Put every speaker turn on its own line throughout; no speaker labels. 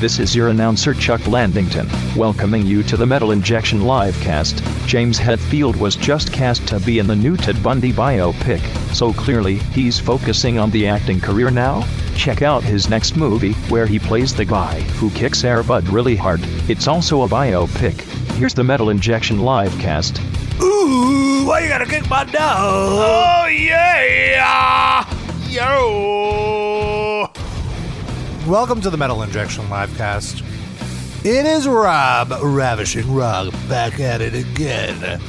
This is your announcer Chuck Landington, welcoming you to the Metal Injection Livecast. James Hetfield was just cast to be in the new Ted Bundy biopic, so clearly he's focusing on the acting career now. Check out his next movie, where he plays the guy who kicks Airbud really hard. It's also a biopic. Here's the Metal Injection Livecast.
Ooh, why you gotta kick my dog?
Oh yeah, yo!
Welcome to the Metal Injection Livecast. It is Rob, Ravishing Rob, back at it again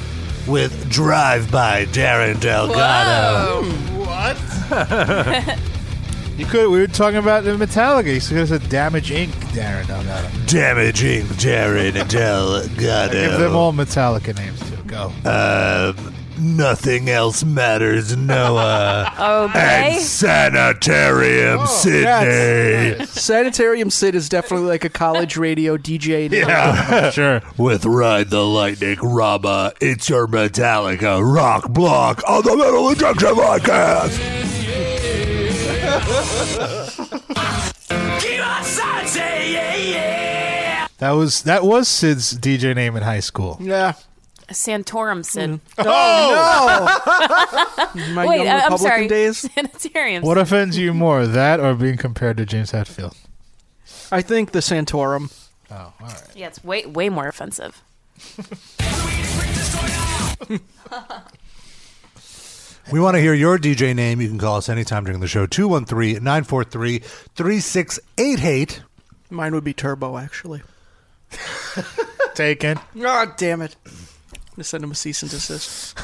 with Drive by Darren Delgado.
What? you could. We were talking about the Metallica. So it's a Damage Inc. Darren Delgado.
Damaging Darren
I give them
Delgado.
all Metallica names too. Go.
Uh, nothing else matters, Noah.
Okay.
And Sanitarium Sydney.
Sanitarium Sid is definitely like a college radio DJ. now.
Yeah,
sure.
With Ride the Lightning Rama, it's your Metallica rock block on the Metal Injection Podcast.
That was that was Sid's DJ name in high school.
Yeah.
Santorum
Hmm.
Sid.
Oh,
no!
My
Wait,
young
I- I'm
Republican
sorry.
days.
Sanitarium.
What offends you more, that or being compared to James Hetfield?
I think the Santorum.
Oh, all right.
Yeah, it's way way more offensive.
We want to hear your DJ name. You can call us anytime during the show 213 943 3688.
Mine would be Turbo, actually.
Taken.
God damn it! I'm gonna send him a cease and desist.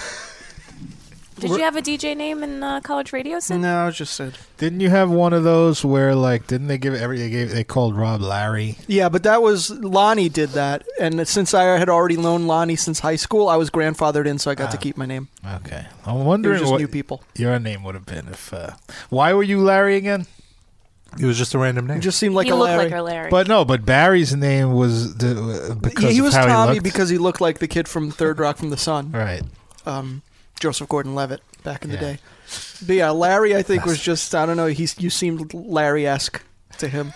Did you have a DJ name in uh, college radio? Sid?
No, I was just said.
Didn't you have one of those where like didn't they give every they gave they called Rob Larry?
Yeah, but that was Lonnie did that, and since I had already known Lonnie since high school, I was grandfathered in, so I got to keep my name.
Okay, I'm Ah. wondering
just
what
new people.
your name would have been if. Uh, why were you Larry again?
It was just a random name.
It just seemed like
He
a
looked
Larry.
like a Larry.
But no, but Barry's name was the, uh, because
Yeah, he
of
was
how
Tommy
he looked.
because he looked like the kid from Third Rock from the Sun.
Right.
Um, Joseph Gordon-Levitt back in the
Yeah.
day. But yeah, Larry I think was just I don't know. He's you seemed Larry-esque to him.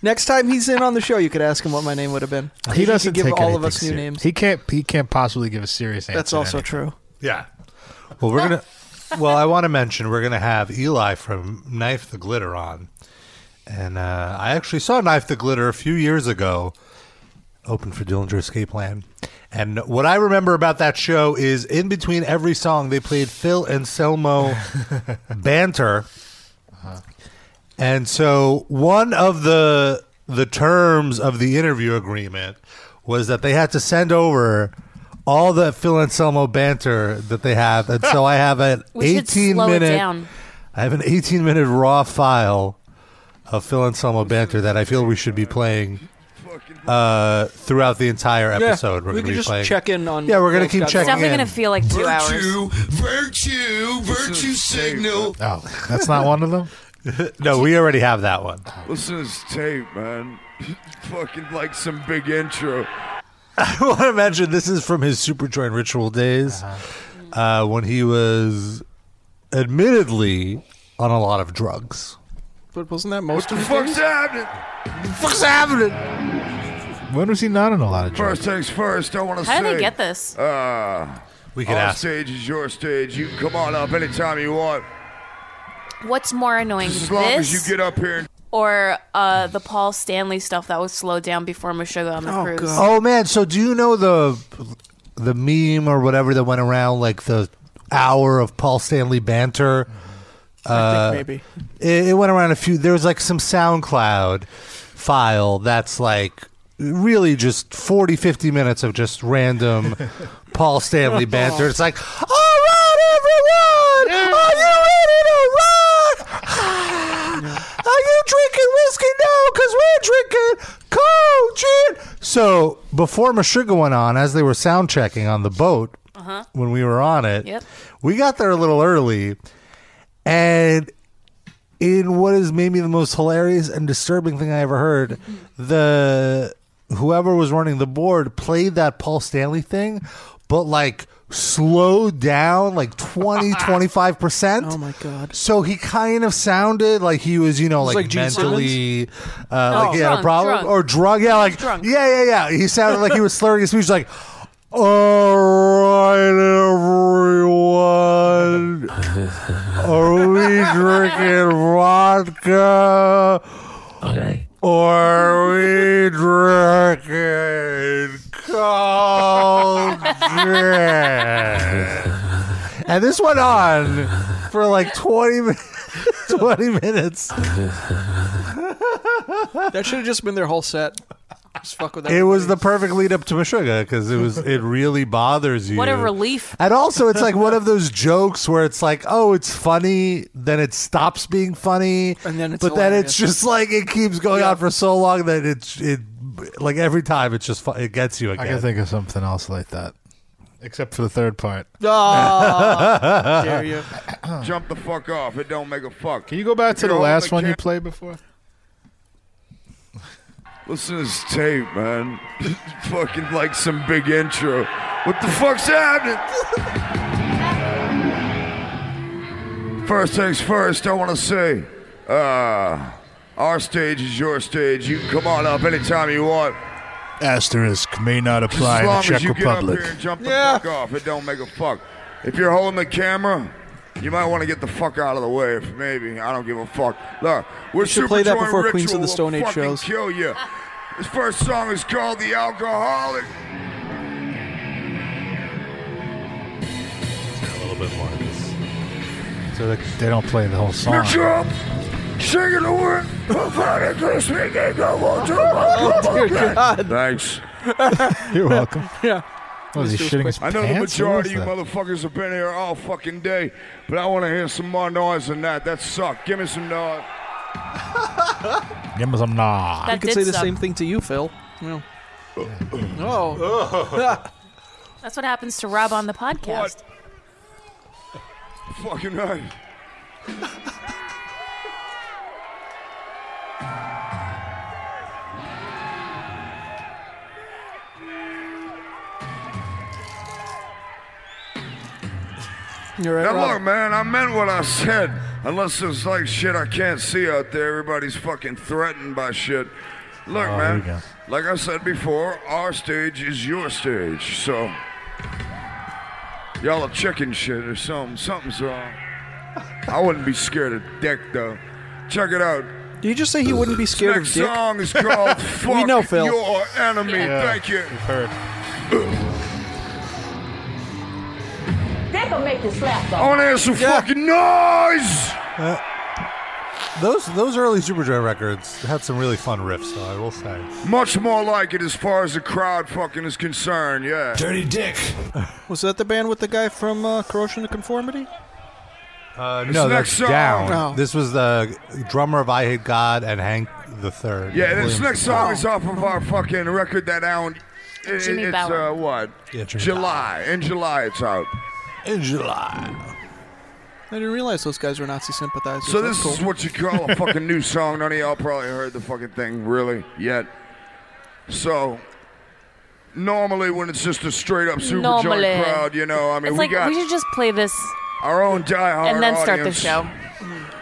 Next time he's in on the show, you could ask him what my name would have been. I think
he doesn't
could give
take
all of
anything
us new
seri-
names.
He can't. He can't possibly give a serious answer.
That's also true.
Yeah. Well, we're gonna. well, I want to mention we're gonna have Eli from Knife the Glitter on, and uh, I actually saw Knife the Glitter a few years ago, open for Dillinger Escape Plan. And what I remember about that show is in between every song they played Phil and Selmo banter. And so one of the the terms of the interview agreement was that they had to send over all the Phil Anselmo banter that they have. And so I have an
We should
18
slow it
minute
down.
I have an 18 minute raw file of Phil Anselmo banter that I feel we should be playing uh, throughout the entire episode.
we
gonna
could
be
just
playing.
check in on.
Yeah, we're gonna keep
Phil's
checking
it's definitely
in.
gonna feel like two hours.
Virtue, virtue signal.
Oh, that's not one of them.
no, we already have that one.
Listen to this tape, man. Fucking like some big intro.
I want to mention this is from his Superjoint Ritual days
Uh-huh.
uh, when he was admittedly on a lot of drugs.
But wasn't that most of
The
the
fuck's
things?
happening?
What's happening?
When was he not in a lot of drugs?
First things first, I want to say.
How do they get this?
Uh,
We could
our
ask.
stage is your stage. You can come on up anytime you want.
Hmm. What's more annoying,
As long
this
as you get up here and
or uh, the Paul Stanley stuff that was slowed down before Meshuggah on the
Oh,
cruise?
God.
Oh man! So do you know the the meme or whatever that went around like the hour of Paul Stanley banter?
Mm-hmm.
Uh,
I think maybe.
It, it went around a few. There was like some SoundCloud file that's like really just 40, 50 minutes of just random Paul Stanley banter. It's like, all right, everyone, are you ready to rock? Are you drinking whiskey? No, because we're drinking cold gin. So before Meshuggah went on, as they were sound checking on the boat when we were on it,
Yep.
we got there a little early. And in what is maybe the most hilarious and disturbing thing I ever heard, the whoever was running the board played that Paul Stanley thing, but like slowed down like 20 25%. Oh
my god.
So he kind of sounded like he was, you know,
It's
like,
like Gene
mentally uh like he had a
Oh, drunk,
problem
drunk.
or drunk. Yeah, like Yeah, yeah, yeah. He sounded like he was slurring his speech like all right, everyone. Are we drinking vodka? Or are we drinking cold gin? And this went on for like 20 minutes. 20 minutes.
that should have just been their whole set. Just fuck with that.
It was the perfect lead up to Meshuggah because it was it really bothers you.
What a relief.
And also, it's like one of those jokes where it's like, oh, it's funny, then it stops being funny,
And then it's
but then it's
hilarious.
just like it keeps going on for so long that it's it like every time it's just fu- it gets you
I
again.
can think of something else like that, except for the third part.
Oh,
dare you.
Jump the fuck off. It don't make a fuck.
Can you go back
If
to the
you're
last one
holding a
you played before?
Listen to this tape, man. Fucking like some big intro. What the fuck's happening? first things first, I want to say, uh, our stage is your stage. You can come on up anytime you want.
Asterisk may not
Just
apply
as
in
long
the Czech
as you
Republic.
get up here and jump the fuck off, it don't make a fuck. If you're holding the camera, you might want to get the fuck out of the way. If maybe I don't give a fuck. Look, we're
You should play that
Superjoy
before Queens
Ritual
of the Stone
will
Age
fucking
shows.
Kill you. This first song is called "The Alcoholic."
A little bit more. So they, they don't play the whole song.
Picture up, singing the word. Prophetically speaking, I want to- I
dear
want to-
God.
Oh, Thanks.
You're welcome.
yeah.
Was he shitting his
I know the
pants? What
majority of you
was that?
motherfuckers have been here all fucking day, but I want to hear some more noise than that. That sucked. Give me some noise.
Give me some nah.
I could say the same thing to you, Phil. No. oh, No.
That's what happens to Rob on the podcast.
Fucking right.
You're right.
Now
Rob.
look, man, I meant what I said. Unless there's like shit I can't see out there, everybody's fucking threatened by shit. Look,
Oh, there you
man, like I said before, our stage is your stage, so y'all are chicken shit or something. Something's wrong. I wouldn't be scared of dick though. Check it out.
Did you just say he wouldn't be scared
Next
of dick?
song is called "Fuck
we know, Phil.
Your Enemy."
Yeah.
Thank you.
That gonna make you slap
I want to hear some fucking noise.
Uh, those those early Superjoy records had some really fun riffs, though I will say.
Much more like it as far as the crowd fucking is concerned. Yeah.
Dirty dick. Was that the band with the guy from uh, Corrosion of Conformity?
Uh,
This
no,
next
that's
song-
down.
No.
This was the drummer of I Hate God and Hank the Third.
Yeah, this
Williams
next
the Third.
song is off of our fucking record that out. i-
Jimmy
it's
Bauer.
uh, what?
Yeah, Jimmy
July. In July, it's out.
In July.
I didn't realize those guys were Nazi sympathizers.
So
That's
this is
cool.
what you call a fucking new song. None of y'all probably heard the fucking thing really yet. So. Normally, when it's just a straight up super
Normally.
crowd, you know, I
it's
mean, we
like
got
we should just play this
our own diehard
and then start the
audience.
show.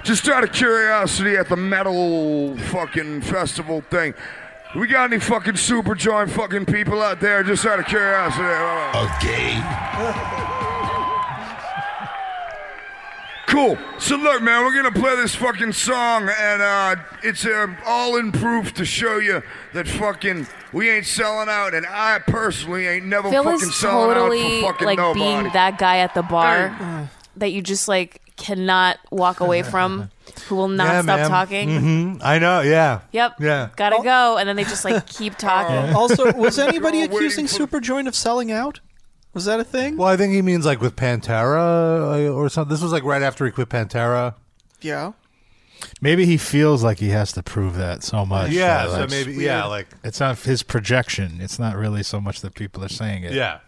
Just out of curiosity at the metal fucking festival thing. We got any fucking super joint fucking people out there just out of curiosity? Okay. Cool. So look, man, we're gonna play this fucking song, and uh, it's uh, all in proof to show you that fucking we ain't selling out, and I personally ain't never
Phil
fucking
is
selling
totally
out for fucking
like
nobody.
being that guy at the bar
Hey.
that you just like cannot walk away from, who will not
Yeah,
stop
ma'am.
talking.
Mm-hmm.
Mhm. I know. Yeah.
Yep.
Yeah.
Gotta go, and then they just like keep talking.
also, was anybody
You're waiting
accusing Superjoint of selling out? Was that a thing?
Well, I think he means like with Pantera uh, or something. This was like right after he quit Pantera.
Yeah.
Maybe he feels like he has to prove that so much.
Yeah,
that,
so
like,
maybe- yeah, like-
it's not his projection. It's not really so much that people are saying it.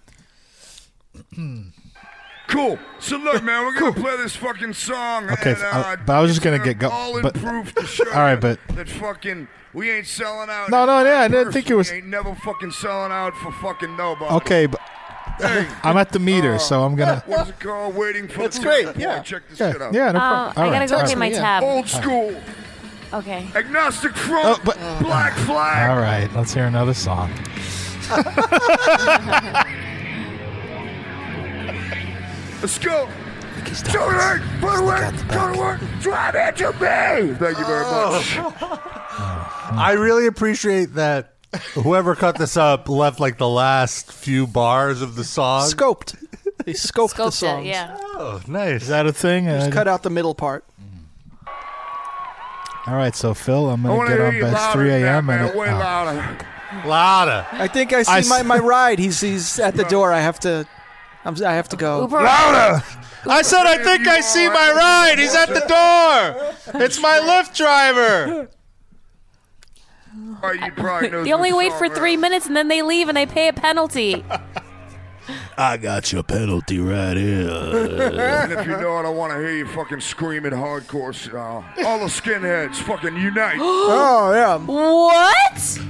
Cool. So look, man, we're gonna play this fucking song.
Okay,
and,
I-
uh,
but I was just gonna
it's, uh,
get go-
All in
but-
proof to show
all right,
you
but-
that fucking we ain't selling out.
No, no, yeah, I didn't
First,
think it was-
We ain't never fucking selling out for fucking nobody.
Okay, but I'm at the meter, so I'm gonna.
What's it called? Waiting for
That's
the
great,
Time.
yeah.
Check this
Yeah,
shit out.
yeah, no
Uh,
problem.
I
All
gotta
right,
go
all
pay
right.
my
yeah.
tab.
Old school.
Okay.
Agnostic front.
Oh, but-
black flag.
All right, let's hear another song.
Let's go. Show it. Put it work. Go to work. Drive at your bay. Thank you very much.
I really appreciate that whoever cut this up left like the last few bars of the
Uh,
song.
Scoped. They scoped, the
Sculpted,
songs.
yeah.
Oh, nice.
Is that a thing? Uh,
Cut out the middle part.
all right, so Phil, I'm
I
gonna
want to
get
hear
up
you
at
louder
3
than that,
a.m. and
man.
it-
Way
oh.
louder.
Lotta.
I think I see
I
my,
s-
my ride. He's he's at the door. I have to. I'm, I have to go.
Uber.
Louder! I said I think I see my ride. He's at the door. It's my Lyft driver.
Oh, you probably know
They only
this
wait
song,
for
right?
three minutes and then they leave and I pay a penalty.
I got your penalty right here.
Uh.
And if you know it, I want to hear you fucking screaming hardcore. shit. Uh, all the skinheads, fucking unite.
Oh yeah.
what?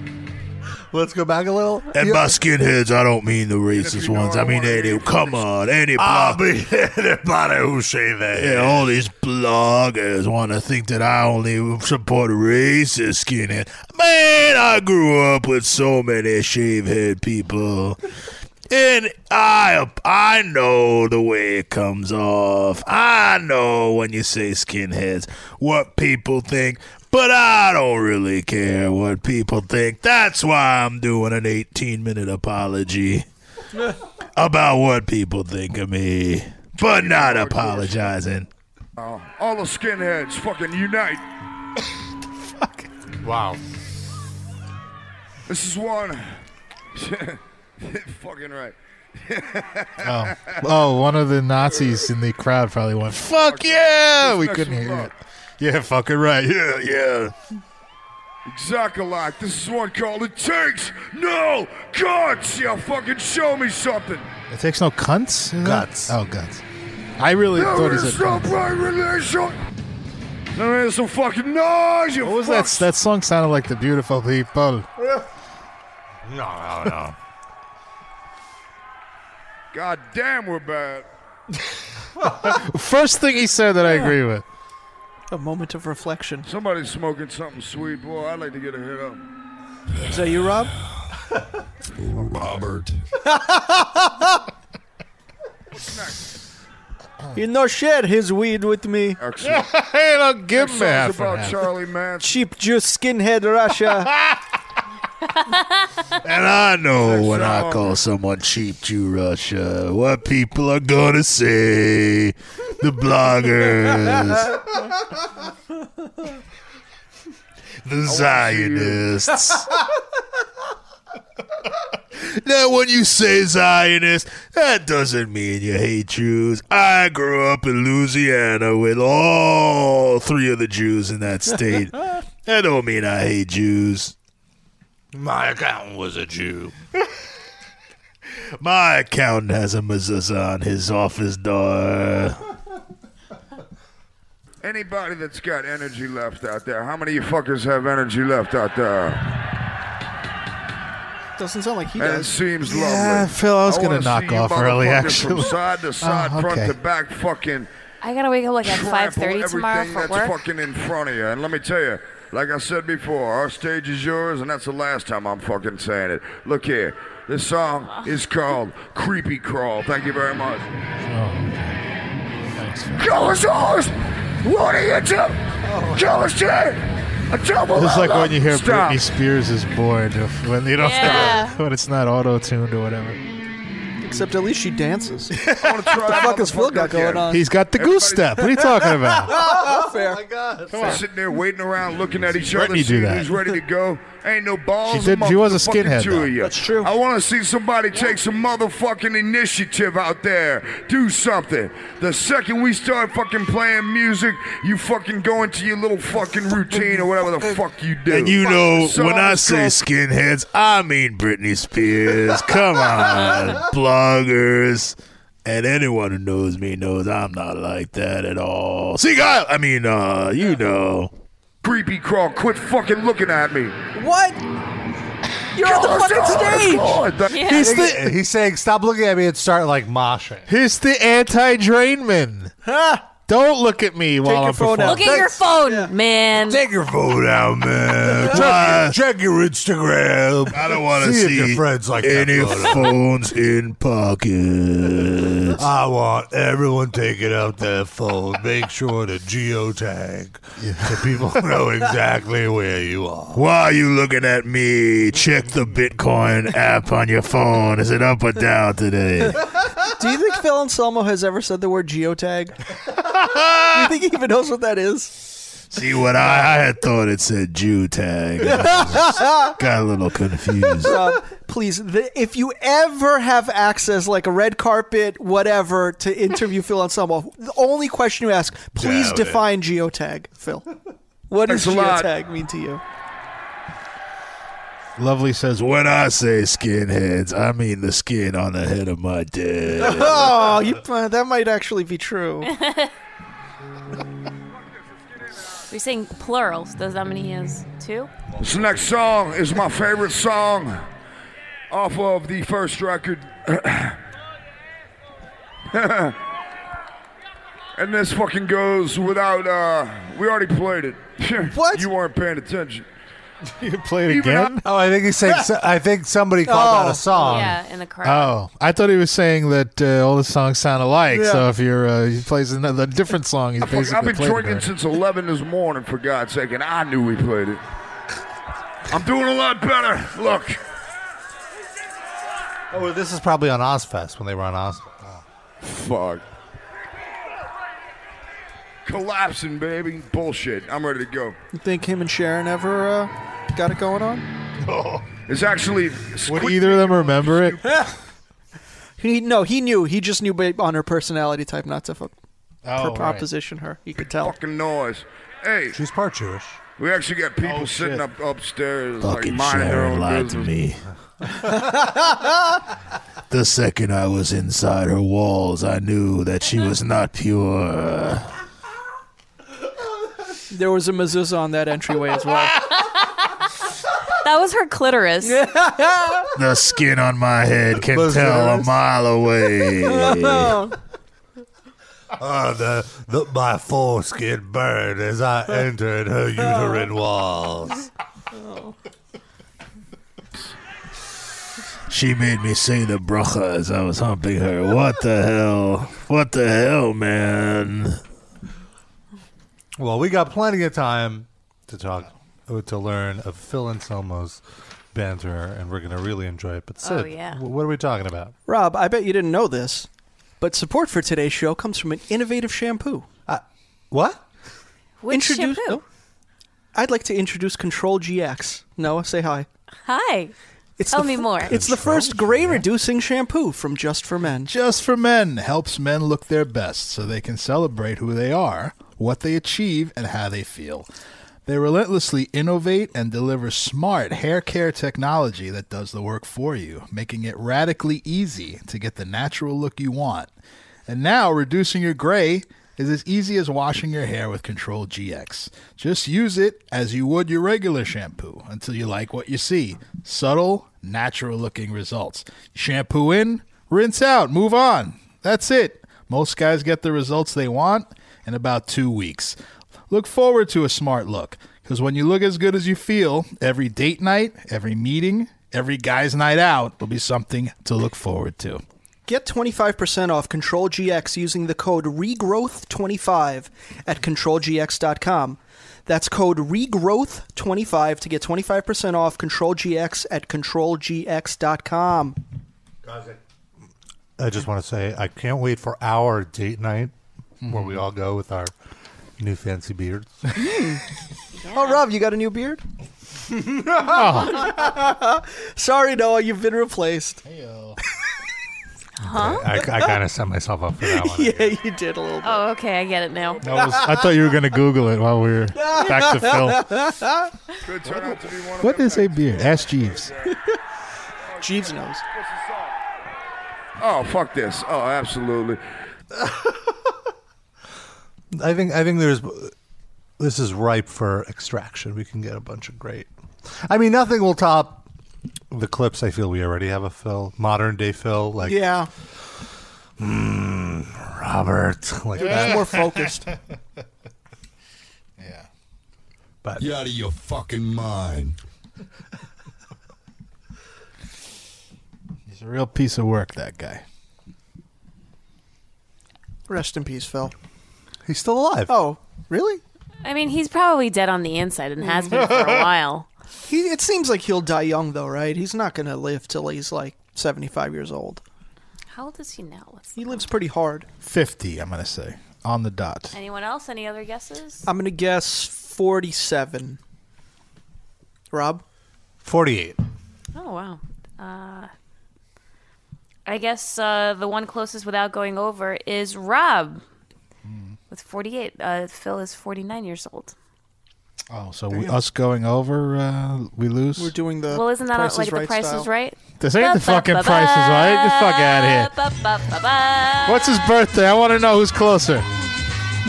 Let's go back a little.
And by skinheads, I don't mean the
if
racist
you know
ones.
I
I mean
wanna
any.
hear-
Come on, any blog.
anybody who say that.
Yeah, all these bloggers want to think that I only support racist skinhead. Man, I grew up with so many shavehead people. And I I know the way it comes off. I know when you say skinheads what people think, but I don't really care what people think. That's why I'm doing an 18-minute apology about what people think of me, but not apologizing.
Uh, all the skinheads, fucking unite.
Wow.
This is one. fucking right.
Oh. oh, one of the Nazis in the crowd probably went, "Fuck yeah!" We couldn't hear it. Yeah, fucking right. Yeah,
Yeah.
Zachalak, this is one called It Takes No Guts! Yeah, fucking show me something!
it takes no cunts. is it?
Guts.
Oh, guts. I really thought
There
he
is
said.
no
Cunts.
right relation! There is no fucking noise, you
What was that?
fucks!
That song sounded like the beautiful people.
No, no, no.
God damn, we're bad.
First thing he said that I agree with.
A moment of reflection.
Somebody's smoking something sweet, boy. I'd like to get a hit up.
Is that you, Rob?
Robert.
You no share his weed with me.
Excellent.
Hey, don't give
This
me half
song's
and
about
half.
Charlie Manson.
Cheap juice, skinhead, Russia.
And I know when I
song.
call someone cheap Jew Russia, what people are gonna say. The bloggers. The Zionists. now, when you say Zionist, that doesn't mean you hate Jews. I grew up in Louisiana with all three of the Jews in that state. That don't mean I hate Jews.
My accountant was a Jew.
My accountant has a mezuzah on his office door.
Anybody that's got energy left out there, how many of you fuckers have energy left out there?
Doesn't sound like he
And it
does.
seems lovely.
Yeah, Phil, I was gonna
wanna
knock
see you
off early,
motherfuckers From
actually. Oh,
side to side,
okay.
front to back, fucking
I gotta wake up like at
trample
five thirty
everything
tomorrow for
that's
work.
fucking in front of you. And let me tell you, like I said before, our stage is yours, and that's the last time I'm fucking saying it. Look here, this song is called "Creepy Crawl." Thank you very much. Kill us ours. What are you doing? Kill us dead. A double.
It's like when you hear
Stop.
Britney Spears is bored if- when you don't
Yeah.
when it's not auto tuned or whatever.
Except at least she dances.
I wanna try that
fuck has Phil got
motherfucker
going
again.
on?
He's got the goose step. What are you talking about?
fair.
They're sitting there waiting around, looking at each other,
Britney do
seeing
that.
who's ready to go. Ain't no
Oh,
balls.
She did- she was a
motherfucking
skinhead,
Two
though.
of you.
That's true.
I want to see somebody take some motherfucking initiative out there. Do something. The second we start fucking playing music, you fucking go into your little fucking routine or whatever the fuck you do.
And you know,
Song
when I
is
say
called
skinheads, I mean Britney Spears. Come on, bloggers. And anyone who knows me knows I'm not like that at all. See, I, I mean, uh, you know.
creepy crawl. Quit fucking looking at me.
What? You're at the fucking stage.
He's, the, he's saying, "Stop looking at me and start like moshing."
He's the anti-drainman. Don't look at me while I'm performing.
Look at your phone, man.
Take your
Go down, man.
Check
Why-
Check your Instagram.
I don't want to
See if
see
your friends like that
any
photo.
phones in pockets.
I want everyone taking out their phone. Make sure to geotag so people know exactly where you are.
Why are you looking at me? Check the Bitcoin app on your phone. Is it up or down today?
Do you think Phil Anselmo has ever said the word geotag? Do you think he even knows what that is?
See what I, I had thought it said Jew tag. Got a little confused.
Rob, Uh, please, the, if you ever have access, like a red carpet, whatever, to interview Phil Anselmo, the only question you ask, please
Doubt it.
define geotag, Phil. What does
Thanks a lot.
geotag mean to you?
Lovely says,
When I say skinheads, I mean the skin on the head of my dad.
Oh, you, uh, that might actually be true.
We're saying plurals. Does that mean he has two?
This next song is my favorite song off of the first record. and this fucking goes without, uh, we already played it.
What?
You weren't paying attention.
"You played
Even
again?"
Oh, I think he's saying. so- I think somebody called out
Oh.
a song.
yeah, in the crowd.
Oh, I thought he was saying that uh, all the songs sound alike.
Yeah.
So if you're uh, he plays another a different song, he's
Fuck,
basically
I've been
played it
drinking
already.
since 11 this morning, for God's sake, and I knew we played it. I'm doing a lot better. Look,
Oh, well, this is probably on Ozfest when they were on Ozfest.
fuck. Collapsing, baby. Bullshit. I'm ready to go.
You think him and Sharon ever uh, got it going on?
It's actually.
Would either of them remember it?
He no, he knew. He just knew ba- on her personality type not to fuck,
Oh, right.
proposition her. You could tell.
fucking noise. Hey,
She's part Jewish.
we actually got people
Oh, shit.
sitting up upstairs,
Fucking
like minding their
Sharon
own
lied to me.
business.
the second I was inside her walls, I knew that she was not pure.
There was a mezuzah on that entryway as well.
That was her clitoris.
The skin on my head can
Was
tell a
hers?
mile away.
Oh, the, the my foreskin burned as I entered her uterine walls.
She made me say the bracha as I was humping her. What the hell? What the hell, man?
Well, we got plenty of time to talk to learn of Phil Anselmo's banter, and we're gonna really enjoy it. But Sid,
Oh, yeah.
wh- what are we talking about?
Rob, I bet you didn't know this, but support for today's show comes from an innovative shampoo.
Uh,
What?
Which
Introduce-
shampoo?
no. I'd like to introduce Control GX. Noah, say hi.
Hi.
It's
Tell
the
me
fir-
more.
It's the first gray reducing shampoo from Just for Men.
Just for Men helps men look their best so they can celebrate who they are, what they achieve, and how they feel. They relentlessly innovate and deliver smart hair care technology that does the work for you, making it radically easy to get the natural look you want. And now, reducing your gray is as easy as washing your hair with Control GX. Just use it as you would your regular shampoo until you like what you see. Subtle, natural looking results. Shampoo in, rinse out, move on. That's it. Most guys get the results they want in about two weeks. Look forward to a smart look because when you look as good as you feel, every date night, every meeting, every guy's night out will be something to look forward to.
Get 25% off Control GX using the code REGROWTH25 at controlgx.com. That's code REGROWTH25 to get 25% off Control GX at controlgx.com.
I just want to say I can't wait for our date night where we all go with our new fancy beards.
Oh, Rob, you got a new beard? Sorry, Noah, you've been replaced.
I, I kind of set myself up for that one.
Yeah, you did a little bit.
Oh, okay. I get it now.
I thought you were going to Google it while we were back to Phil.
Could turn out to be one of
What
them
is a
next.
beard? Ask Jeeves.
Jeeves knows.
Oh, fuck this. Oh, absolutely.
I think I think there's this is ripe for extraction. We can get a bunch of great. I mean, nothing will top the clips, I feel we already have a fill, modern day fill, like
yeah,
mm, Robert, like
It's
that.
more focused.
But
you out of your fucking mind.
He's a real piece of work, that guy.
Rest in peace, Phil.
He's still alive.
Oh, really?
I mean, he's probably dead on the inside and has been for a while.
He, it seems like he'll die young, though, right? He's not going to live till he's like 75 years old.
How old is he now? Let's
He lives pretty hard.
50, I'm going to say, on the dot.
Anyone else? Any other guesses?
I'm going to guess 47. Rob?
48.
Oh wow. Uh, I guess uh, the one closest without going over is Rob
Hmm.
with 48. Uh, Phil is 49 years old.
Oh, so we, us going over, uh, we lose?
We're doing the.
well, isn't that
Price is
like the
Right
Price
style.
is Right?
This ain't the fucking Price is Right. Get the fuck outta here.
here.
What's his birthday? I want to know who's closer.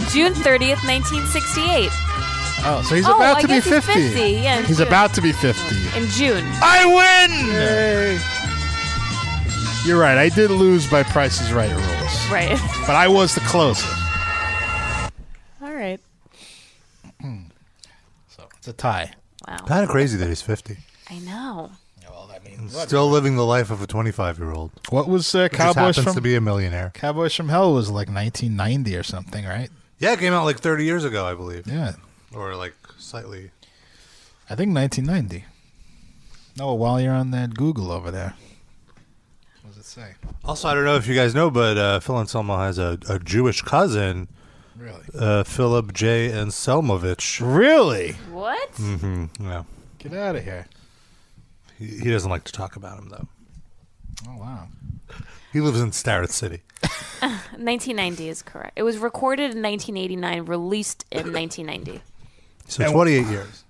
June 30th, 1968.
Oh, so he's
Oh,
about
I
to be
guess he's
50.
50, yeah,
he's
sure.
about to be 50.
In June.
I win.
You're right. I did lose by Price is Right rules,
Right.
but I was the closest.
All right.
It's a tie.
Wow.
Kind of crazy that he's 50.
I know.
Still living the life of a 25 year old.
What was uh,
Just
Cowboys
happens
from
to be a millionaire.
Cowboys from Hell was like 1990 or something, right?
Yeah, it came out like 30 years ago, I believe.
Yeah,
Or like slightly.
I think 1990. No, while you're on that Google over there, what does it say?
Also, I don't know if you guys know, but uh, Phil Anselmo has a, a Jewish cousin,
Really?
uh, Philip J. Anselmovich.
Really?
What?
hmm Yeah.
Get out of here!
He, he doesn't like to talk about him, though.
Oh wow.
He lives in Starrett City.
1990 is correct. It was recorded in 1989, released in 1990.
So 28 years.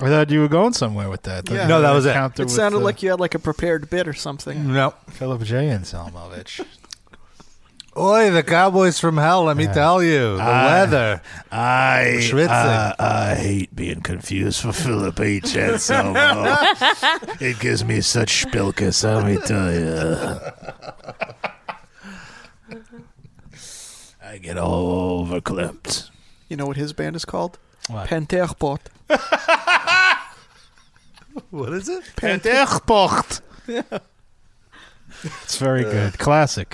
I thought you were going somewhere with that.
Yeah.
No, that was it.
It sounded like you had like a prepared bit or something.
No.
Philip J. Anselmovich.
Oi, the Cowboys from hell, let me tell you. The weather.
I
Schwitzing.
uh, I hate being confused for Philip H. Anselmo. it gives me such spilkus, let me tell you. I get all overclipped.
You know what his band is called?
What?
Panterpot.
what is it?
Penterpocht. It's very good. Classic.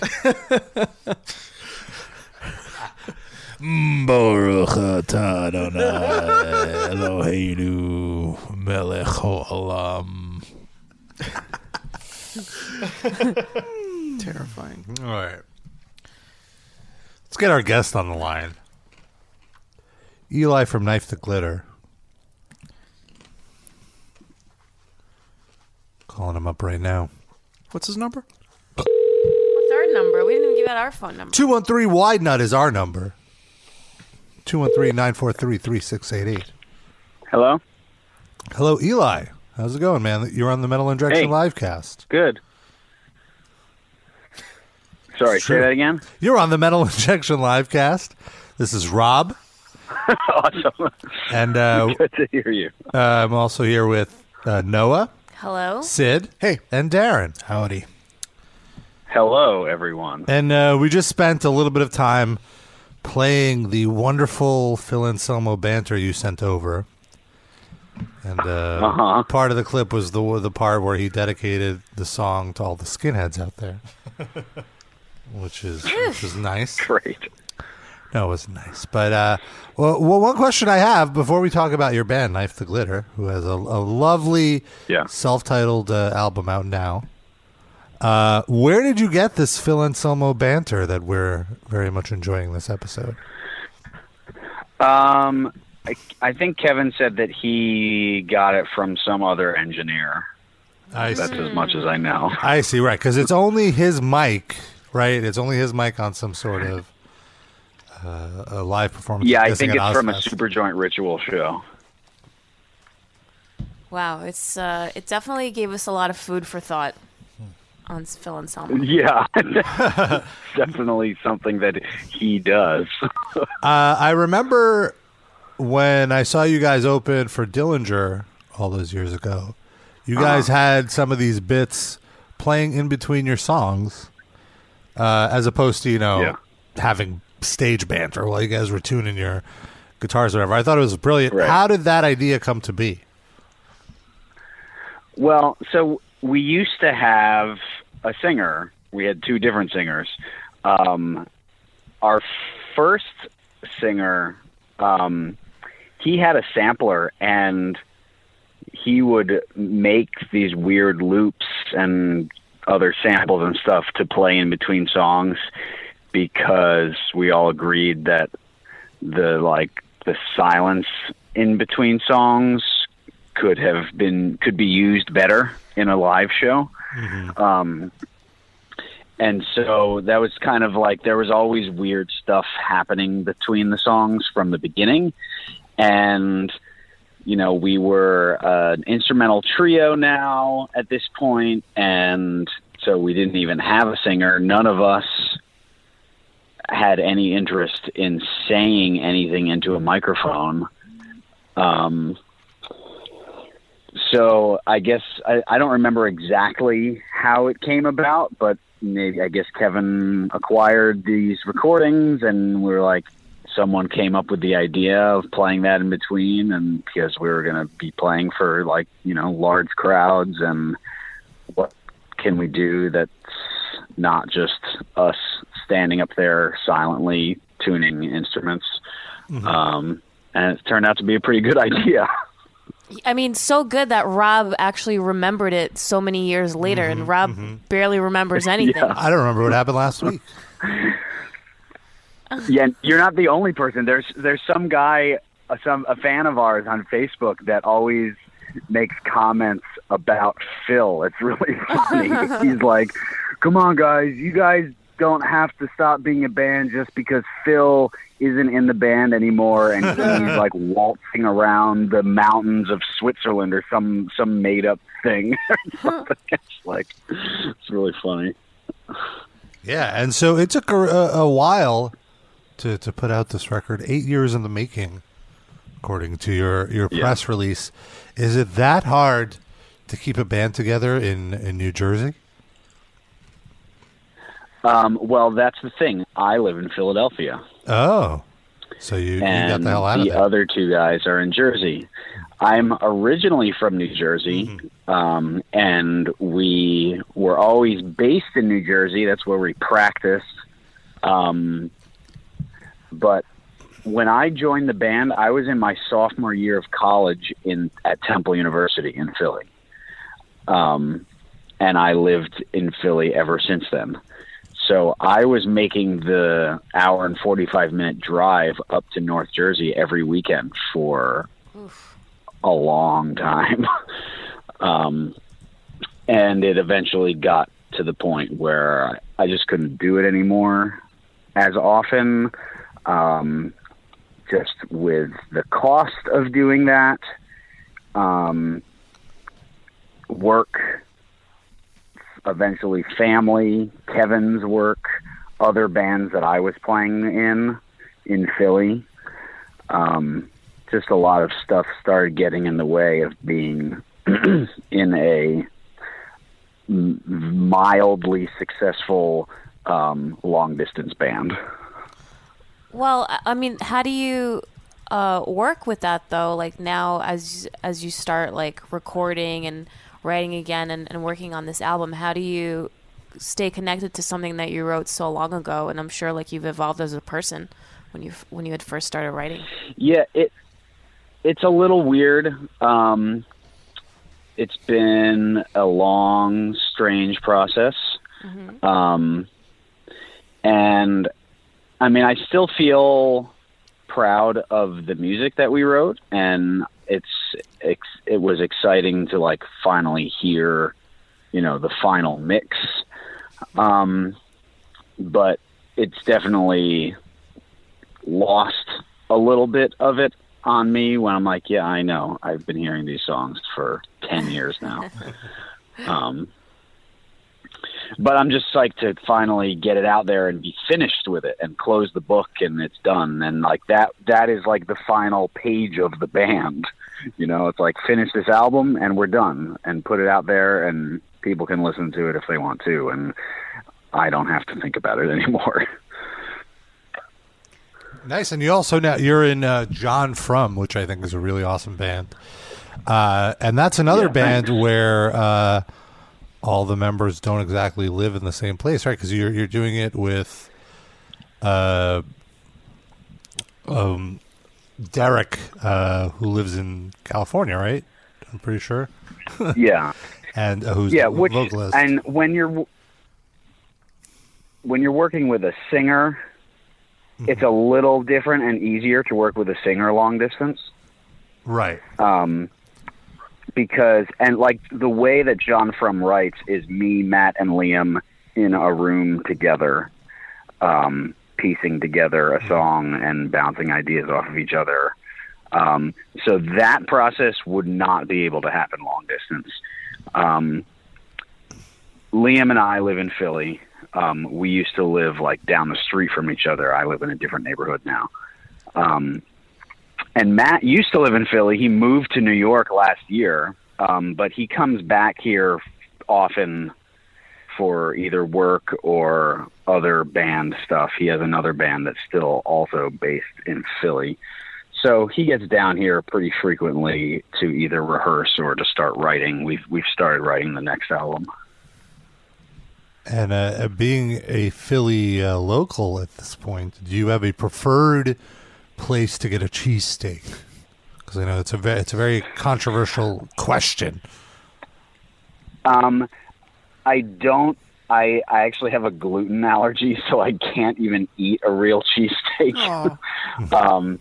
Baruch atah Adonai Eloheinu melech haolam.
Terrifying.
All right. Let's get our guest on the line. Eli from Knife to Glitter. Calling him up right now.
What's his number?
What's our number? We didn't even give out our phone number.
213 Wide Nut is our number. 213 943 3688.
Hello.
Hello, Eli. How's it going, man? You're on the Metal Injection
Hey.
Livecast.
Good. Sorry,
Sure.
say that again.
You're on the Metal Injection Livecast. This is Rob.
awesome.
And uh,
Good to hear you.
uh, I'm also here with uh, Noah,
Hello?
Sid, hey, and Darren.
Howdy.
Hello, everyone.
And uh, we just spent a little bit of time playing the wonderful Phil Anselmo banter you sent over. And uh,
Uh-huh.
part of the clip was the the part where he dedicated the song to all the skinheads out there, which is which is nice.
Great.
No, it was nice. But uh, well, well, one question I have before we talk about your band, Knife the Glitter, who has a, a lovely
Yeah.
self-titled uh, album out now. Uh, where did you get this Phil Anselmo banter that we're very much enjoying this episode?
Um, I, I think Kevin said that he got it from some other engineer.
I
That's
see.
as much as I know.
I see, right? Because it's only his mic, right? It's only his mic on some sort of uh, a live performance.
Yeah,
I'm
I
guessing
think
at
it's from a
Ozfest.
Superjoint Ritual show.
Wow, it's uh, it definitely gave us a lot of food for thought on s- Phil Anselmo.
Yeah, definitely something that he does.
Uh, I remember when I saw you guys open for Dillinger all those years ago. You guys had some of these bits playing in between your songs, uh, as opposed to you know having stage banter while you guys were tuning your guitars or whatever. I thought it was brilliant. How did that idea come to be?
Well, so we used to have a singer. We had two different singers. Um, our first singer, um, he had a sampler and he would make these weird loops and other samples and stuff to play in between songs because we all agreed that the like the silence in between songs could have been could be used better in a live show. Um, and so that was kind of like there was always weird stuff happening between the songs from the beginning. And, you know, we were uh, an instrumental trio now at this point, And so we didn't even have a singer. None of us had any interest in saying anything into a microphone. Um, so I guess I, I don't remember exactly how it came about, but maybe I guess Kevin acquired these recordings, and we were like, someone came up with the idea of playing that in between, and because we were going to be playing for like you know large crowds, and what can we do that's not just us standing up there silently tuning instruments?
Mm-hmm.
Um, and it turned out to be a pretty good idea.
I mean, so good that Rob actually remembered it so many years later, and Rob barely remembers anything.
I don't remember what happened last week.
yeah, you're not the only person. There's there's some guy, uh, some a fan of ours on Facebook that always makes comments about Phil. It's really funny. He's like, "Come on, guys, you guys don't have to stop being a band just because Phil isn't in the band anymore and he's like waltzing around the mountains of Switzerland or some some made up thing." it's like it's really funny.
Yeah, and so it took a, a, a while to to put out this record, eight years in the making, according to your your press release. Is it that hard to keep a band together in in New Jersey?
Um, well, that's the thing. I live in Philadelphia.
Oh, so you, you
and
got the hell out of
the
there.
other two guys are in Jersey. I'm originally from New Jersey,
Mm-hmm.
um, and we were always based in New Jersey. That's where we practiced. Um, but when I joined the band, I was in my sophomore year of college in at Temple University in Philly, um, and I lived in Philly ever since then. So I was making the hour and 45 minute drive up to North Jersey every weekend for a long time. um, and it eventually got to the point where I just couldn't do it anymore as often. Um, just with the cost of doing that, um, work, eventually family, Kevin's work, other bands that I was playing in in Philly. Um, just a lot of stuff started getting in the way of being in a m- mildly successful um, long distance band.
Well, I- I mean, how do you uh, work with that though? Like now, as as you start like recording and writing again and, and working on this album, how do you stay connected to something that you wrote so long ago? And I'm sure like you've evolved as a person when you when you had first started writing.
Yeah, it it's a little weird. Um, it's been a long, strange process, um, and I mean, I still feel proud of the music that we wrote, and it's, it's it was exciting to like finally hear, you know, the final mix. Um, but it's definitely lost a little bit of it on me when I'm like, yeah, I know. I've been hearing these songs for 10 years now. um, but I'm just psyched to finally get it out there and be finished with it and close the book and it's done. And like that, that is like the final page of the band. You know, it's like finish this album and we're done, and put it out there, and people can listen to it if they want to, and I don't have to think about it anymore.
Nice, and you also now you're in uh, John From, which I think is a really awesome band, uh, and that's another band where uh, all the members don't exactly live in the same place, right? Because you're you're doing it with, uh, um, Derek, uh, who lives in California, right? I'm pretty sure,
yeah.
and uh, who's
yeah,
the
which
vocalist.
and when you're when you're working with a singer, it's
Mm-hmm.
a little different and easier to work with a singer long distance.
Right.
Um, because and like the way that John From writes is me, Matt, and Liam in a room together, um, piecing together a song and bouncing ideas off of each other. Um, so that process would not be able to happen long distance. Um, Liam and I live in Philly. Um, we used to live like down the street from each other. I live in a different neighborhood now. Um, and Matt used to live in Philly. He moved to New York last year, um, but he comes back here often for either work or other band stuff. He has another band that's still also based in Philly. So he gets down here pretty frequently to either rehearse or to start writing. We've we've started writing the next album.
And uh, uh, being a Philly uh, local at this point, do you have a preferred place to get a cheesesteak? Because I know it's a ve- it's a very controversial question.
Um, I don't. I I actually have a gluten allergy, so I can't even eat a real cheesesteak. um,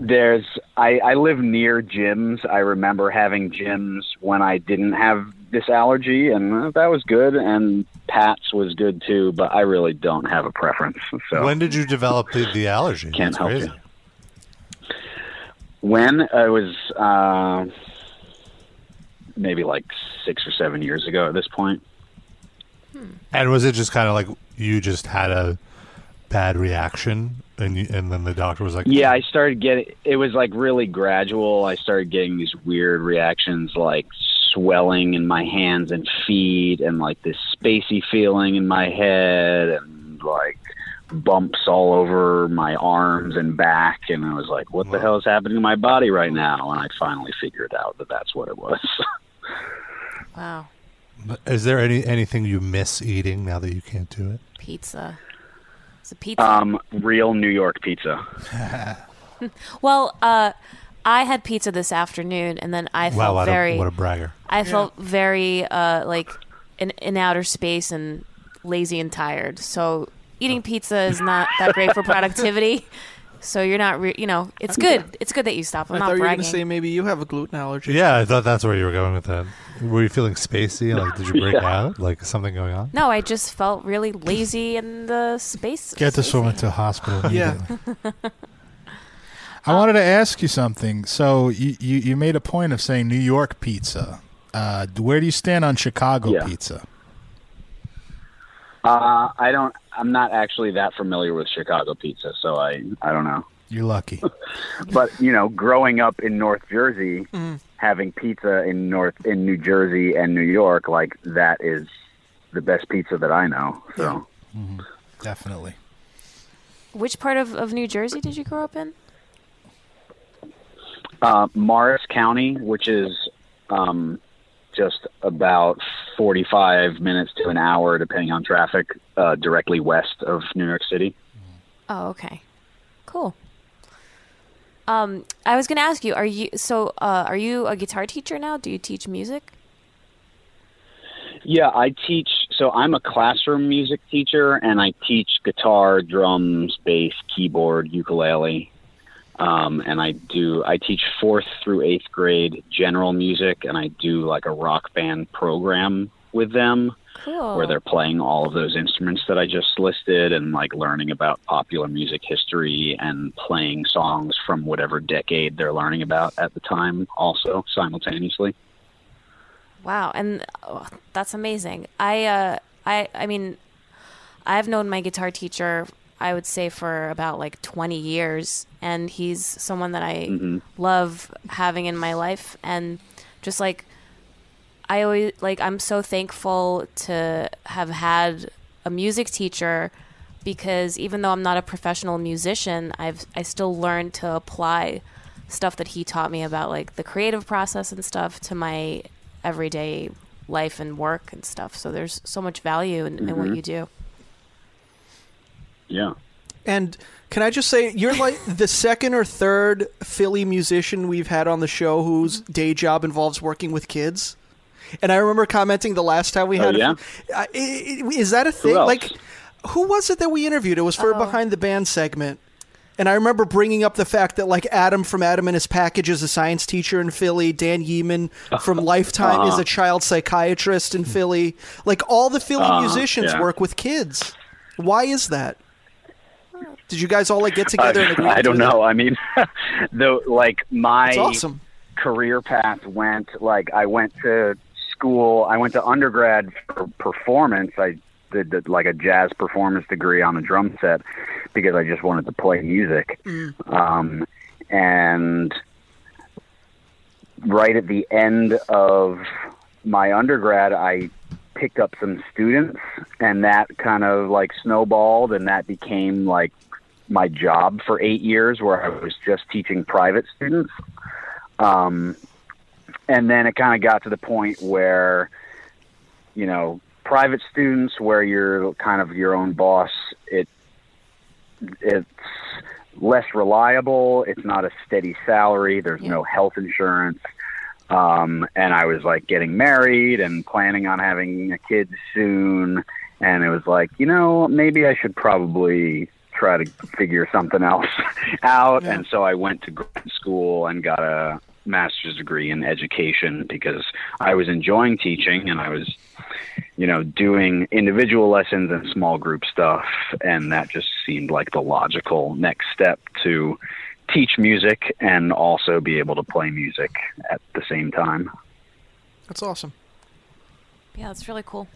there's I, I live near gyms. I remember having gyms when I didn't have this allergy, and uh, that was good. And Pat's was good too, but I really don't have a preference. So
When did you develop the, the allergy?
Can't
That's
help
crazy.
you. when I was uh, maybe like six or seven years ago at this point.
And was it just kind of like you just had a bad reaction, and you, and then the doctor was like,
yeah i started getting it was like really gradual i started getting these weird reactions like swelling in my hands and feet and like this spacey feeling in my head and like bumps all over my arms and back and i was like what the hell is happening to my body right now and i finally figured out that that's what it was
Wow.
"Is there any anything you miss eating now that you can't do it?"
Pizza. It's a pizza.
um real new york pizza
well, uh, I had pizza this afternoon, and then I felt
wow, what
very.
a, what a bragger!
I felt very uh, like in, in outer space and lazy and tired. So eating pizza is not that great for productivity. So you're not, re- you know, it's good. It's good that you stop. I'm
I
not
thought you were
bragging.
to say maybe you have a gluten allergy.
Yeah, I thought that's where you were going with that. Were you feeling spacey? Like, did you break
Yeah.
out? Like, something going on?
no, I just felt really lazy in the space.
Get this woman to hospital.
Yeah.
immediately. I wanted to ask you something. So you, you, you made a point of saying New York pizza. Uh, where do you stand on Chicago pizza?
uh i don't i'm not actually that familiar with chicago pizza so i i don't know
You're lucky.
but you know, growing up in North Jersey, having pizza in North in New Jersey and New York, like that is the best pizza that I know. So
Definitely.
Which part of, of New Jersey did you grow up in?
uh, Morris County, which is um, just about forty-five minutes to an hour, depending on traffic, uh, directly west of New York City.
Oh, okay. Cool. Um, I was going to ask you, are you so uh, are you a guitar teacher now? Do you teach music?
Yeah, I teach. So I'm a classroom music teacher, and I teach guitar, drums, bass, keyboard, ukulele, um, and I do. I teach fourth through eighth grade general music, and I do like a rock band program with them,
Cool.
where they're playing all of those instruments that I just listed, and like learning about popular music history and playing songs from whatever decade they're learning about at the time, also simultaneously.
Wow, and oh, that's amazing. I uh, I I mean, I've known my guitar teacher. I would say for about like 20 years, and he's someone that I
Mhm.
love having in my life, and just like I always like I'm so thankful to have had a music teacher because even though I'm not a professional musician, I've I still learned to apply stuff that he taught me about like the creative process and stuff to my everyday life and work and stuff. So there's so much value in, in what
Mhm.
you do.
Yeah.
And can I just say, you're like the second or third Philly musician we've had on the show whose day job involves working with kids. And I remember commenting the last time we
Oh,
had.
yeah?
I- I- is that a thing?
else?
Like, who was it that we interviewed? It was for a behind the band segment. And I remember bringing up the fact that like Adam from Adam and His Package is a science teacher in Philly. Dan Yeeman from Lifetime is
Uh-huh.
a child psychiatrist in Philly. Like all the Philly
Uh-huh,
musicians
yeah.
work with kids. Why is that? Did you guys all like get together? and agree
Uh, I, I
to
don't
do
know. I mean, though, like my
That's awesome.
career path went like I went to school. I went to undergrad for performance. I did the, like a jazz performance degree on a drum set because I just wanted to play music. Um, and right at the end of my undergrad, I picked up some students, and that kind of like snowballed, and that became like my job for eight years, where I was just teaching private students. Um, and then it kind of got to the point where, you know, private students, where you're kind of your own boss, it it's less reliable. It's not a steady salary. There's no health insurance. Um, and I was like getting married and planning on having a kid soon. And it was like, you know, maybe I should probably try to figure something else out. And so I went to grad school and got a master's degree in education because I was enjoying teaching and I was you know, doing individual lessons and small group stuff. And that just seemed like the logical next step to teach music and also be able to play music at the same time.
That's awesome.
Yeah, that's really cool.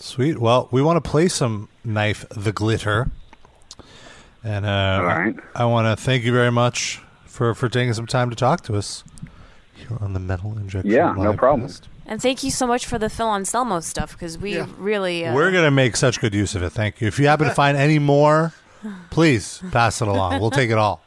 Sweet. Well, we want to play some Knife the Glitter. And uh, I want to thank you very much for, for taking some time to talk to us here on the Metal Injection.
Yeah, no
Livecast.
problem.
And thank you so much for the Phil Anselmo stuff because we really uh,
We're going to make such good use of it. Thank you. If you happen to find any more, please pass it along. We'll take it all.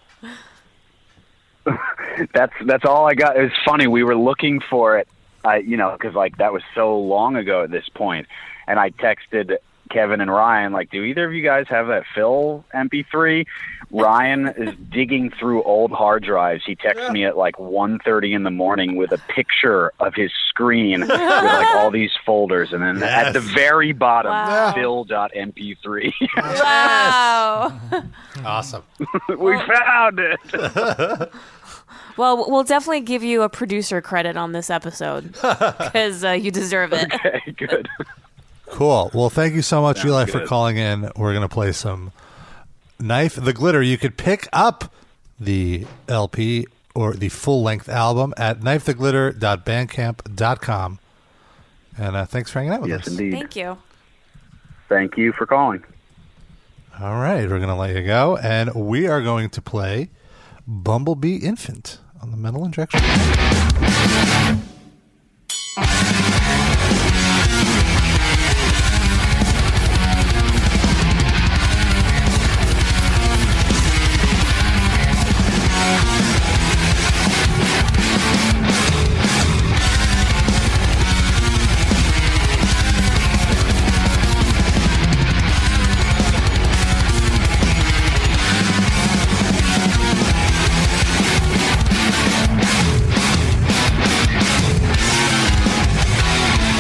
That's that's all I got. It was funny. We were looking for it, I, you know, because like that was so long ago at this point. And I texted Kevin and Ryan like, "Do either of you guys have that Phil MP3?" Ryan is digging through old hard drives. He texts me at like 1.30 in the morning with a picture of his screen with like all these folders, and then at the very bottom,
Wow.
Phil.mp3.
wow.
Awesome.
we found it.
well, we'll definitely give you a producer credit on this episode because uh, you deserve it.
Okay, good.
Cool. Well, thank you so much,
Sounds
Eli, for
good.
calling in. We're going to play some Knife the Glitter. You could pick up the LP or the full length album at knifetheglitter.bandcamp.com. And uh, thanks for hanging out with
yes,
us.
indeed.
Thank you.
Thank you for calling.
All right. We're going to let you go. And we are going to play Bumblebee Infant on the Metal Injection.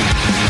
Thank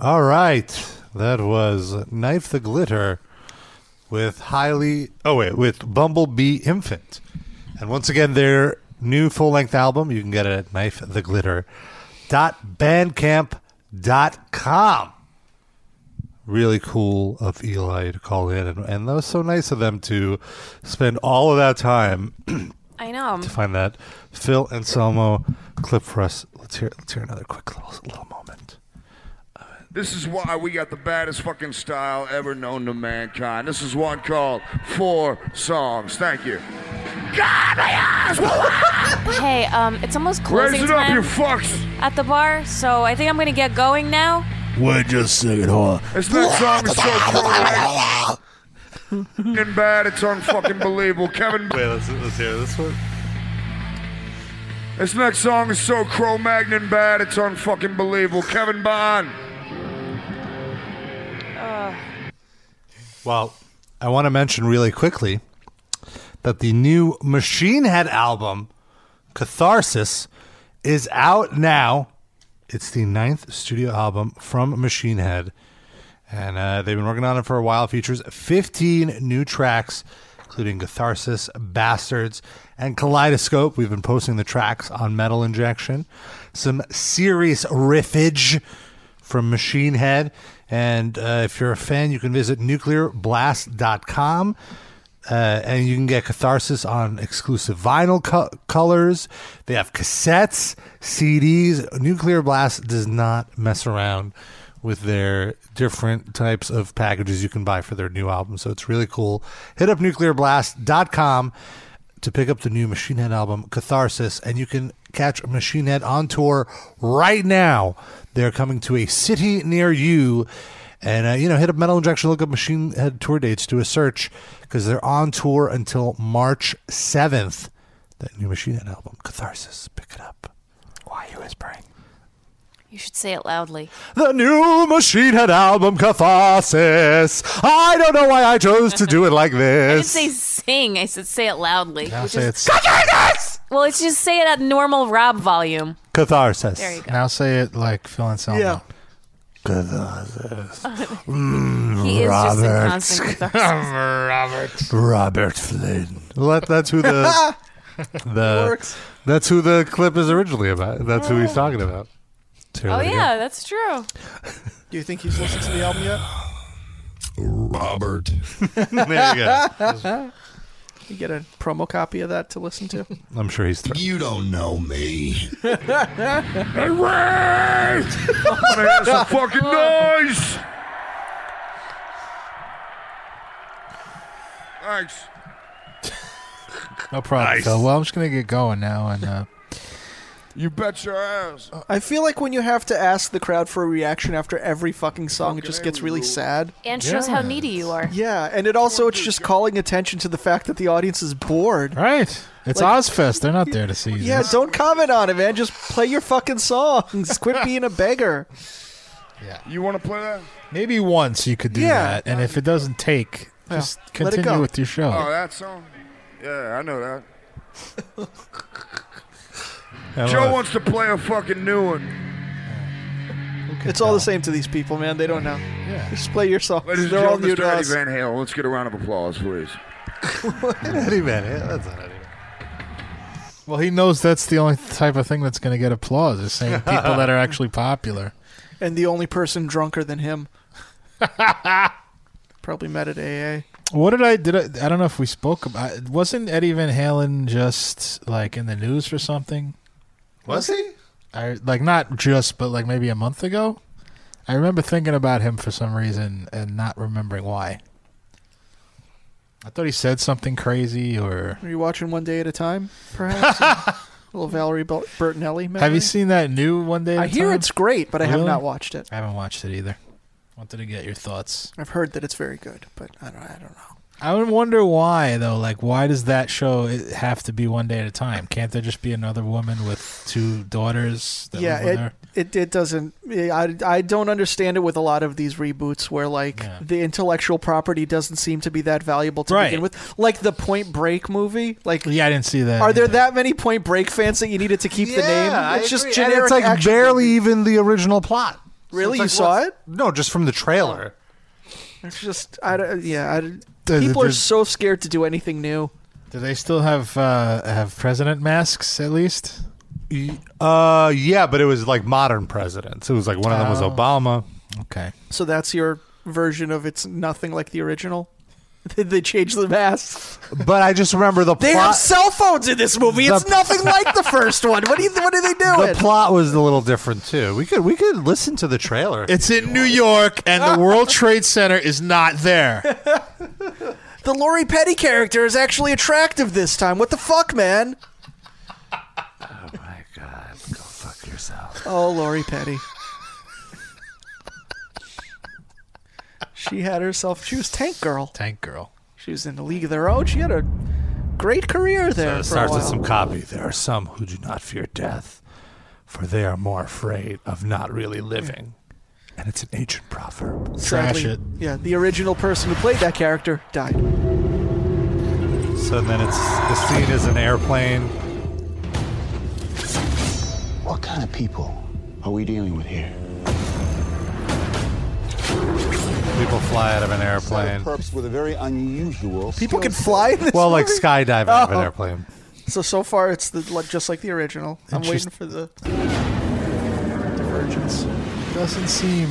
All right. That was Knife the Glitter with highly oh wait, with Bumblebee Infant. And once again their new full length album you can get it at knife the glitter dot bandcamp dot com. Really cool of Eli to call in and, and that was so nice of them to spend all of that time
I know.
to find that Phil Anselmo clip for us. Let's hear let's hear another quick little little moment.
This is why we got the baddest fucking style ever known to mankind. This is one called Four Songs. Thank you. God, my eyes!
hey, um, it's almost closing
Raise it up,
time
you fucks!
at the bar, so I think I'm gonna get going now.
What just sing it, huh?
This next song is so cruel. and bad, it's unfucking believable. Kevin.
Wait, let's, let's hear this one.
This next song is so Cro Magnon bad, it's unfucking believable. Kevin Bond.
Well, I want to mention really quickly that the new Machine Head album, Catharsis, is out now. It's the ninth studio album from Machine Head, and uh, they've been working on it for a while. It features 15 new tracks, including Catharsis, Bastards, and Kaleidoscope. We've been posting the tracks on Metal Injection. Some serious riffage from Machine Head. And uh, if you're a fan, you can visit nuclearblast.com. Uh, and you can get Catharsis on exclusive vinyl co- colors. They have cassettes, CDs. Nuclear Blast does not mess around with their different types of packages you can buy for their new album. So it's really cool. Hit up nuclearblast.com to pick up the new Machine Head album, Catharsis, and you can catch Machine Head on tour right now. They're coming to a city near you. And, uh, you know, hit up Metal Injection, look up Machine Head tour dates, do a search because they're on tour until March 7th. That new Machine Head album, Catharsis. Pick it up. Why are you whispering?
You should say it loudly.
The new Machine Head album, Catharsis. I don't know why I chose to do it like
I didn't
this.
say sing. I said say it loudly.
Now
which
say
is-
it's
Well, it's just say it at normal Rob volume.
Catharsis.
There you go.
now say it like Phil Anselmo.
Yeah.
Catharsis.
Mm,
He is just in
Robert.
constant catharsis.
Robert Flynn. Well, that, that's who the the that's who the clip is originally about. That's who he's talking about. Let's hear
Oh
that again.
yeah, that's true.
Do you think he's listened to the album yet?
Robert.
there you go.
You get a promo copy of that to listen to.
I'm sure he's thrilled.
You don't know me.
Hey, wait! I'm gonna hear some fucking noise! Thanks.
No problem, Phil. Well, I'm just gonna get going now, and uh,
You bet your ass.
I feel like when you have to ask the crowd for a reaction after every fucking song, it just gets really sad.
And shows how needy you are.
Yeah, and it also it's just calling attention to the fact that the audience is bored.
all right, it's Ozfest. They're not there to see you.
Yeah, don't comment on it, man. Just play your fucking songs. Quit being a beggar.
You wanna play that?
maybe once you could do
Yeah.
that, and if it doesn't take, just
Let it
continue
go.
with your show.
Oh, that song? Yeah, I know that.
I love
Joe
it.
wants to play a fucking new one.
It's all the same to these people, man. They don't know. Just play your songs.
Ladies and
They're all
gentlemen,
new
Mr.
to
Eddie
us.
Van Halen. Let's get a round of applause, please.
Eddie Van Halen. That's not Eddie Van
Well, he knows that's the only type of thing that's going to get applause. Is saying people that are actually popular.
And the only person drunker than him. Probably met at AA.
What did I did? I, I don't know if we spoke about. Wasn't Eddie Van Halen just like in the news for something?
Halen. Was he?
I like not just, but like maybe a month ago. I remember thinking about him for some reason and not remembering why. I thought he said something crazy, or
Are you watching One Day at a Time, perhaps? A little Valerie Bel- Bertinelli. Memory?
have you seen that new one day? at
I
a
hear
Time?
it's great, but I have
Really?
not watched it.
I haven't watched it either. Wanted to get your thoughts.
I've heard that it's very good, but I don't. I don't know.
I would wonder why though. Like, why does that show it have to be one day at a time? Can't there just be another woman with two daughters? That live with
yeah,
her?
it, it it doesn't. I I don't understand it with a lot of these reboots where like
Yeah.
the intellectual property doesn't seem to be that valuable to
Right.
begin with. Like the Point Break movie. Like,
yeah. I didn't see that.
are there
either.
that many Point Break fans that you needed to keep the name? It's just generic.
it's like
action
barely
movie.
even the original plot.
Really? You saw it?
No, just from the trailer.
It's just, I don't, yeah. I, don't-
Does it
people are
just-
so scared to do anything new.
Do they still have uh, have president masks at least?
Uh, yeah, but it was like modern presidents. It was like one of them was
Oh.
Obama.
Okay.
So that's your version of it's nothing like the original. they changed the masks.
But I just remember the
They have
plot.
cell phones in this movie.
The-
It's nothing like the first one. What do you? What are they
the
doing?
plot was a little different too. We could we could listen to the trailer.
It's in New York, and the World Trade Center is not there.
The Lori Petty character is actually attractive this time. What the fuck, man?
Oh, Fuck yourself.
Oh, Lori Petty. she had herself. She was Tank Girl.
Tank Girl.
She was in the League of Their Own. She had a great career there.
It
for
starts
a
with
while.
some copy. There are some who do not fear death, for they are more afraid of not really living. And it's an ancient proverb.
Sadly, Yeah, the original person who played that character died.
So then it's the scene is an airplane.
What kind of people are we dealing with here?
People fly out of an airplane.
Perps with a very unusual.
People can fly in this
Well, like
movie?
skydiving out of an
Oh.
airplane.
So so far, it's the like, just like the original. I'm
Interest-
waiting for the divergence.
Doesn't seem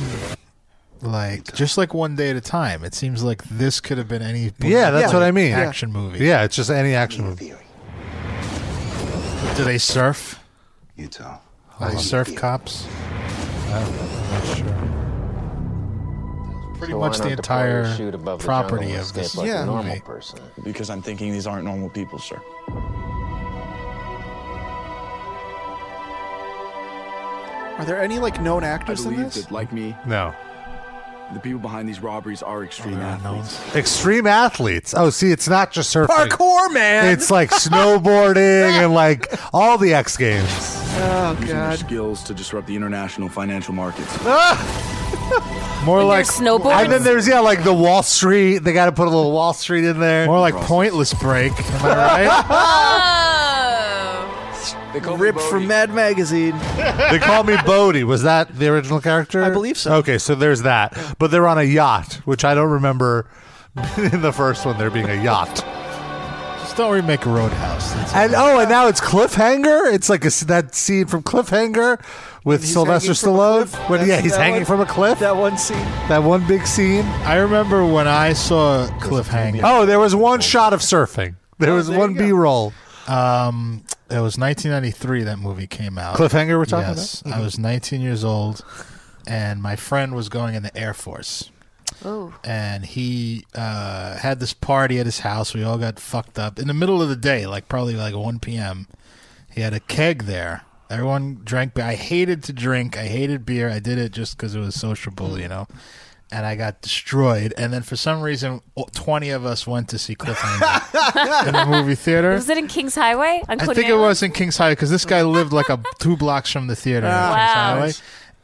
like just like one day at a time. It seems like this could have been any
Yeah, that's what I mean.
action movie.
Yeah, it's just any action movie.
Do they surf?
You tell.
Are they surf cops? I'm not sure. Pretty
So why
much the
not deploy your
entire
chute above the
property
jungle and
of
escape
this
like a
yeah.
normal
movie.
person?
Because I'm thinking these aren't normal people, sir.
Are there any like known actors
I
in
believe
this?
that, like me,
No.
the people behind these robberies are extreme athletes.
Extreme athletes. Oh, see, it's not just surfing.
Parkour, man.
It's like snowboarding and like all the X Games.
Oh
Using their skills to disrupt the international financial markets.
More
And
like
there's snowboards.
And then there's yeah, like the Wall Street. They got to put a little Wall Street in there. More
like Pointless Break. Am I
Ripped from Mad Magazine.
they call me Bodie. Was that the original character? I believe so. Okay, so there's that. But they're on a yacht, which I don't remember in the first one there being a yacht.
Just don't remake Roadhouse. That's
And oh, and now it's Cliffhanger. It's like a, that scene from Cliffhanger with Sylvester Stallone. When, yeah, he's hanging from a cliff.
That one scene.
That one big scene.
I remember when I saw Cliffhanger.
Oh, there was one shot of surfing.
Oh,
There was one B roll.
Um, it was 1993 that movie came out.
Cliffhanger we're talking
yes,
about? Mm-hmm.
I was 19 years old, and my friend was going in the Air Force.
Oh.
And he uh, had this party at his house. We all got fucked up in the middle of the day, like probably like 1 p.m. He had a keg there. Everyone drank beer. I hated to drink. I hated beer. I did it just because it was sociable, you know. And I got destroyed. And then for some reason, 20 of us went to see Cliffhanger in the movie theater.
Was it in King's Highway? On
I
Coney
think it
Island?
was in Kings Highway because this guy lived like a two blocks from the theater in Kings
Ah. Wow.
Highway,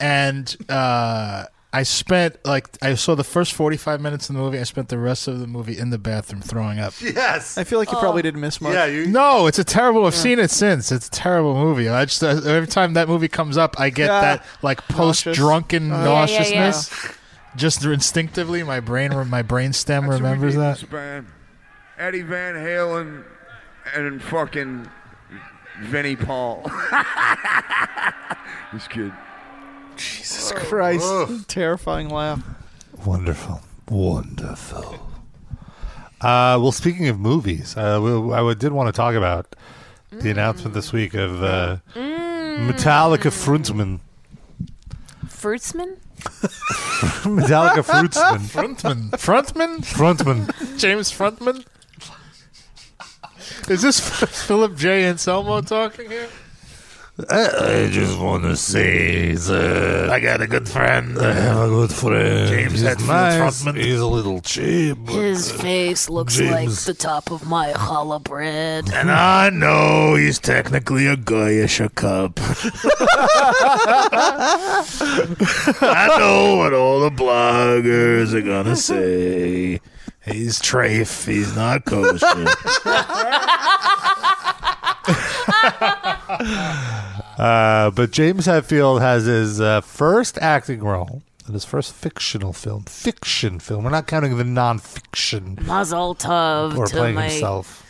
and uh, I spent like I saw the first forty five minutes of the movie. I spent the rest of the movie in the bathroom throwing up.
Yes. I feel like you probably didn't miss much. Yeah,
you. No, it's a terrible. I've seen it since. It's a terrible movie. I just uh, every time that movie comes up, I get
Yeah.
that like post drunken
Nauseous. Uh, yeah, yeah, yeah.
nauseousness. Just instinctively, my brain, my brain stem remembers that.
Band. Eddie Van Halen and fucking Vinnie Paul. this kid.
Jesus Christ. Terrifying laugh.
Wonderful. Wonderful. Uh, well, speaking of movies, uh, we, I did want to talk about
Mm.
the announcement this week of uh, Metallica Frontman.
Fruitsman?
Metallica Fruitsman.
Frontman. Frontman?
Frontman.
James Frontman? Is this Philip J. Anselmo talking here?
I just want to say that I got a good friend. I have a good friend. James
He's
Hetfield
nice.
Trotman. He's a little cheap.
His face looks
James.
like the top of my challah bread.
And I know he's technically a guyish cup.
I know what all the bloggers are gonna say. He's trafe. He's not kosher.
Uh, but James Hetfield has his uh, first acting role in his first fictional film. Fiction film. We're not counting the non-fiction.
Mazel tov
Or
to
playing
my
himself.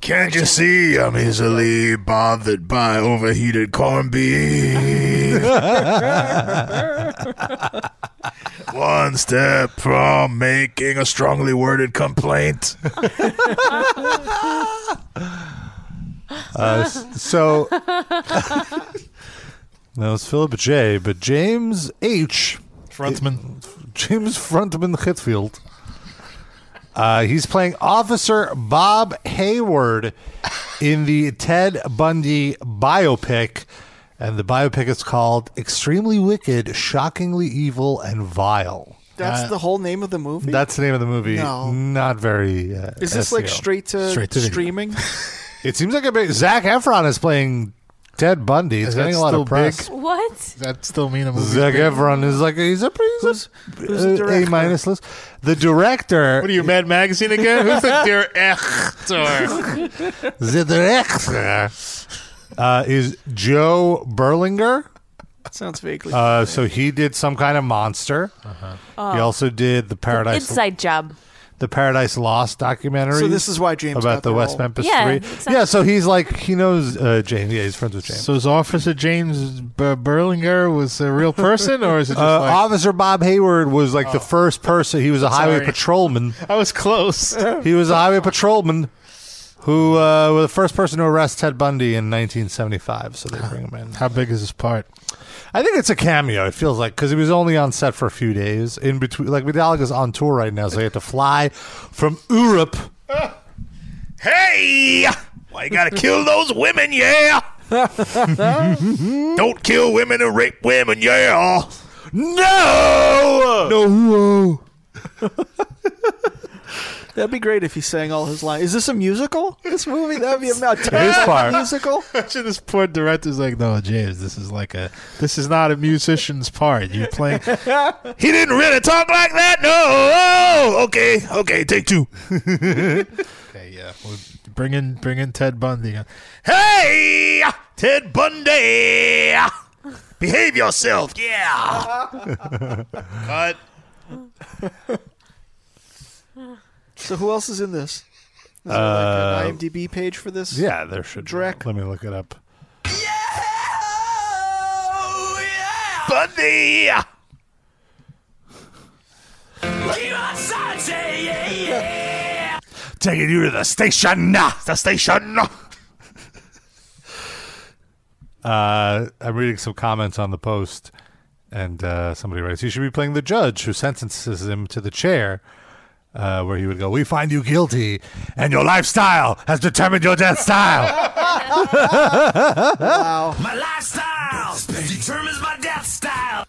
Can't you see I'm easily bothered by overheated corned beef? One step from making a strongly worded complaint.
Uh, s- so that was Philip J. But James H. Frontman. James Frontman Hetfield. Uh, he's playing Officer Bob Hayward in the Ted Bundy biopic. And the biopic is called Extremely Wicked, Shockingly Evil, and Vile.
That's
Uh,
the whole name of the movie.
That's the name of the movie.
No.
Not very. Uh,
Is this like
SEO.
straight to,
video.
streaming?
It seems like a big. Zach Efron is playing Ted Bundy. It's
Is
getting
that
a lot of
still big?
press.
What?
That still mean a movie.
Zach Efron is like he's a he's a, a minus list. The director.
What are you, Mad Magazine
again? Who's the
director?
The director uh, is Joe Berlinger.
Sounds vaguely. Uh-huh.
Uh, so he did some kind of monster.
Oh.
He also did the Paradise
Inside job.
the Paradise Lost documentary.
So this is why James
about
got
the,
the
West
role.
Memphis
Yeah,
Three.
exactly.
Yeah, so he's like he knows uh, James. Yeah, he's friends with James.
So is Officer James B- Berlinger was a real person, or is it just
Uh,
like Oh.
Officer Bob Hayward was like the first person. He was a highway
Sorry.
patrolman.
I was close?
He was a highway patrolman who uh, was the first person to arrest Ted Bundy in 1975. So they bring him in.
How big is his part?
I think it's a cameo. It feels like because he was only on set for a few days in between. Like Metallica's on tour right now, so he had to fly from Europe.
Hey! Why you gotta kill those women, yeah? Don't kill women and rape women, yeah? No!
No.
That'd be great if he sang all his lines. Is this a musical? This movie? That'd be a, a
His part.
musical.
Imagine this poor director's like, no, James, this is like a, this is not a musician's part. You're playing.
He didn't really talk like that, no! Okay, okay, take two.
okay, yeah. Well, bring in, bring in Ted Bundy.
Hey! Ted Bundy! Behave yourself, yeah! Cut.
So who else is in this? Is there
Uh,
like an IMDb page for this?
Yeah, there should. be.
Drek.
Let me look it up.
Bundy! Taking you to the station, the station.
Uh, I'm reading some comments on the post, and uh, somebody writes, "You should be playing the judge who sentences him to the chair, uh, where he would go, we find you guilty, and your lifestyle has determined your death style.'"
wow. My lifestyle determines my death style.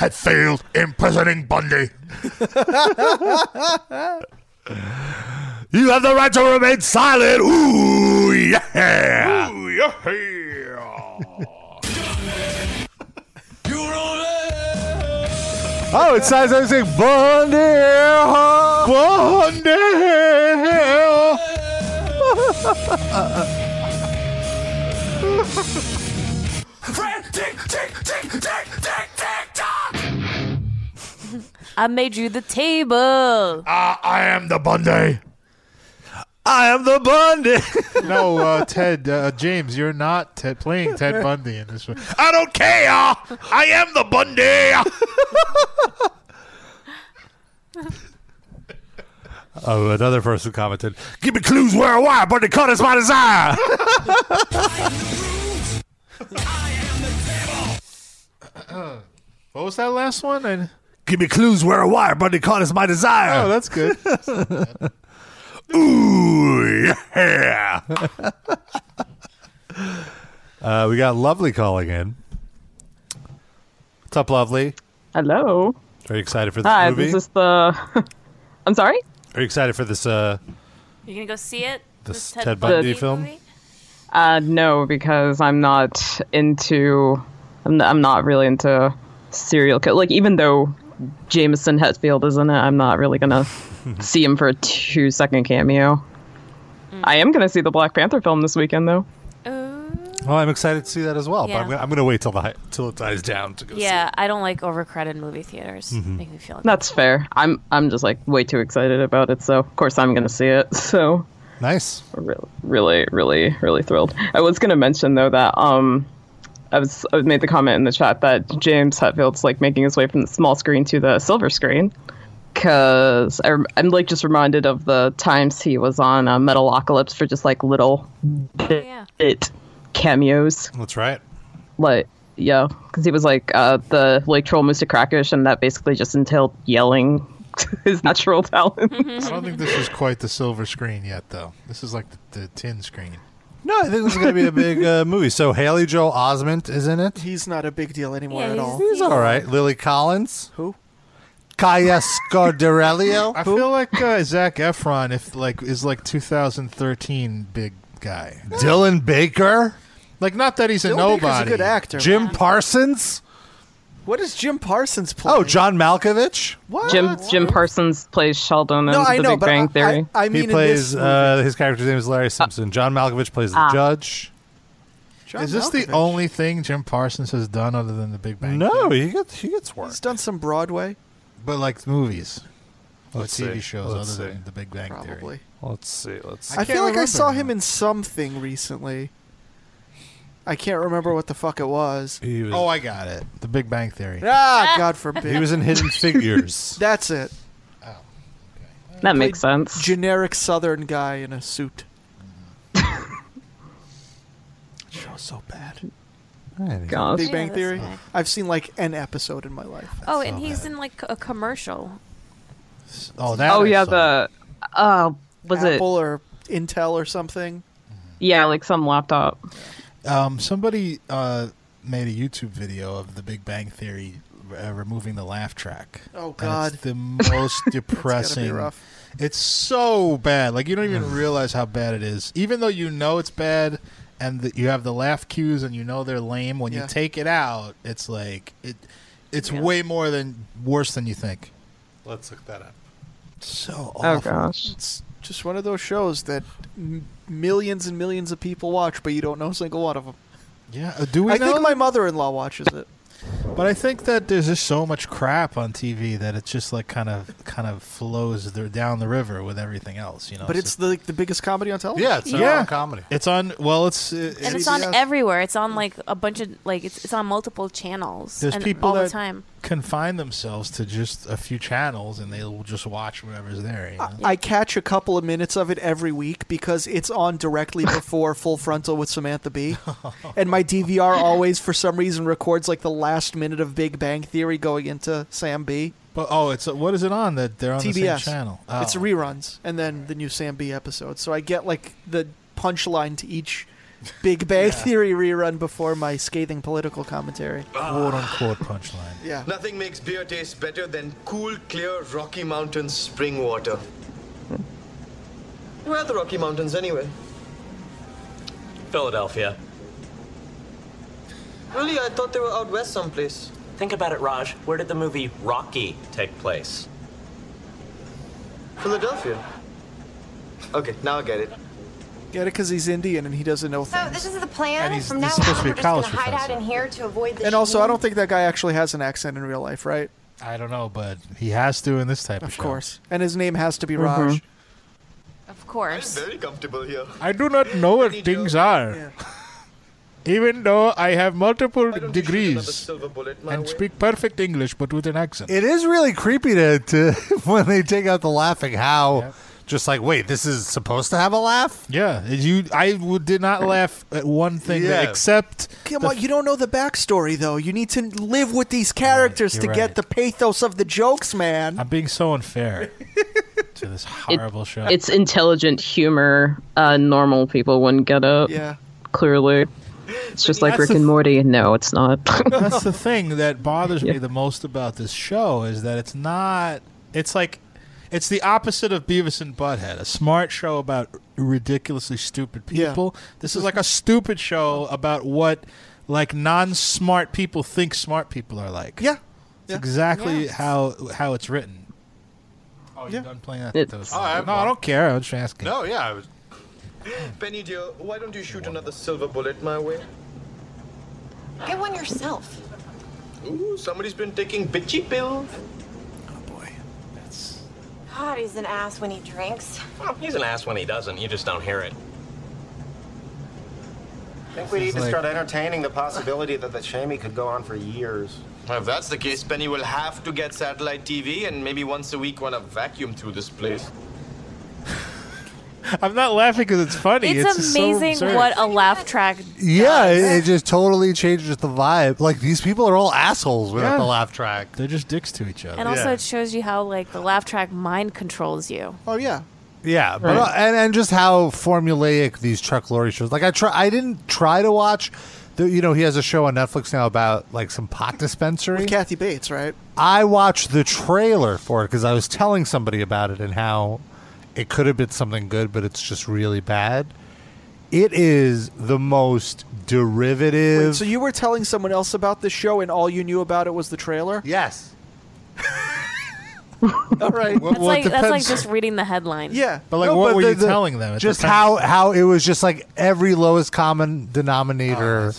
Had failed imprisoning Bundy. You have the right to remain silent. Ooh, yeah. Ooh, yeah.
oh, it sounds like saying Bundy, Bundy.
Frantic, tick, tick, tick, tick, tick, tock.
I made you the table.
Ah, I am the Bundy.
I am the Bundy.
no, uh, Ted, uh, James, you're not Ted, playing Ted Bundy in this one.
I don't care. I am the Bundy.
Oh, another person commented,
Give me clues where and why. Bundy cut is my desire.
What was that last one? I...
Give me clues where and why. Bundy cut is my desire.
Oh, that's good.
Ooh, yeah.
Uh, we got Lovely calling in. What's up, Lovely?
Hello.
Are you excited for Uh, this
Hi,
movie?
this is the. I'm sorry.
Are you excited for this uh,
You gonna go see it?
this
Ted
Ted, Bundy,
Bundy
film?
Uh, no, because I'm not into. I'm, I'm not really into serial kill. Like even though Jameson Hetfield is in it, I'm not really gonna see him for
Mm.
a two second cameo. I am gonna see the Black Panther film this weekend though.
Ooh.
Oh, I'm excited to see that as well.
Yeah.
But I'm gonna, I'm gonna wait till the hi- till it dies down to go.
Yeah, I don't like overcrowded movie theaters.
Mm-hmm.
Make me feel
That's fair. I'm I'm just like way too excited about it, so of course I'm gonna see it. So
nice.
Really, really, really, really thrilled. I was gonna mention though that um, I was I made the comment in the chat that James Hetfield's like making his way from the small screen to the silver screen, because I'm like just reminded of the times he was on uh, Metalocalypse for just like little bit cameos.
That's right.
Like yeah, because he was like uh, the like troll moose to crackish, and that basically just entailed yelling his natural talent.
I don't think this is quite the silver screen yet, though. This is like the, the tin screen.
No, I think this is gonna be a big uh, movie. So Haley Joel Osment is in it.
He's not a big deal anymore
Yeah,
at all.
He's all right. Lily Collins.
Who?
Kaya Scardarello.
I feel like uh, Zach Efron, if like, is like 2013 big guy.
Dylan Baker.
Like, not that he's a
Dylan Baker's a
nobody.
good actor,
Jim Parsons.
What is Jim Parsons playing?
Oh, John Malkovich.
What?
Jim Jim Parsons plays Sheldon in
No, I
The
know,
Big
but
Bang
I-
Theory.
I mean
he
in
plays
this
uh, his character's name is Larry Simpson. John Malkovich plays the
Ah.
judge.
is this the only thing Jim Parsons has done other than The Big Bang?
No, he gets he gets work.
He's done some Broadway.
But like movies, or
Let's
TV
see.
shows
Let's
other
see.
than The Big Bang Theory.
Let's see. Let's see.
I, feel like I saw him in something recently. I can't remember what the fuck it was.
oh, I got it. The Big Bang Theory.
Ah, God forbid.
He was in Hidden
Figures.
That's it.
Oh,
That makes sense.
Generic Southern guy in a suit. Show's so bad.
Gosh.
Big Bang
Yeah, that's
Theory.
okay.
I've seen like an episode in my life.
Oh, and he's in like a commercial.
Oh,
that
Oh
I
yeah, the uh, was
Apple
it?
or Intel or something?
Yeah, like some laptop.
Um, somebody uh, made a YouTube video of The Big Bang Theory uh, removing the laugh track.
Oh,
And
God.
it's the most depressing.
rough.
It's so bad. Like you don't even realize how bad it is, even though you know it's bad, and that you have the laugh cues and you know they're lame. When
Yeah.
you take it out, it's like it. It's way more than worse than you think.
Let's look that up.
So awful.
Oh, awful. gosh.
It's just one of those shows that m- millions and millions of people watch, but you don't know a single one of them.
Yeah, uh, do we
I
know?
think my mother-in-law watches it.
But I think that there's just so much crap on TV that it just like kind of kind of flows th- down the river with everything else, you know.
but
so-
it's the, like, the biggest comedy on television.
yeah, it's
Yeah.
yeah.
on
comedy.
It's on. Well, it's uh,
Oh, And it's on everywhere. It's on like a bunch of like it's, it's on multiple channels.
There's
and
people
all
that
the time.
confine themselves to just a few channels and they will just watch whatever's there.
Uh,
You know?
I catch a couple of minutes of it every week because it's on directly before Full Frontal with Samantha Bee. and my DVR always, for some reason, records like the last minute of Big Bang Theory going into Sam B.
But oh, it's what is it on that they're on
TBS.
the same channel? Oh.
It's reruns and then the new Sam B episode. So I get like the punchline to each Big Bang Theory rerun before my scathing political commentary.
quote unquote punchline.
Yeah.
Nothing makes beer taste better than cool, clear Rocky Mountain spring water. Where are the Rocky Mountains anyway?
Philadelphia.
Really, I thought they were out west someplace.
Think about it, Raj. Where did the movie Rocky take place?
Philadelphia. Okay, now I get it.
Get it? Because he's Indian and he doesn't know
So
things.
this is the plan.
And he's-
From now
this
on,
is supposed to be
we're
a
just going to
college
hide out
professor.
in here to avoid the.
And also, I
sheen.
don't think that guy actually has an accent in real life, right?
I don't know, but he has to in this type of,
Of course. And his name has to be
Mm-hmm.
Mm-hmm.
Raj.
Of course.
Very comfortable here.
I do not know what things are. Even though I have multiple degrees and speak perfect English, but with an accent.
It is really creepy to, to when they take out the laughing. How just like wait, this is supposed to have a laugh?
Yeah, you. I would, did not laugh at one thing
Yeah.
except
Come
the
on, you don't know the backstory, though. You need to live with these characters
you're
to
right.
get the pathos of the jokes, man.
I'm being so unfair to this horrible show.
It's intelligent humor. Uh, normal people wouldn't get it.
Yeah.
clearly. It's just like
That's
Rick
the
and
th-
Morty. No, it's not.
That's the thing that bothers me the most about this show is that it's not. It's like, it's the opposite of Beavis and Butthead, a smart show about ridiculously stupid
Yeah.
people. This is like a stupid show about what like non-smart people think smart people are like. Yeah, it's exactly how how it's written. Oh, you're done playing that?
It's- Oh, I have
no, I
one.
don't care. I was just asking.
No, yeah, I was.
Penny dear, why don't you shoot another silver bullet my way?
Get one yourself.
Ooh, somebody's been taking bitchy pills.
God, he's an ass when he drinks.
He's an ass when he doesn't. You just don't hear it.
I think
we need to start
entertaining the possibility that the shamey could go on for years. Well, if that's the case, Penny will have to get satellite TV and maybe once a week want a vacuum through this place.
I'm not laughing because it's funny.
It's,
It's, just so
amazing
absurd.
what a laugh track.
Yeah, it, it just totally changes the vibe. Like these people are all assholes without
Yeah.
the laugh track.
They're just dicks to each
Oh,
other.
And also, it shows you how like the laugh track mind controls you.
Oh yeah.
Yeah, but uh,
Right.
and and just how formulaic these Chuck Lorre shows. Like I try, I didn't try to watch. The, you know, he has a show on Netflix now about like some pot dispensary with
Kathy Bates, right?
I watched the trailer for it because I was telling somebody about it and how it could have been something good, but it's just really bad. It is the most derivative.
Wait, so you were telling someone else about this show, and all you knew about it was the trailer?
Yes.
all right.
That's like that's like just reading the headline.
Yeah,
No, but the- the- Just how how it was just like every lowest common
Oh,
denominator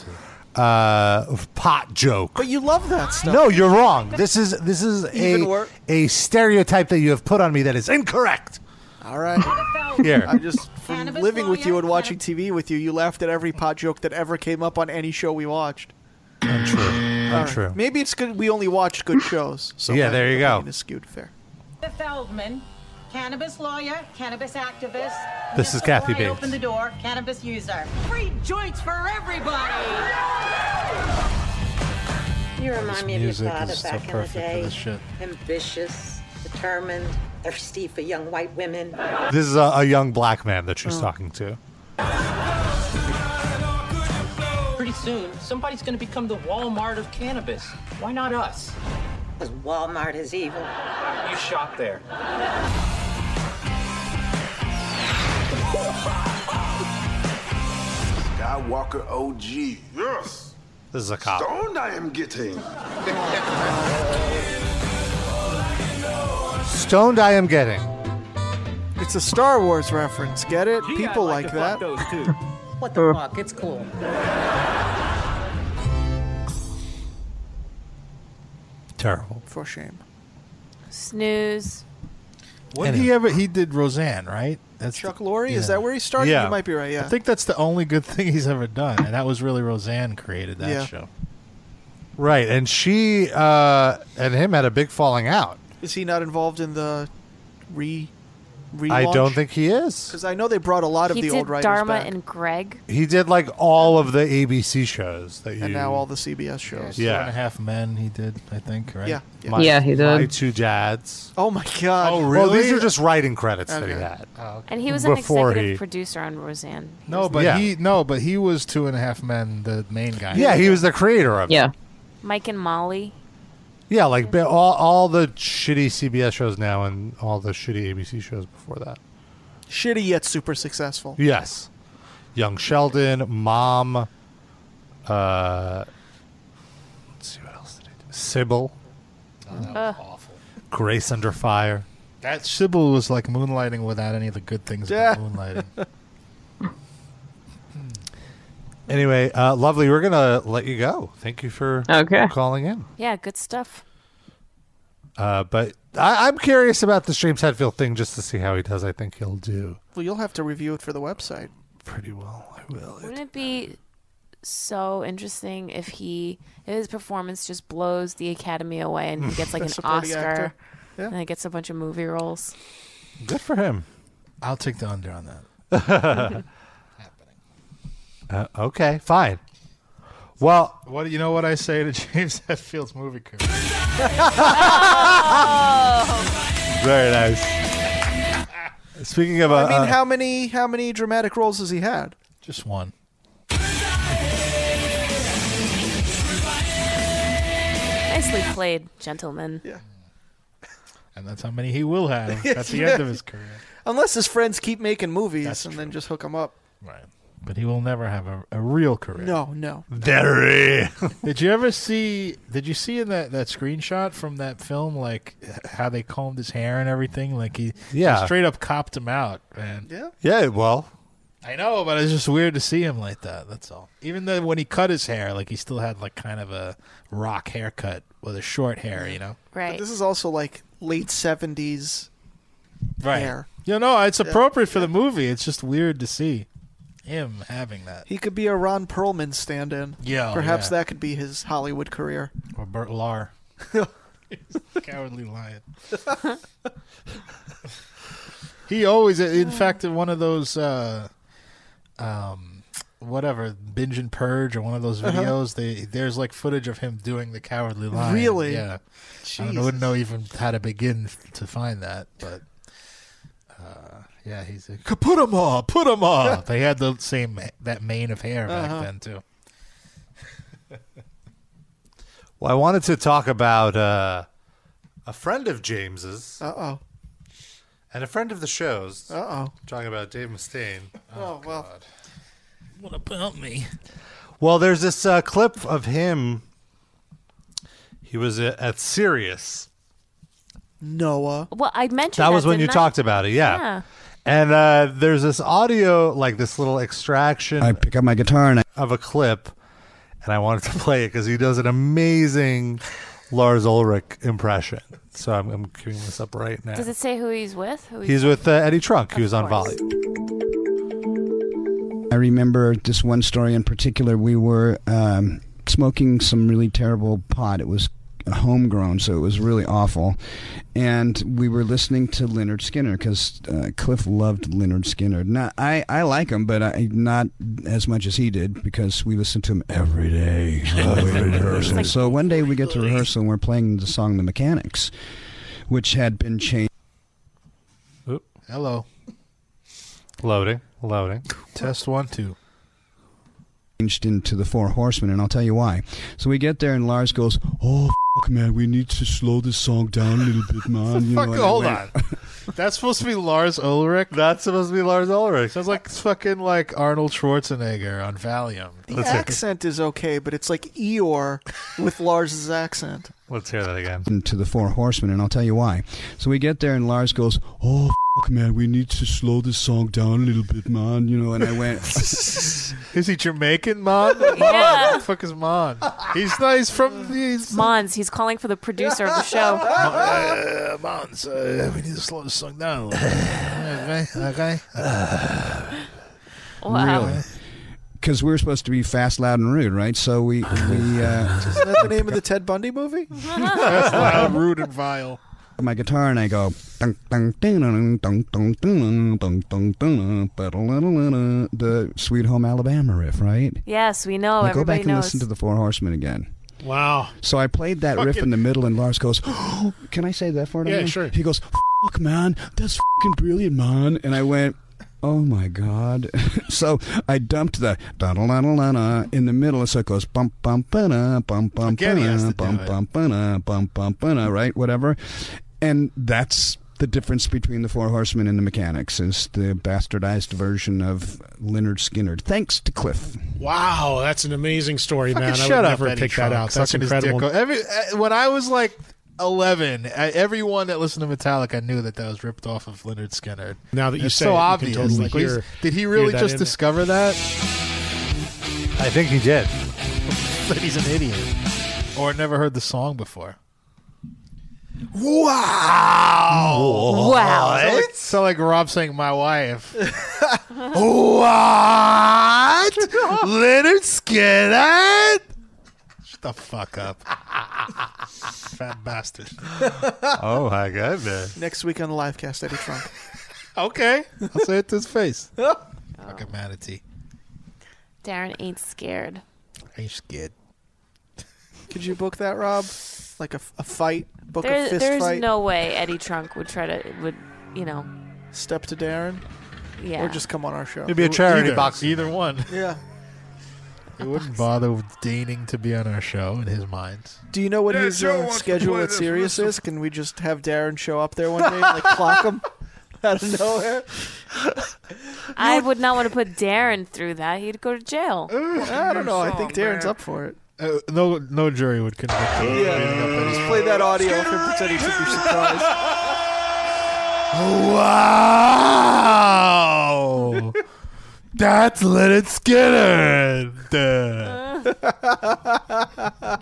uh, pot joke.
But you love that stuff.
No, you're wrong. This is this is
Even
a
wor-
a stereotype that you have put on me that is incorrect.
All right.
Here.
I'm just from living with you and watching TV with you. You laughed at every pot joke that ever came up on any show we watched.
Untrue.
All right.
Untrue.
Maybe it's good. We only watched good shows. So
Yeah,
my
there you go.
opinion Is skewed fair.
The Feldman, cannabis lawyer, cannabis activist.
This is Kathy
Wide
Bates.
Open the door, cannabis user. Free joints for everybody.
You remind me of your
music
father
is so
back in the
perfect for
day.
this shit.
Ambitious, determined, thirsty for young white women.
This is a, a young black man that she's
Oh.
talking to.
Pretty soon, somebody's going to become the Walmart of cannabis. Why not us?
Because Walmart is evil.
You shop there.
Skywalker OG. Yes.
This is a cop.
Stoned I am getting.
Stoned I am getting.
It's a Star Wars reference. Get it? People like, that.
What the
Uh,
fuck? It's cool.
Terrible.
For shame.
Snooze.
What did he ever? He did Roseanne, right? That's
Chuck Lorre? Is that where he started? You might be right, yeah.
I think that's the only good thing he's ever done, and that was really Roseanne created that
Yeah.
show.
Right, and she uh, and him had a big falling out.
Is he not involved in the re? Relaunch?
I don't think he is.
Because I know they brought a lot of
He
the
did
old writers
Dharma
back,
and Greg.
He did like all of the ABC shows that you
and now all the CBS shows.
Yeah.
Two and a half men. He did, I think. Right?
Yeah, yeah.
My-
Yeah, he
My
did.
two dads.
Oh my god!
Oh, really? Well, these are just writing credits that he
Okay.
had.
Oh,
And he was an
Before
executive
he-
producer on Roseanne. He
No,
was
but
the-
he no, but he was two and a half men, the main guy.
Yeah, he was the creator of it. Yeah.
Mike and Molly.
Yeah, like ba- all all the shitty CBS shows now and all the shitty ABC shows before that.
Shitty yet super successful.
Yes, Young Sheldon, Mom. Uh, let's see what else did he do? Sybil,
Ugh.
Grace Under Fire.
That Sybil was like moonlighting without any of the good things about moonlighting.
Anyway, uh, lovely. We're gonna let you go. Thank you for
Okay.
calling in.
Yeah, good stuff.
Uh, but I, I'm curious about the James Hetfield thing just to see how he does. I think he'll do.
Well, you'll have to review it for the website.
Pretty well, I will.
Wouldn't it be so interesting if he if his performance just blows the Academy away and he gets like an
Best supporting
Oscar
actor. Yeah.
and he gets a bunch of movie roles?
Good for him.
I'll take the under on that.
uh, okay, fine. Well,
What you know what I say to James Hetfield's movie career?
very nice. Speaking of, uh,
I mean,
Uh-uh.
uh,
how many how many dramatic roles has he had?
Just one.
Nicely played, gentlemen.
Yeah.
and that's how many he will have. That's the end of his career.
Unless his friends keep making movies and then just hook him up.
Right. But he will never have a, a real career.
No, no.
Very.
did you ever see? Did you see in that, that screenshot from that film, like h- how they combed his hair and everything? Like he, they
Yeah.
straight up copped him out, man.
Yeah,
yeah. Well,
I know, but it's just weird to see him like that. That's all. Even though when he cut his hair, like he still had like kind of a rock haircut with a short hair, you know?
But this is also like late seventies
Right.
hair.
You know, it's
Yeah.
appropriate for the movie. It's just weird to see him having that.
He could be a Ron Perlman stand-in.
Yeah, oh,
perhaps
yeah.
that could be his Hollywood career.
Or Bert Lahr. Cowardly lion. He always, in fact, in one of those, uh, um, whatever, binge and purge, or one of those
Uh-huh.
videos. They there's like footage of him doing the cowardly lion.
Really?
Yeah. I don't,
Jesus.
wouldn't know even how to begin to find that, but uh, yeah, he's a, put him up, put him up. they had the same that mane of hair back
Uh-huh.
then too.
Well, I wanted to talk about uh, a friend of James's.
Uh oh.
And a friend of the show's.
Uh oh.
Talking about Dave Mustaine.
Oh, well.
What about me?
Well, there's this uh, clip of him. He was at, at Sirius.
Noah.
Well, I mentioned
That was when you
didn't I?
talked about it, yeah.
Yeah.
And uh, there's this audio, like this little extraction. I pick up my guitar and of a clip, and I wanted to play it because he does an amazing Lars Ulrich impression. So I'm, I'm queuing this up right now.
Does it say who he's with? Who
He's with uh, Eddie Trunk. He was on Volley.
I remember this one story in particular. We were um, smoking some really terrible pot. It was homegrown, so it was really awful. And we were listening to Leonard Skinner because uh, Cliff loved Leonard Skinner. Now, I, I like him, but I, not as much as he did because we listened to him every day uh, at rehearsal. So one day we get to rehearsal and we're playing the song The Mechanics, which had been changed.
Hello.
Loading, loading.
Test one, two.
changed into the Four Horsemen, and I'll tell you why. So we get there, and Lars goes, "Oh, fuck, man, we need to slow this song down a little bit, man." You know,
Fuck,
and I
hold
went,
on. That's supposed to be Lars Ulrich.
That's supposed to be Lars Ulrich.
Sounds like fucking like Arnold Schwarzenegger on Valium.
The accent is okay, but it's like Eeyore with Lars's accent.
Let's hear that again.
into the Four Horsemen, and I'll tell you why. So we get there, and Lars goes, "Oh, fuck, man, we need to slow this song down a little bit, man." You know, and I went,
"Is he Jamaican, man? Mon,
Yeah.
what the fuck is Mon? He's nice from these
Mons. He's calling for the producer of the show.
Uh, Mons, uh, we need to slow this song down. a little bit. okay, okay.
"Really?" Because we were supposed to be fast, loud, and rude, right? So we we. Uh,
Isn't that the name of the Ted Bundy movie?
That's loud, rude, and vile.
my guitar and I go dun, dun, dun, dun, dun, dun, dun, dun, dun, dun, ba-da-la-la-la-la, the Sweet Home Alabama riff, right?
Yes, we know.
Now go
Oh, Everybody
back and
knows.
listen to the Four Horsemen again.
Wow.
So I played that riff in the middle, and Lars goes, "Can I say that for
Yeah,
again?"
sure.
He goes, "Fuck, man, that's fucking brilliant, man!" And I went, "Oh my god!" so I dumped the da da da da da in the middle, so it goes bum bum ba da bum bum ba
Again, he has
da
to do
bum
it.
bum ba da bum bum ba da right, whatever, and that's. The difference between the Four Horsemen and the Mechanics is the bastardized version of Leonard Skinner. Thanks to Cliff.
Wow, that's an amazing story,
Fucking
man. I
shut
would
up,
never
Eddie
pick that
Trunk.
out. That's
Sucking his dick
incredible.
off. Every, uh, when I was like 11, I, everyone that listened to Metallica knew that that was ripped off of Leonard Skinner.
Now that you
it's
say
so
it, you can
obvious.
totally
like, he's-
hear-
did he
hear
really
that
just
in it.
discover that?
I think he did.
that he's an idiot, or never heard the song before.
Wow!
Wow! So like, so like Rob saying "my wife."
What?
Leonard Skinner? Shut the fuck up, fat bastard.
oh my goodness.
Next week on the live cast, Eddie Trunk.
Okay, I'll say it to his face. Fucking manatee.
Darren ain't scared.
Ain't scared.
Could you book that, Rob? Like a, a fight? Book
There-
a fist
there's
fight?
no way Eddie Trunk would try to would you know
step to Darren.
Yeah.
Or just come on our show.
It'd be a charity
Either-
box.
Either one.
Yeah.
He wouldn't bother deigning to be on our show in his mind.
Do you know what
Yeah,
his
Joe
uh,
wants to
schedule
play
at
this
Sirius is? Can we just have Darren show up there one day and like clock him out of nowhere?
I would not want to put Darren through that. He'd go to jail.
I don't know. I think Darren's up for it.
Uh, no, no jury would convict him. of beating up
Just play that audio if you're pretending to be surprised.
Wow! That's Leonard Skinner. Duh.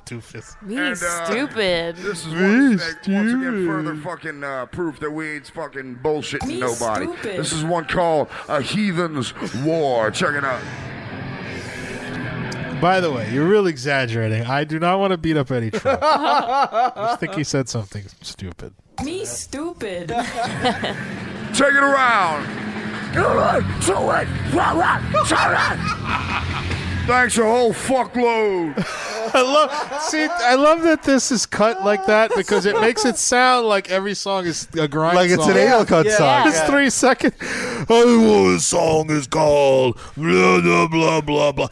Doofus.
Me stupid.
uh, This
Me
is once, once again further fucking uh, proof that we ain't fucking bullshitting
Me
nobody.
stupid.
This is one called A Heathen's War. Check it out.
By the way, you're really exaggerating. I do not want to beat up Eddie Trump. I just think he said something stupid.
Me stupid.
Take it around. Thanks a whole fuckload.
I love see I love that this is cut like that because it makes it sound like every song is a grind
Like it's an
song.
anal cut Yeah, song.
It's
yeah.
three seconds. Oh, this song is called blah blah blah blah blah.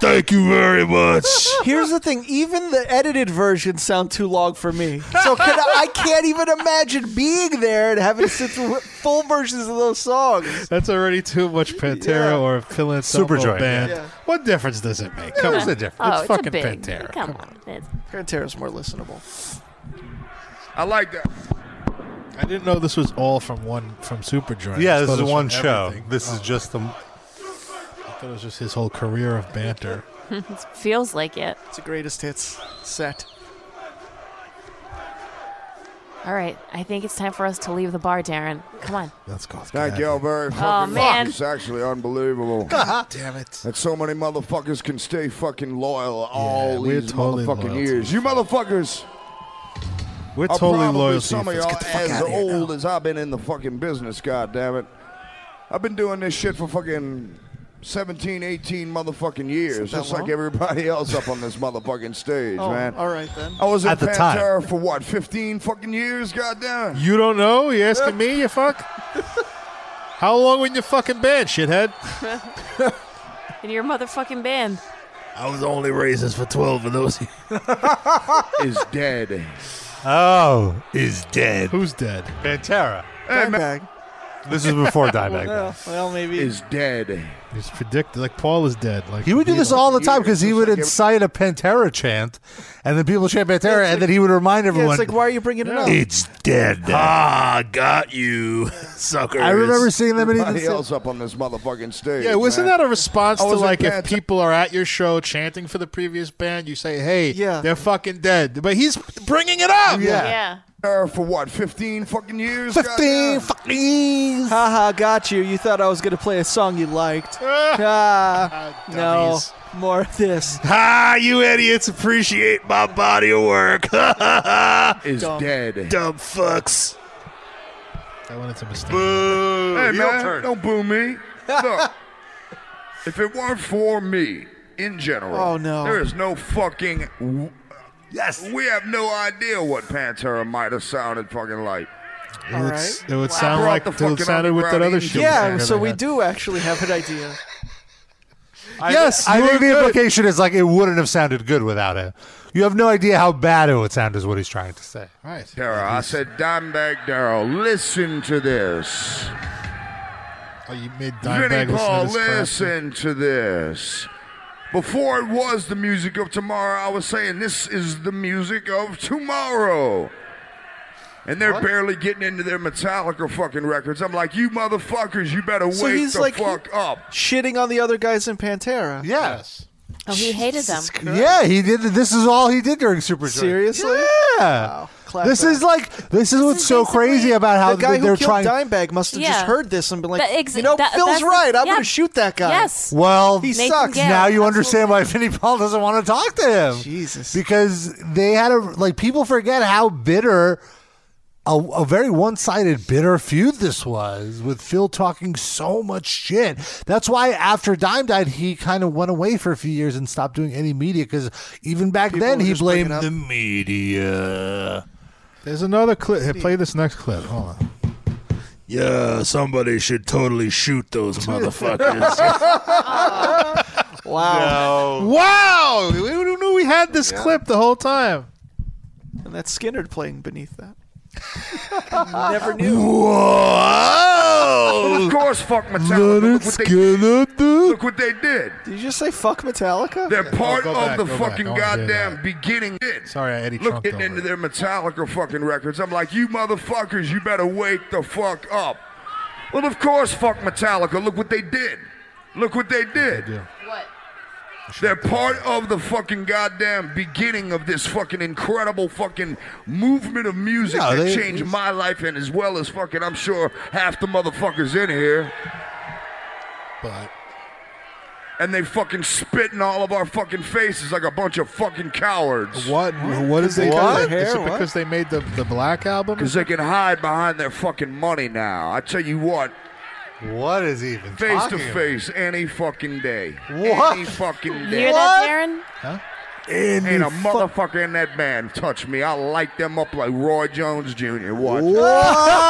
Thank you very much.
Here's the thing: even the edited versions sound too long for me. So can I, I can't even imagine being there and having to sit through full versions of those songs.
That's already too much Pantera or Phil Anselmo
Superjoy,
band.
yeah.
What difference does it make? Come on.
Oh,
Oh,
It's fucking Pantera.
Come on. It's-
Pantera's more listenable.
I like that.
I didn't know this was all from one from Superjoy.
Yeah,
I
this
thought
is
it was
one
from
show.
everything.
This
Oh,
is just the.
I thought it was just his whole career of banter.
it feels like it.
It's the greatest hits set.
All right, I think it's time for us to leave the bar, Darren. Come on.
Let's go.
Thank y'all very fucking
Oh, man.
much. It's actually unbelievable.
God
damn it.
That so many motherfuckers can stay fucking loyal all
we're
these
totally loyal
motherfucking
to
years. You motherfuckers.
We're
are
totally
probably
loyal to
Some
you
of
folks.
y'all
Get the fuck
as
outta here
old as I've been in the fucking business, god damn it. I've been doing this shit for fucking 17, 18 motherfucking years,
that
just
long?
like everybody else up on this motherfucking stage,
Oh,
man.
all right then.
I was in
At the time.
Pantera for what, 15 fucking years, god damn it.
You don't know? You asking me? You fuck? How long were in your fucking band, shithead?
In your motherfucking band.
I was only racist for twelve of those.
is dead.
Oh, is
dead. Who's dead?
Pantera.
Dimebag.
This is before Dimebag.
Well, well, maybe
is dead.
He's predicted. Like Paul is dead. Like
He would do this all the time because he would incite a Pantera chant, and then people chant Pantera, and then he would remind
Yeah,
everyone.
it's like, why are you bringing it up?
dead.
Ah, got you, sucker. I remember seeing them in
Everybody
Ethan Sa-
else up on this motherfucking stage.
Yeah, wasn't
man.
that a response
I
to
was in
like if
Pantera-
people are at your show chanting for the previous band, you say, "Hey, yeah. they're fucking dead," but he's bringing it up.
Pantera For what, 15 fucking years? goddamn?
fucking. Haha, got you. You thought I was gonna play a song you liked. ah, no,
Dummies.
more of this.
Ah, you idiots appreciate my body of work.
Is Dumb. dead.
Dumb fucks. That one, it's a mistake. Your
Hey, man,
turn.
don't boo me. Look, if it weren't for me, in general,
Oh, no.
there is no fucking. W- yes, we have no idea what Pantera might have sounded fucking like.
It would, s- it would
Wow.
sound
Brought
like
the
it would
fucking
sounded with that
underground
other
indie
shit.
Yeah, so we do actually have an idea.
yes,
I
I
were
think the
good.
implication is like it wouldn't have sounded good without him. You have no idea how bad it would sound, is what he's trying to say.
Right.
Daryl, I said, Dimebag Daryl, listen to this.
Oh, you made
Vinnie
Dimebag
Paul,
listen to this crap.
listen to this. Before it was the music of tomorrow, I was saying this is the music of tomorrow. And they're barely getting into their Metallica fucking records. I'm like, you motherfuckers, you better
So
wake
he's
the
like-
fuck up.
Shitting on the other guys in Pantera.
Yes.
Oh, he hated them.
Yeah, he did. This is all he did during Super.
Seriously?
Yeah. this is like this is what's so crazy about how
the guy
th- they're
who killed
trying.
Dimebag must have
Yeah.
just heard this and been like,
That ex-
you know,
that-
Phil's
that's the-
right. I'm
yeah.
going to shoot that guy.
Yes.
Well,
He Nathan sucks. Gale,
Now you understand why Vinnie Paul doesn't want to talk to him. Jesus. Because they had a like people forget how bitter a, a very one-sided bitter feud this was with Phil talking so much shit. That's why after Dime died, he kind of went away for a few years and stopped doing any media because even back then he blamed the media.
There's another clip. Here, play this next clip. Hold on.
Yeah, somebody should totally shoot those motherfuckers.
Wow.
Oh.
Wow! We would've knew we had this clip the whole time.
And that's Skinner playing beneath that. I never knew.
Well, of course, fuck Metallica. Look what,
they,
look what they did.
Did you just say fuck Metallica?
They're part
Oh, go
of
back,
the
go back.
fucking
I wanna hear
goddamn beginning. It. Sorry,
Eddie
Look,
trunked
getting
over
into their Metallica fucking records. I'm like, you motherfuckers, you better wake the fuck up. Well, of course, fuck Metallica. Look what they did. Look what they did.
What?
They're part of the fucking goddamn beginning of this fucking incredible fucking movement of music
No,
that
they-
changed my life and as well as fucking, I'm sure, half the motherfuckers in here.
But
And they fucking spit in all of our fucking faces like a bunch of fucking cowards.
What? what is
they
they?
cut
What?
their hair,
Is it
what?
because they made the, the black album?
Because they can hide behind their fucking money now. I tell you what.
What is even
face
talking
to
about?
face any fucking day?
What?
Any fucking day?
You hear that, Darren?
And,
Any
a motherfucker in that band touch me. I'll light them up like Roy Jones Jr. Watch.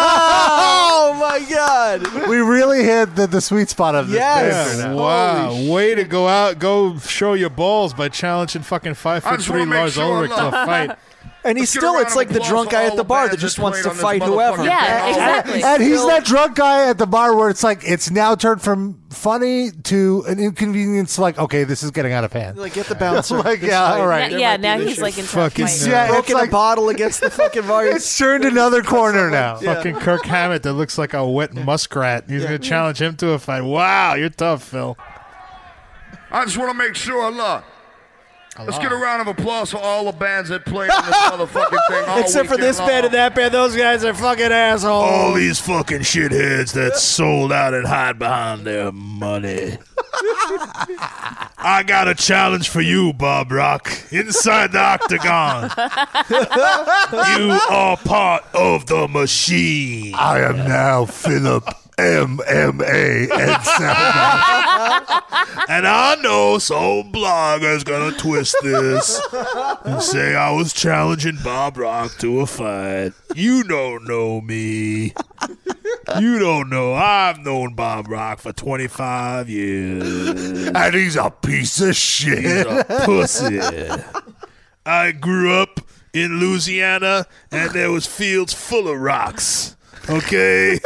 oh my god.
We really hit the, the sweet spot of this. banter
Yes.
now.
Wow. Way to go out. Go show your balls by challenging fucking five
I
foot
just
three
wanna make
Lars
sure I
Ulrich to a
love-
fight.
And he's still, it's like the drunk guy at the bar that just wants to fight whoever.
Yeah,
And, and he's that drunk guy at the bar where it's like it's now turned from funny to an inconvenience. Like, okay, this is getting out of hand.
Like, get the
Oh
bouncer.
like,
This
yeah,
fight,
all right.
there might be an issue.
yeah, it's
broken
like
a bottle against the fucking bar.
it's turned another corner now.
Fucking Kirk Hammett that looks like a wet muskrat. He's gonna challenge him to a fight. Wow, you're tough, Phil.
I just want to make sure I love. Let's get a round of applause for all the bands that played on this motherfucking thing. All
Except for
weekend
this
long.
band and that band, those guys are fucking assholes.
All these fucking shitheads that sold out and hide behind their money. I got a challenge for you, Bob Rock. Inside the octagon, you are part of the machine.
I am now Philip MMA and
And I know some blogger's gonna twist this and say I was challenging Bob Rock to a fight. You don't know me. You don't know. I've known Bob Rock for 25 years.
And he's a piece of shit.
He's a pussy. I grew up in Louisiana and there was fields full of rocks. Okay?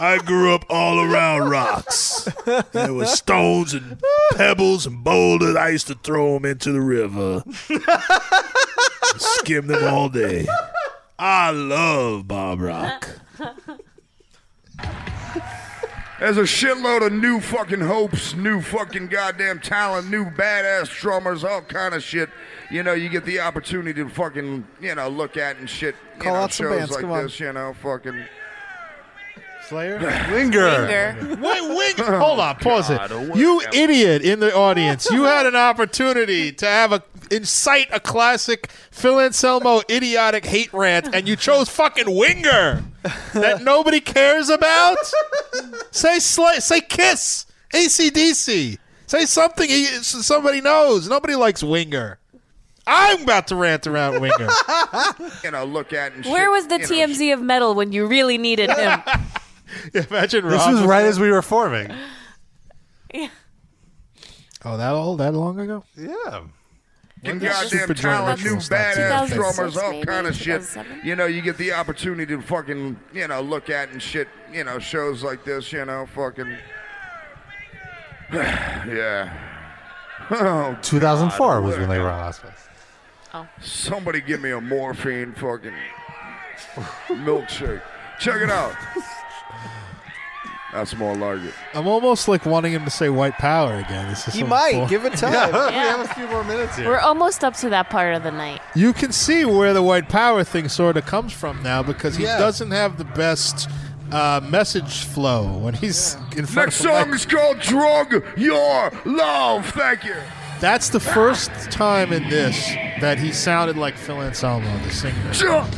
I grew up all around rocks. There were stones and pebbles and boulders. I used to throw them into the river. and skim them all day. I love Bob Rock.
There's a shitload of new fucking hopes, new fucking goddamn talent, new badass drummers, all kind of shit. You know, you get the opportunity to fucking, you know, look at and shit. You
Call
know,
out some
shows
bands,
like
come on.
this, you know, fucking.
Slayer?
Winger.
Wait, wait. Hold on, pause
God,
it. You idiot in the audience. You had an opportunity to have a incite a classic Phil Anselmo idiotic hate rant, and you chose fucking Winger that nobody cares about. say sli- say Kiss, ACDC. Say something he- somebody knows. Nobody likes Winger. I'm about to rant around Winger.
you know, look at and
Where
shit,
was the
you know.
TMZ of metal when you really needed him?
Imagine
This
Rob was
was right
there.
as we were forming.
Oh, that old? That long ago?
Yeah.
And
When did
goddamn
Supergiant
talent, new
Records start doing
badass
things?
drummers, all
2006
kind of
maybe,
shit. You know, you get the opportunity to fucking, you know, look at and shit. You know, shows like this. You know, fucking. yeah. Oh,
2004
God,
was when
what
they
a-
were on Auspice.
Somebody give me a morphine fucking milkshake. Check it out. That's more like it.
I'm almost like wanting him to say white power again. This is
He
so
might.
boring.
Give it time. Yeah. We have a few
more minutes
We're almost up to that part of the night.
You can see where the white power thing sort of comes from now because he
Yeah.
doesn't have the best uh, message flow when he's in front
Next
of a mic.
song is called Drug Your Love. Thank you.
That's the first time in this that he sounded like Phil Anselmo, the singer.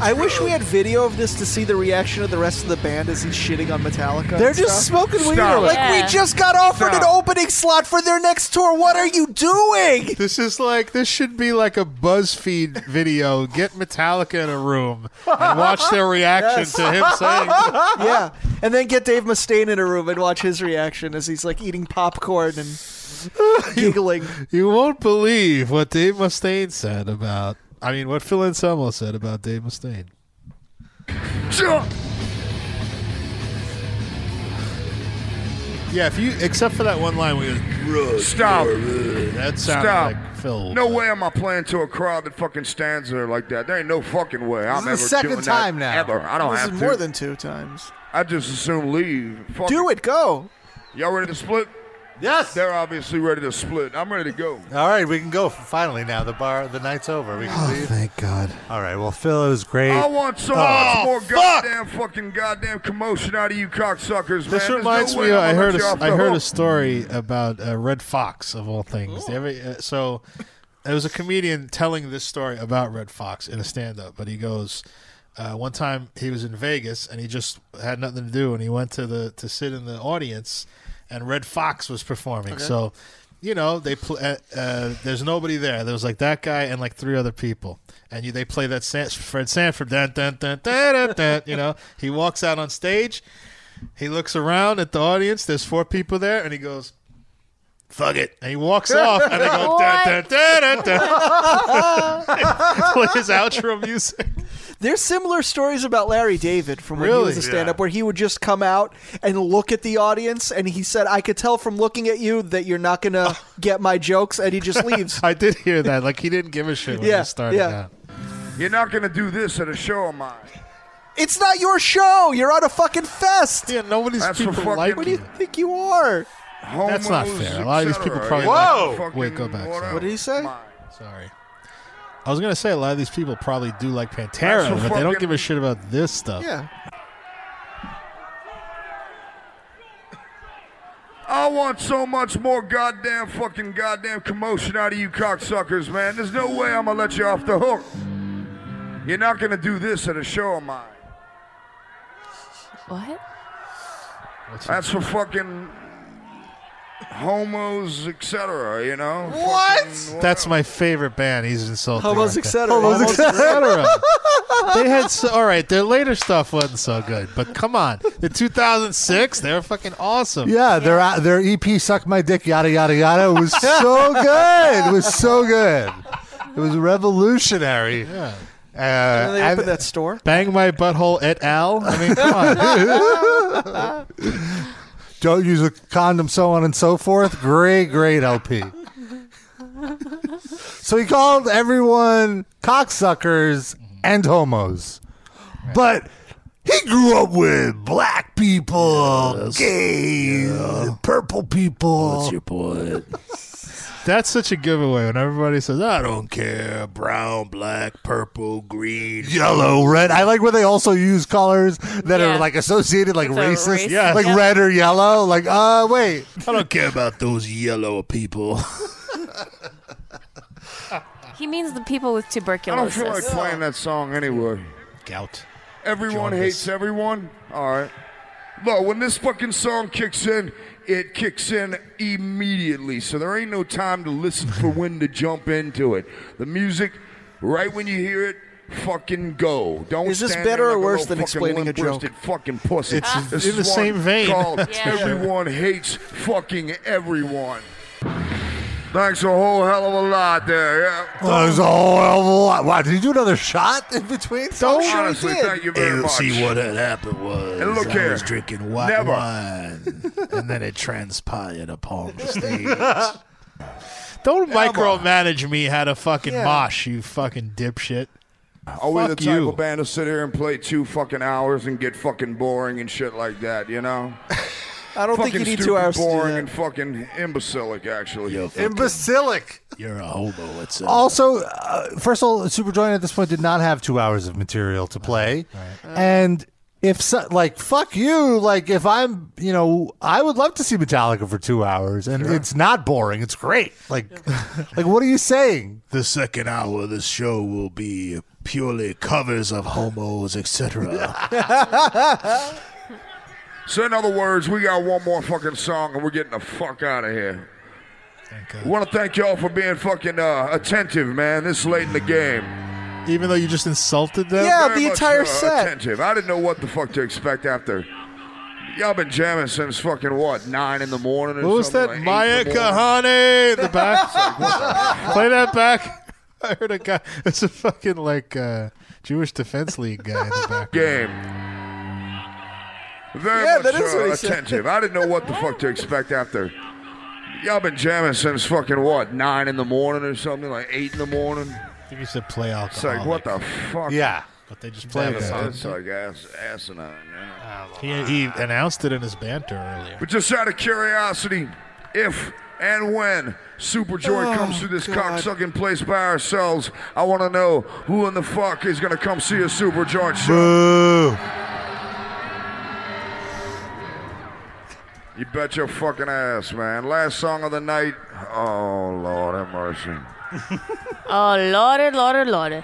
I wish we had video of this to see the reaction of the rest of the band as he's shitting on Metallica.
They're
and
just
stuff.
smoking weed. Stop.
Like
Yeah.
we just got offered an
Stop.
opening slot for their next tour. What are you doing?
This is like this should be like a BuzzFeed video. Get Metallica in a room and watch their reaction
Yes.
to him saying,
yeah, and then get Dave Mustaine in a room and watch his reaction as he's like eating popcorn and giggling.
You won't believe what Dave Mustaine said about. I mean, what Phil Anselmo said about Dave Mustaine. Yeah, if you except for that one line, we
Stop.
that sounded
Stop.
like filled.
No way am I playing to a crowd that fucking stands there like that. There ain't no fucking way. I'm
This
ever
is the
doing
second
that
time now.
Ever. I don't
this
have
is
to.
more than two times.
I just assume leave. Fuck
Do it. Go.
Y'all ready to split?
Yes.
They're obviously ready to split. I'm ready to go.
All right, we can go finally now. The bar, the night's over. We can leave. Thank God. All right. Well, Phil, it was great.
I want so
Oh,
much more goddamn fucking goddamn commotion out of you cocksuckers, man.
This
There's no
reminds
way
me.
I'ma
I
let
heard.
you
A,
off the
I heard a
hook.
story about uh, Red Fox of all things. Every, uh, so, there was a comedian telling this story about Red Fox in a stand-up, but he goes. Uh, one time he was in Vegas and he just had nothing to do, and he went to the to sit in the audience, and Red Fox was performing.
Okay.
So, you know, they pl- uh, uh, there's nobody there. There was like that guy and like three other people, and you they play that San- Fred Sanford, dun, dun, dun, dun, dun, dun, you know. He walks out on stage, he looks around at the audience. There's four people there, and he goes, "Fuck it," and he walks off, and they go, dun, dun, dun, dun, dun. play his outro music.
There's similar stories about Larry David from when he
Really?
was a stand-up, where he would just come out and look at the audience, and he said, "I could tell from looking at you that you're not gonna get my jokes," and he just leaves.
I did hear that. Like he didn't give a shit when
Yeah,
he started
yeah.
out.
You're not gonna do this at a show of mine.
It's not your show. You're on a fucking fest.
Yeah, nobody's
That's people for fucking- like
What do you think you are?
That's not
Homos,
fair. A lot of these
et
people
cetera.
probably.
Whoa!
Like, wait, go back. sorry.
What did he say?
Sorry. I was gonna say a lot of these people probably do like Pantera,
That's
but
for
they don't
fucking-
give a shit about this stuff.
Yeah.
I want so much more goddamn fucking goddamn commotion out of you cocksuckers, man. There's no way I'm gonna let you off the hook. You're not gonna do this at a show of mine.
What?
That's for fucking homos, etc. You know? Fucking-
That's my favorite band. He's insulting.
Homos,
right there.
et cetera.
Homos,
Homos, et
et cetera. they had so, all right. Their later stuff wasn't so good, but come on, the 2006, they were fucking awesome.
Yeah, their uh, their EP "Suck My Dick" yada yada yada was so good. It was so good. It was revolutionary.
Yeah.
Uh, and-
that store.
Bang my butthole et al. I mean, come on.
Don't use a condom, so on and so forth. Great, great LP. So he called everyone cocksuckers and homos, but he grew up with black people, gays, purple people. That's your
point.
That's such a giveaway when everybody says, "I don't care."
Brown, black, purple, green,
yellow, red. I like where they also use colors that are like associated, like
With a
racist,
race. Yeah.
like
Yeah.
red or yellow. Like, uh, wait,
I don't care about those yellow people.
He means the people with
I don't
tuberculosis.
feel like playing that song anyway.
Gout.
Everyone
Jaundice.
hates everyone. All right. Look, when this fucking song kicks in, it kicks in immediately. So there ain't no time to listen for when to jump into it. The music, right when you hear it, fucking go. Don't.
Is this
stand
better
there
or
like a
worse
little
than
fucking
explaining a joke?
limp-wristed Fucking pussy.
It's in
This
the
is one
same vein.
called
Yeah.
Everyone hates fucking everyone. Thanks a whole hell of a lot there. Yeah.
Oh, there's a whole hell of a lot. Wow, did you do another shot in between? Oh,
Don't- Honestly, thank you very
and
much.
See what had happened was
And look
I
here.
was drinking white
Never.
wine, and then it transpired upon the stage.
Don't micromanage me how to fucking
Yeah.
mosh, you fucking dipshit.
Are we the
Fuck
type
you.
of band to sit here and play two fucking hours and get fucking boring and shit like that? You know.
I don't think
Fucking
you need two
stupid,
hours to do
Boring
that.
and fucking imbecilic, actually.
Imbecilic.
You're a hobo. It's a-
Also, uh, first of all, Superjoint at this point did not have two hours of material to play, and if so, like fuck you, like if I'm, you know, I would love to see Metallica for two hours, and it's not boring. It's great. Like, like what are you saying?
The second hour of this show will be purely covers of homos, etc.
So, in other words, we got one more fucking song and we're getting the fuck out of here. We want to thank y'all for being fucking uh, attentive, man. This late in the game.
Even though you just insulted them.
Very much, uh, Attentive. I didn't know what the fuck to expect after. Y'all been jamming since fucking what nine in the morning. Or
What was that?
something, like eight
Maya
in the morning?
Kahane. The back.
It's like, what the-
Play that back. I heard a guy. It's a fucking like uh, Jewish Defense League guy in the back.
game. Very
Yeah,
much
that is
uh,
what he said.
attentive. I didn't know what the fuck to expect after. Y'all been jamming since fucking what? Nine in the morning or something? Like eight in the morning?
I think you said play alcoholic.
It's like what the fuck?
Yeah, but they just played
That's-
that,
That's
didn't
like ass, asinine. Yeah.
Ah, He, he announced it in his banter earlier.
But just out of curiosity, if and when Super Joy
Oh,
comes through this
God.
cocksucking place by ourselves, I want to know who in the fuck is going to come see a Super Joy show. You bet your fucking ass, man. Last song of the night. Oh, Lord have mercy.
Oh, lordy, lordy, lordy.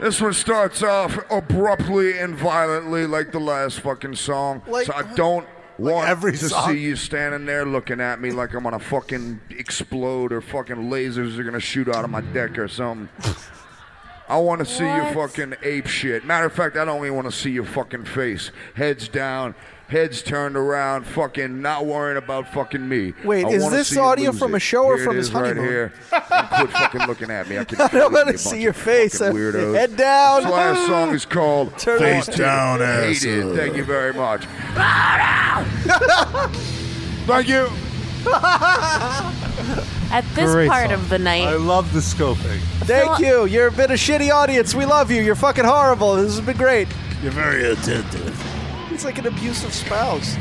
This one starts off abruptly and violently like the last fucking song.
Like-
so I don't want
every
to
song?
see you standing there looking at me like I'm gonna fucking explode or fucking lasers are gonna shoot out of my deck or something. I want to see your
What?
fucking ape shit. Matter of fact, I don't even want to see your fucking face. Heads down, heads turned around, fucking not worrying about fucking me.
Wait,
I
is
wanna
this
see you
audio
lose
from
it.
a show or
Here it
from his
is right
honeymoon?
here. And quit fucking looking at me. I can
I
feel it,
don't want
you
to see your face. uh,
weirdos.
Head down.
This last song is called
Turn
Face
on.
Down
Hate it.
Asshole. Thank you very much.
Thank you.
At this part of the night,
I love the scoping.
Thank you. You're a bit of shitty audience. We love you. You're fucking horrible. This has been great.
You're very attentive.
He's like an abusive spouse.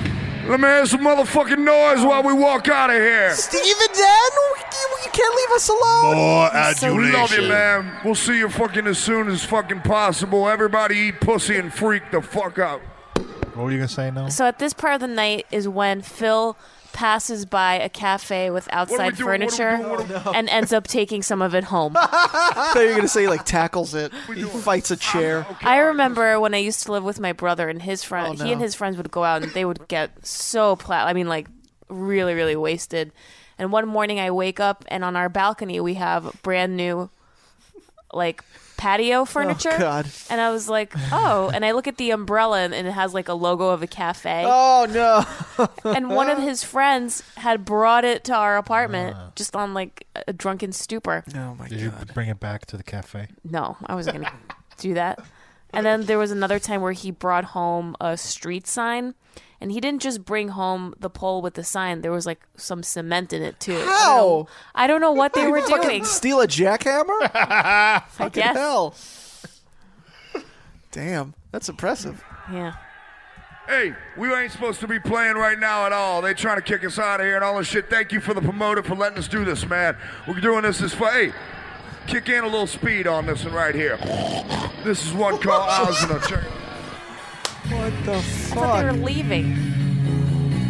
Let me hear some motherfucking noise while we walk out of here.
Steven, Dan, you can't leave us alone.
We love you, man. We'll see you fucking as soon as fucking possible. Everybody eat pussy and freak the fuck out.
What were you gonna say now?
So at this part of the night is when Phil passes by a cafe with outside
doing? What are we
furniture
doing? What are we- Oh, no.
and ends up taking some of it home.
I thought you were gonna say he, like tackles it. He fights a chair.
I remember when I used to live with my brother and his friend.
Oh,
He
no.
and his friends would go out and they would get so plat. I mean, like really, really wasted. And one morning I wake up and on our balcony we have brand new, like patio furniture.
Oh, God.
And I was like, oh. And I look at the umbrella and it has like a logo of a cafe.
Oh no!
and one of his friends had brought it to our apartment
Ah.
just on like a drunken stupor.
Oh my
Did you bring it back to the cafe?
No, I wasn't going to do that. And then there was another time where he brought home a street sign. And he didn't just bring home the pole with the sign. There was like some cement in it too. I don't know-
How?
I don't know what they
You
were
fucking
doing.
Steal a jackhammer? fucking
guess.
hell! Damn, that's impressive.
Yeah.
Hey, we ain't supposed to be playing right now at all. They trying to kick us out of here and all this shit. Thank you for the promoter for letting us do this, man. We're doing this as far. Hey, kick in a little speed on this one right here. This is one called Ozna. Check-
What the
I thought they were leaving.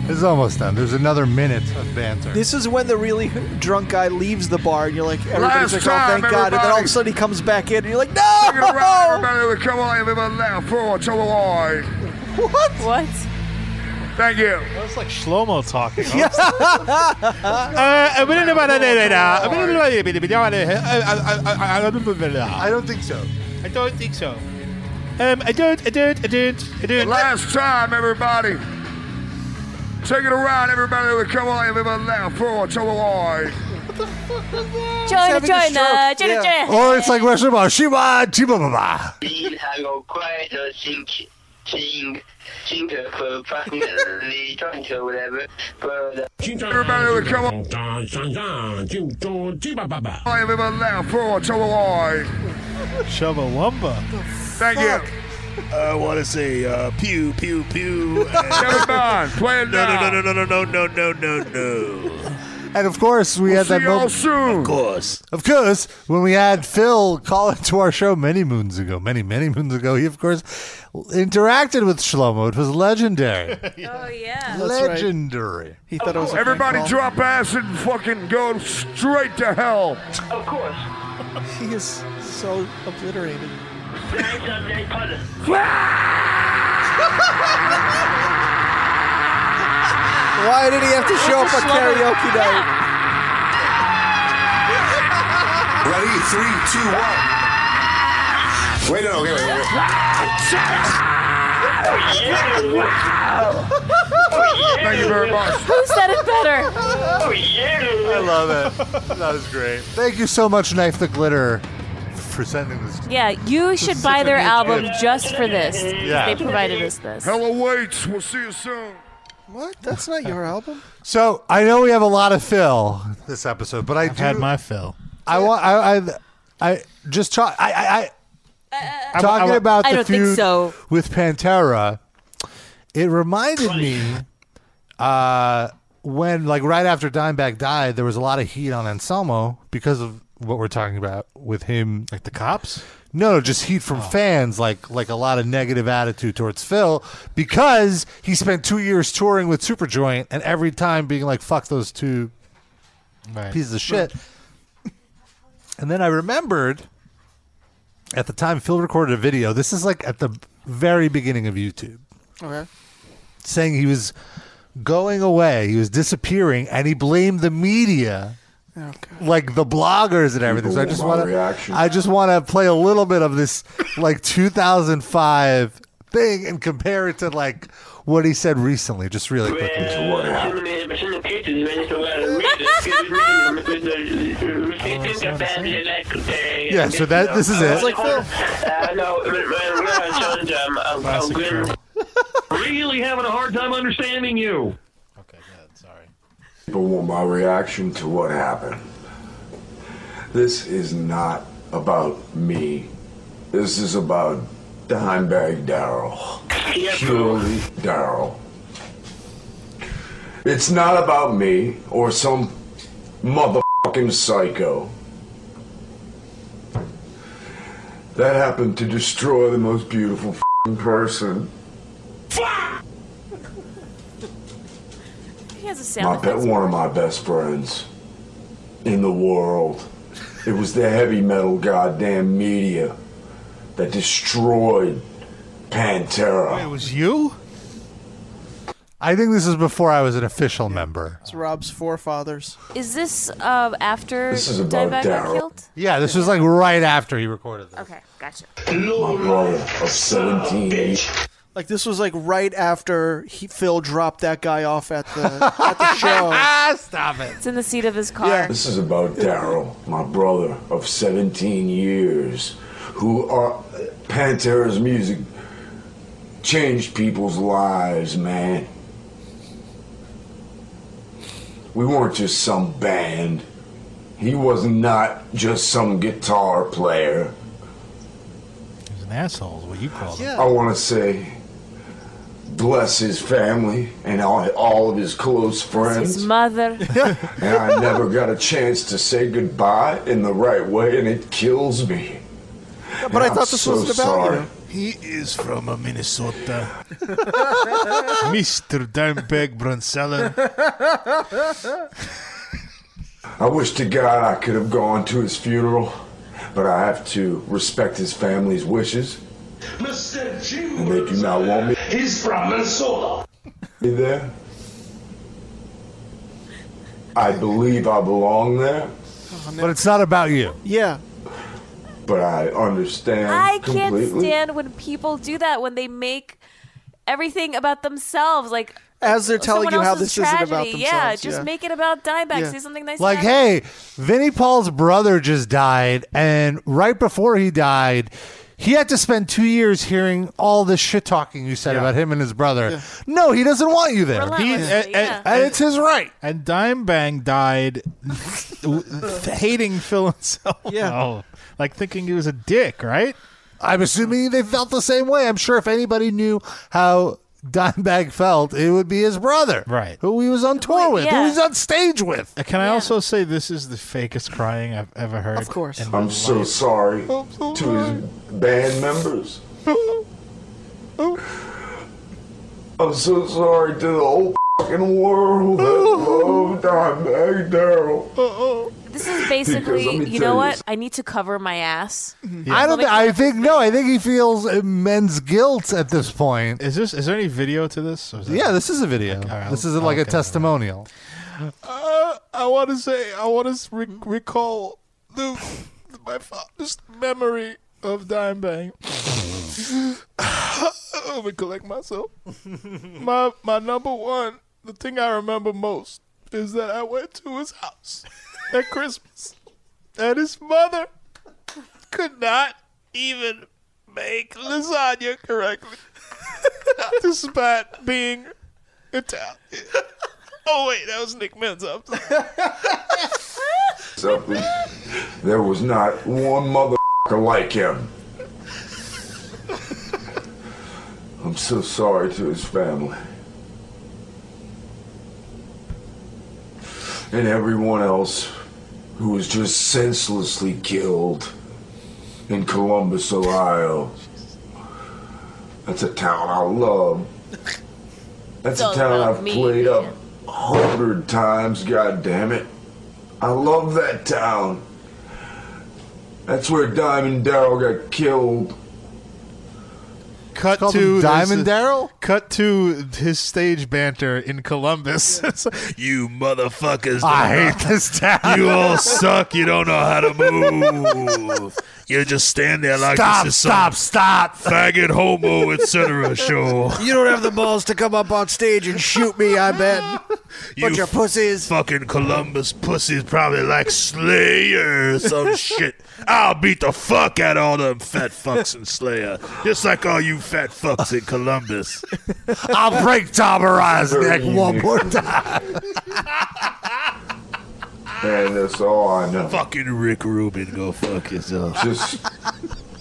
This is almost done. There's another minute of banter.
This is when the really drunk guy leaves the bar, and you're like, everybody's
Last
like, oh, thank
time,
God. And then all of
everybody.
a sudden he comes back in, and you're like,
Look it around,
no!
everybody. Come on, everybody. Now, forward to the wall.
What?
What?
Thank you.
That was like slow mo talking. Uh,
I
uh, I
don't
think so.
I don't think so. Um, I don't, I don't, I don't, I don't.
Last time, everybody. Take it around, everybody. Come on, everybody. Now, forward to the wall.
Join
having a
Join
stroke. Yeah.
Or Oh, it's like Russian ball. Shiba, chiba, ba, ba.
Everybody, come on. Come on, everybody. Now, forward to the wall.
Shubba Wumba.
Thank you.
I want to say uh, pew pew pew.
Never mind. Play it
now. No no no no no no no no no.
And of course, we had that
see y'all
moment.
soon. Of
course.
Of course, when we had Phil call into our show many moons ago, many, many moons ago, he, of course, interacted with Shlomo. It was legendary.
Oh yeah.
legendary.
He thought it was a prank
Everybody
call.
drop acid and fucking go straight to hell.
Of course. he is so obliterated. Why did he have to show up
That's a
on
slumber.
karaoke night?
Ready? Three, two, one. Wait, no, wait, wait, wait.
Thank you very much.
Who said it better?
Oh, yeah.
I love it. That was great. Thank you so much, Knife the Glitter, for sending this.
Yeah, you should buy their album just for this.
Yeah.
They provided us this.
Hell awaits. We'll see you soon.
What? That's not your album.
So I know we have a lot of Phil this episode, but I
I've
do,
had my fill.
I want. I, I. I just try. I. I, I
I-
talking
I-
about
I
the
don't think
feud
so.
with Pantera. It reminded me uh, when, like, right after Dimebag died, there was a lot of heat on Anselmo because of what we're talking about with him, like the cops. Oh. No, no, just heat from fans, like like a lot of negative attitude towards Phil because he spent two years touring with Superjoint and every time being like, "Fuck those two pieces of shit. And then I remembered at the time Phil recorded a video. This is like at the very beginning of YouTube,
Okay.
saying he was going away, he was disappearing, and he blamed the media. Like the bloggers and everything. So I just
People want
want
my
to,
reaction.
I just want to play a little bit of this like 2005 thing and compare it to like what he said recently, just really quickly. Yeah, so that this is it.
really having a hard time understanding you.
People want my reaction to what happened. This is not about me. This is about Dimebag Daryl. Purely Daryl. It's not about me or some motherfucking psycho. That happened to destroy the most beautiful fing person.
He has a
my
sound
be-
effect.
one of my best friends in the world. It was the heavy metal goddamn media that destroyed Pantera.
It was you? I think this is before I was an official member.
It's Rob's forefathers.
Is this uh, after
This is about
Dimebag got
Daryl.
killed?
Yeah, this was like right after he recorded this.
Okay, gotcha.
My brother of 17.
Like this was like right after he, Phil dropped that guy off at the at the show.
Stop it.
It's in the seat of his car.
This is about Daryl, my brother of 17 years, who are Pantera's music changed people's lives, man. We weren't just some band. He was not just some guitar player.
He's an asshole, is what you call him.
I want to say, bless his family and all, all of his close friends.
His mother.
and I never got a chance to say goodbye in the right way, and it kills me. And I'm so sorry.
He is from uh, Minnesota.
Mr. Dimebag Brunseller.
I wish to God I could have gone to his funeral, but I have to respect his family's wishes,
Mr.
and they do not want me
He's from Minnesota.
to be there. I believe I belong there,
But it's not about you.
Yeah.
but I understand
I can't
completely.
stand when people do that when they make everything about themselves. Like
As they're telling
someone
you how
else's
this isn't about
tragedy. Yeah,
themselves,
just
yeah.
make it about Dimebag.
Yeah.
Say something nice.
Like,
about
hey,
him.
Vinnie Paul's brother just died, and right before he died, he had to spend two years hearing all this shit talking you said about him and his brother. No, he doesn't want you there.
He- and, and-
And it's his right.
And Dimebag died hating Phil himself. Yeah. Like thinking he was a dick, right?
I'm assuming they felt the same way. I'm sure if anybody knew how Dimebag felt, it would be his brother, right? Who he was on tour with, who he was on stage with.
Uh, Can I also say this is the fakest crying I've ever heard? Of course.
I'm so sorry to his band members. I'm so sorry to the whole fucking world that loved Dimebag Daryl.
This is
Because let me
basically, you
tell
know
you
what?
something.
I need to cover my ass.
Mm-hmm.
I don't. Th- I think no. I think he feels immense guilt at this point.
Is this? Is there any video to this? Or is that-
Yeah, this is a video. this is like a testimonial.
Uh, I want to say, I want to re- recall the my fondest memory of Dimebag. Let me collect myself. my my number one, the thing I remember most is that I went to his house at Christmas, and his mother could not even make lasagna correctly, despite being
Italian. Oh wait, that was Nick Menza. I'm sorry.
Something. There was not one motherfucker like him. I'm so sorry to his family. And everyone else who was just senselessly killed in Columbus, Ohio. That's a town I love. That's a
Don't
town
love
I've
me,
played up a hundred times, god damn it. I love that town. That's where Diamond Daryl got killed.
Cut
Called him
to
Diamond
Daryl. Cut to his stage banter in Columbus. It's like, you motherfuckers!
I hate
this town.
You all suck. You don't know how to move. You just stand there like
Stop,
this is
stop,
some
stop.
faggot, homo, etc. Show.
You don't have the balls to come up on stage and shoot me, I bet. Bunch
You
of pussies.
Fucking Columbus pussies probably like Slayer or some shit. I'll beat the fuck out of all them fat fucks in Slayer, just like all you fat fucks in Columbus.
I'll break Tom Araya's neck one more
time.
And that's all I know.
Fucking Rick Rubin, go fuck yourself.
Just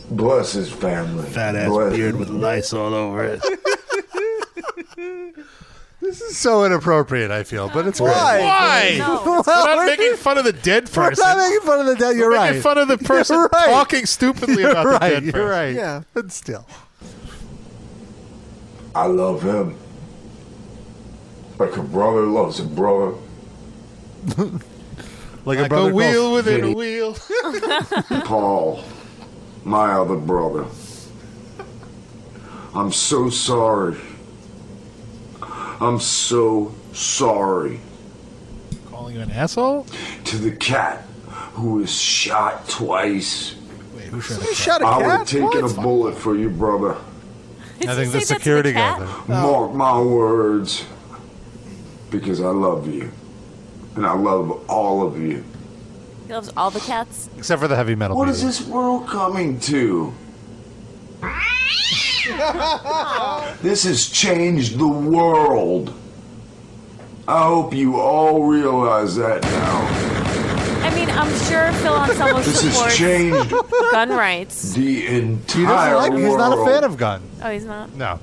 bless his family.
Fat ass
Bless-
beard with lice all over it.
This is so inappropriate. I feel, but it's
Why?
great.
Why?
No.
We're not making fun of the dead
We're
person.
not making fun of the dead. You're
We're
right.
making fun of the person
You're right.
talking stupidly
You're
about the
right.
dead
You're
person.
right.
Yeah.
but still.
I love him. Like a brother loves a brother.
like
a brother wheel within a wheel.
Paul, my other brother. I'm so sorry. I'm so sorry
Calling you an asshole?
to the cat who was shot twice.
Wait, who shot
I
shot a
would have
cat?
taken
What?
a bullet for your brother.
I think the security guy. then.
Mark my words, because I love you, and I love all of you.
He loves all the cats.
Except for the heavy metal.
What
baby.
is this world coming to? This has changed the world. I hope you all realize that now.
I mean, I'm sure Phil Anselmo
This has
supports
changed.
gun rights.
The
He doesn't
entire
like.
world.
He's not a fan of gun.
Oh, he's not.
No.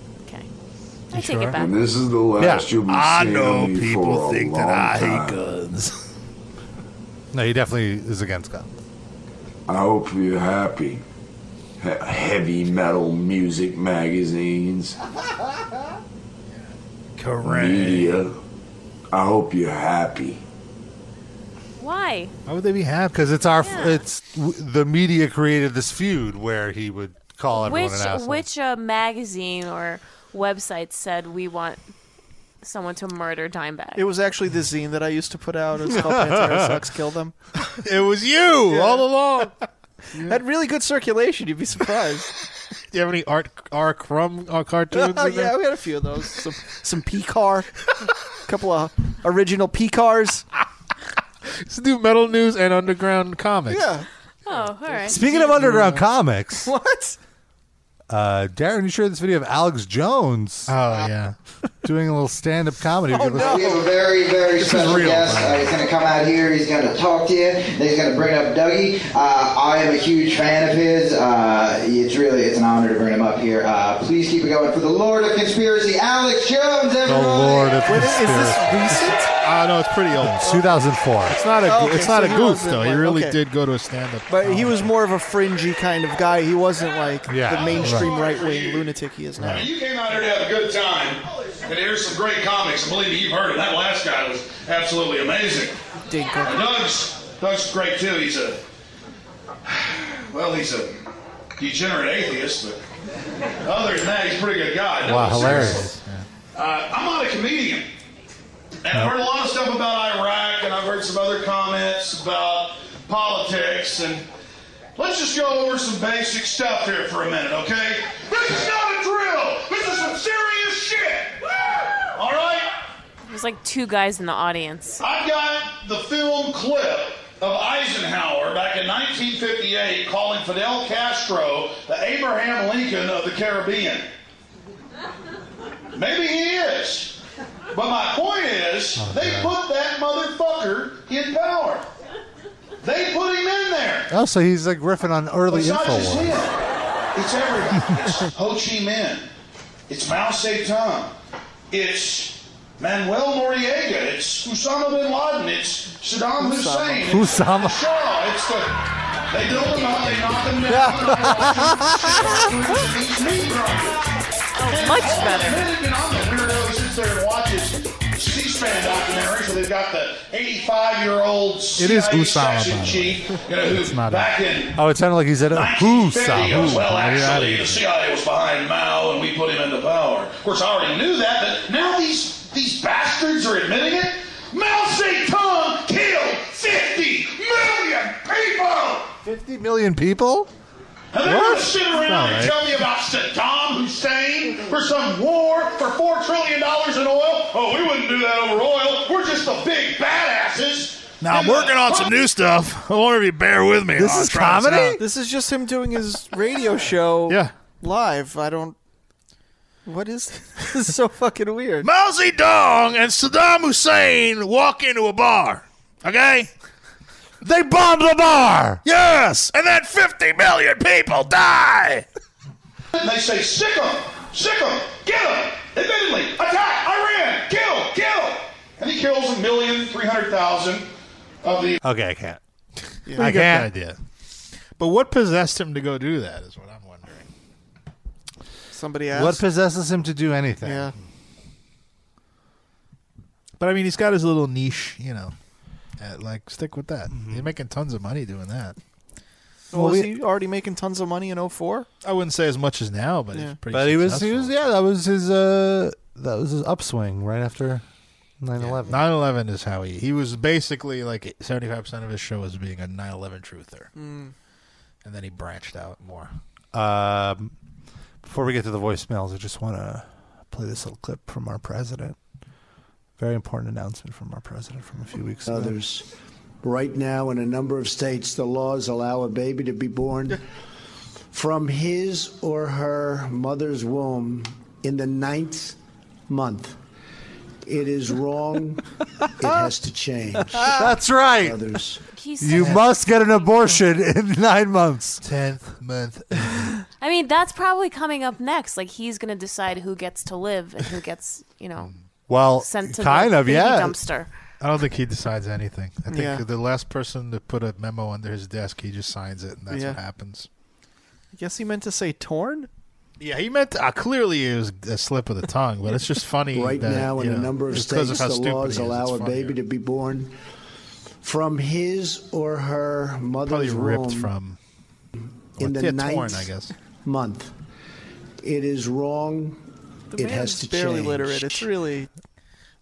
I take it back.
And this is the last
Yeah.
you'll be
I
seeing
know
of me
people
for a
think that
long
I hate
time.
guns. No, he definitely is against gun.
I hope you're happy. He- heavy metal music magazines.
Correct.
Media. I hope you're happy.
Why?
Why would they be happy?
Because it's our. It's w- the media created this feud where he would call everyone
Which
an asshole.
which uh, magazine or website said we want someone to murder Dimebag?
It was actually the zine that I used to put out. It's called Pantera Sucks, Kill Them.
It was you all along.
Had really good circulation. You'd be surprised.
Do you have any art R crumb uh, cartoons? in
yeah,
there?
we had a few of those. Some some P car, a couple of original P cars.
Let's do metal news and underground comics.
Yeah.
Oh, all right.
Speaking of underground comics,
what?
Uh, Darren, you shared this video of Alex Jones.
Oh yeah, Oh,
doing a little stand-up comedy.
We have a very, very
This is
special
real,
guest.
by the
Uh,
way.
he's going to come out here. He's going to talk to you. Then he's going to bring up Dougie. Uh, I am a huge fan of his. Uh, it's really, it's an honor to bring him up here. Uh, please keep it going for the Lord of Conspiracy, Alex Jones.
The
Everyone.
Lord of
Wait, is
Conspiracy.
recent?
Uh, no, it's pretty old.
2004.
It's not a
Oh, Okay,
it's not
so
a
he
goof
wasn't
though. He
like-
really
okay.
did go to a stand-up.
But he was more of a fringy kind of guy. He wasn't like
Yeah,
the mainstream right wing lunatic he is now.
You came out here to have a good time, and here's some great comics. And believe me, you've heard it. That last guy was absolutely amazing. And Doug's, Doug's great too. He's a, well, he's a degenerate atheist, but other than that, he's a pretty good guy. No,
Wow,
seriously.
hilarious.
Uh, I'm not a comedian. And I've heard a lot of stuff about Iraq, and I've heard some other comments about politics, and let's just go over some basic stuff here for a minute, okay? This is not a drill! This is some serious shit! All right?
There's like two guys in the audience.
I've got the film clip of Eisenhower back in 1958 calling Fidel Castro the Abraham Lincoln of the Caribbean. Maybe he is. But my point is,
Oh,
they put that motherfucker in power. They put him in there.
Oh, so he's like riffing on early
it's not just
info.
him. It's everybody. It's Ho Chi Minh. It's Mao Zedong. It's Manuel Noriega. It's Osama bin Laden. It's Saddam Hussein. It's
Osama.
the Shah. Oh, It's the. They build them up. They knock them down. Oh, Much better. I'm the weirdo who sits there and watches C-SPAN documentaries where they've got the 85-year-old
It is
CIA
Osama, by
section
the way.
chief, you know, who
It's not
back
a-
in
Oh, it sounded like he said, oh, who, saw
He goes,
who?
well,
I mean, I
actually,
didn't-
the CIA was behind Mao, and we put him into power. Of course, I already knew that, but now these these bastards are admitting it. Mao Zedong killed 50 million people.
50 million people?
And they're going
What?
to sit
It's
around
not
and
right.
tell me about Saddam Hussein for some war for four trillion dollars in oil. Oh, we wouldn't do that over oil. We're just the big badasses.
Now I'm working on some new stuff. I wonder if you bear with me. Oh,
This
I'll
is
try this
comedy.
out.
This is just him doing his radio show. yeah. Live. I don't. What is this? is so fucking weird.
Mao Zedong and Saddam Hussein walk into a bar. Okay.
They bombed the bar.
Yes, and then 50 million people die.
And they say, sick them, sick them, get them, admittedly, attack Iran, kill, kill. And he kills a million, three hundred thousand of the.
Okay, I can't.
Yeah,
I
I get
can't.
the idea. But what possessed him to go do that is what I'm wondering.
Somebody
What possesses him to do anything?
Yeah.
But I mean, he's got his little niche, you know. At, like, stick with that.
Mm-hmm.
He's making tons of money doing that.
was he already making tons of money in 04?
I wouldn't say as much as now, but
Yeah.
it's pretty.
But he was, he
successful.
was, yeah, that was his, uh, that was his upswing right after 9/11.
9/11 is how he he was basically like 75 percent of his show was being a 9/11 truther,
Mm.
and then he branched out more.
Um, before we get to the voicemails, I just want to play this little clip from our president. Very important announcement from our president from a few weeks ago.
Others. Right now, in a number of states, the laws allow a baby to be born from his or her mother's womb in the ninth month. It is wrong. it has to change.
That's right.
Others.
You must get an abortion in nine months.
Tenth month.
I mean, that's probably coming up next. Like he's going to decide who gets to live and who gets, you know,
Well,
sent to
kind
the
of,
baby
yeah.
dumpster.
I don't think he decides anything. I think
Yeah.
the last person to put a memo under his desk, he just signs it, and that's
Yeah.
what happens.
I guess he meant to say torn?
Yeah, he meant uh, clearly it was a slip of the tongue, but it's just funny.
Right
that,
now, in
you
a
know,
number of
just 'cause
states,
how
the
stupid he
laws
is,
allow
it's
a
funny.
baby to be born from his or her mother's
Probably ripped
womb
from-
in
well,
the
yeah,
ninth
torn, I guess.
month. It is wrong.
The
it has
man's
to
barely
change.
literate. It's really.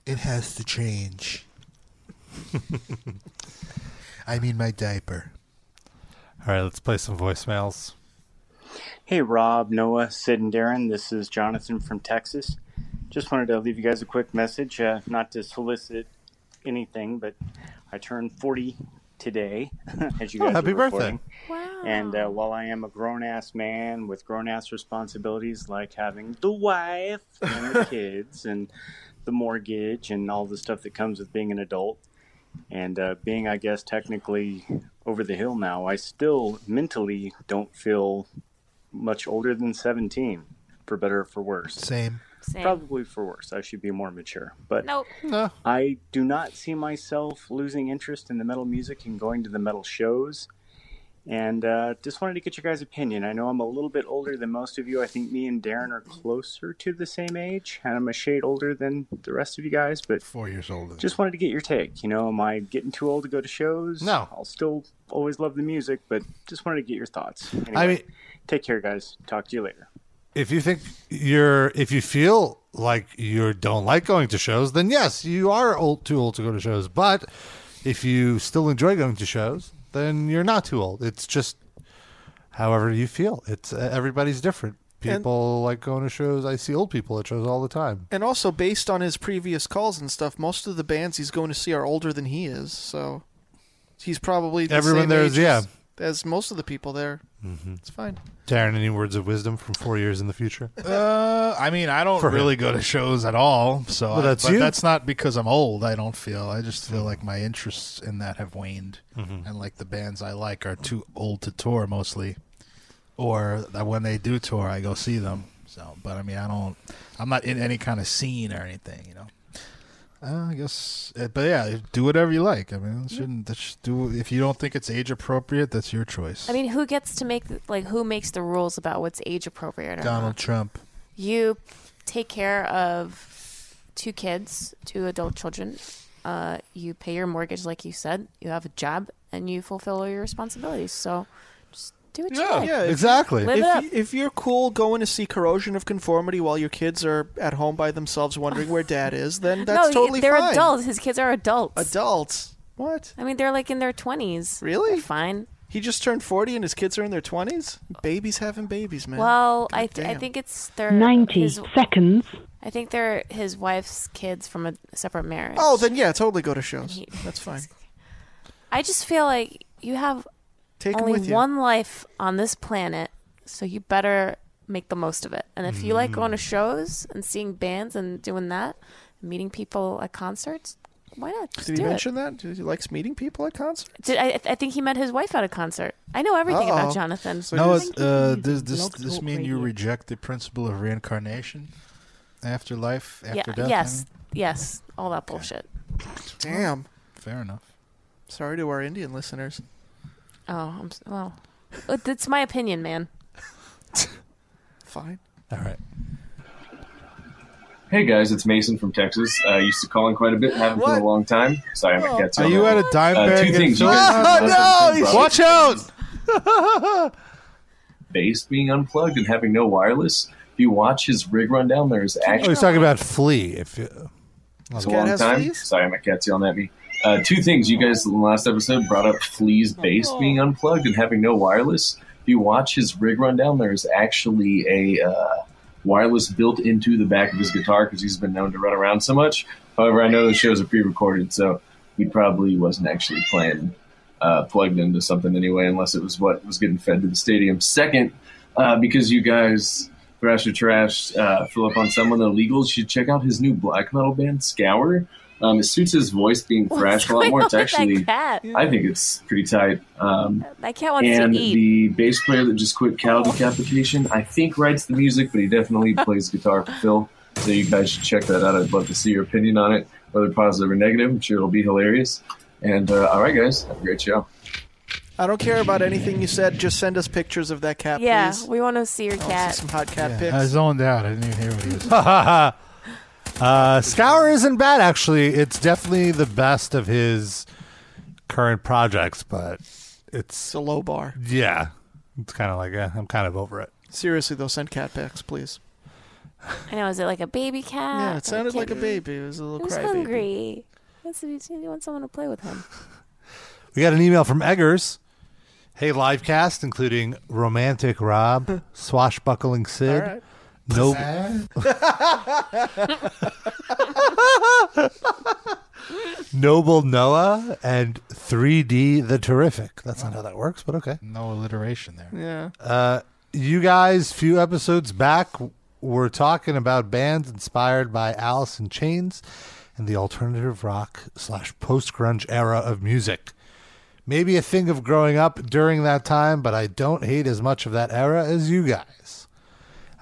It has to change. I mean, my diaper.
All right, let's play some voicemails.
Hey, Rob, Noah, Sid, and Darren. This is Jonathan from Texas. Just wanted to leave you guys a quick message, uh, not to solicit anything, but I turned 40 today, as you
Oh,
guys
happy
are
birthday.
recording. Wow. And uh, while I am a grown ass man with grown ass responsibilities like having the wife and the kids and the mortgage and all the stuff that comes with being an adult, and uh, being, I guess, technically over the hill now, I still mentally don't feel much older than 17, for better or for worse.
Same.
Same.
Probably for worse. I should be more mature. But
Nope.
No.
I do not see myself losing interest in the metal music and going to the metal shows. And uh, just wanted to get your guys' opinion. I know I'm a little bit older than most of you. I think me and Darren are closer to the same age, and I'm a shade older than the rest of you guys. But
four years older.
Just wanted to get your take. You know, am I getting too old to go to shows?
No.
I'll still always love the music, but just wanted to get your thoughts. Anyway,
mean-
take care, guys. Talk to you later.
If you think you're, if you feel like you don't like going to shows, then yes, you are old, too old to go to shows. But if you still enjoy going to shows, then you're not too old. It's just however you feel. It's uh, everybody's different.
And-
People like going to shows. I see old people at shows all the time.
And also, based on his previous calls and stuff, most of the bands he's going to see are older than he is, so he's probably the
Everyone
same
there
age
is, yeah.
as
as most of the people there.
Mhm.
It's fine.
Darren, any words of wisdom from four years in the future?
Uh, I mean, I don't
For him.
really go to shows at all, so
Well,
I-
that's
but
you. Mm-hmm.
that's not because I'm old. I don't feel. I just feel like my interests in that have waned, and like the bands I like are too old to tour mostly, or that when they do tour, I go see them. So, but I mean, I don't. I'm not in any kind of scene or anything, you know. Uh, I guess, uh, but yeah, do whatever you like. I mean, it shouldn't that should do if you don't think it's age appropriate, that's your choice.
I mean, who gets to make the- like who makes the rules about what's age appropriate? Or
Donald
not?
Trump.
You take care of two kids, two adult children. Uh, you pay your mortgage, like you said. You have a job, and you fulfill all your responsibilities. So, just do what you like.
if-
Live it
If,
up.
you, if you're cool going to see Corrosion of Conformity while your kids are at home by themselves wondering where dad is, then that's
no,
totally
they're
fine.
adults. His kids are adults.
Adults. What?
I mean, they're like in their twenties.
Really?
fine.
He just turned 40 and his kids are in their 20s? Babies having babies, man.
Well, I, th- I
Goddamn.
think it's their
90
seconds. I think they're his wife's kids from a separate marriage.
Oh, then yeah, totally go to shows. That's fine.
I just feel like you have
Take 'em
only
with you.
one life on this planet, so you better make the most of it. And if you like going
Mm.
to shows and seeing bands and doing that, meeting people at concerts, why not? Just
Did
do
he
it.
mention that? Did he likes meeting people at concerts?
Did, I, I think he met his wife at a concert. I know everything
Uh-oh.
about Jonathan.
Uh, no, it's, uh, does this this mean you reject the principle of reincarnation, afterlife, after
yeah,
death?
yes, yes, all that bullshit.
Damn.
Fair enough.
Sorry to our Indian listeners.
Oh, I'm, s- well, it- it's my opinion, man.
Fine.
All right.
Hey guys, it's Mason from Texas. Uh, I used to call in quite a bit, haven't for
What?
a long time. Sorry, my cat's
Are you
on.
at a dime
Uh,
bag?
two
in
things. You
Philly?
guys
Watch out!
Base being unplugged and having no wireless. If you watch his rig rundown, there's
Oh,
actually
he's talking about Flea. If you,
It's a long time. Sorry, my cat's yelling at me. Uh, two things. You guys, in the last episode, brought up Flea's bass being unplugged and having no wireless. If you watch his rig rundown, there's actually a uh, wireless built into the back of his guitar because he's been known to run around so much. However, I know the shows are pre recorded, so he probably wasn't actually playing uh, plugged into something anyway, unless it was what was getting fed to the stadium. Second, uh, because you guys thrash or trash uh, fill up on someone illegal, you should check out his new black metal band Scour. Um, it suits his voice being
What's
thrashed a lot
going
more. It's
on with that
actually,
cat?
I think it's pretty tight. Um,
That cat wants
and
to Oh. eat.
the bass player that just quit cow decapitation, I think writes the music, but he definitely plays guitar for Phil. So you guys should check that out. I'd love to see your opinion on it, whether positive or negative. I'm sure it'll be hilarious. And uh, all right, guys, have a great show.
I don't care about anything you said. Just send us pictures of that cat,
yeah,
please.
we want to see your cat.
Some hot cat
Yeah,
pics.
I zoned out. I didn't even hear what he was.
uh, Scour isn't bad, actually. It's definitely the best of his current projects, but it's
a low bar.
Yeah, it's kind of like eh, I'm kind of over it.
Seriously, though, send cat pics, please.
I know. Is it like a baby cat?
Yeah,
or
it sounded like a
kitten?
baby. It was a little
Who's
crybaby.
hungry? Wants to be- You want someone to play with him?
We got an email from Eggers. Hey, livecast, including romantic Rob, swashbuckling Sid.
All right.
No, Noble Noah and 3D the Terrific. That's not how that works, but okay.
No alliteration there.
yeah.
Uh, you guys, few episodes back, w- were talking about bands inspired by Alice in Chains and the alternative rock slash post grunge era of music. Maybe a thing of growing up during that time, but I don't hate as much of that era as you guys.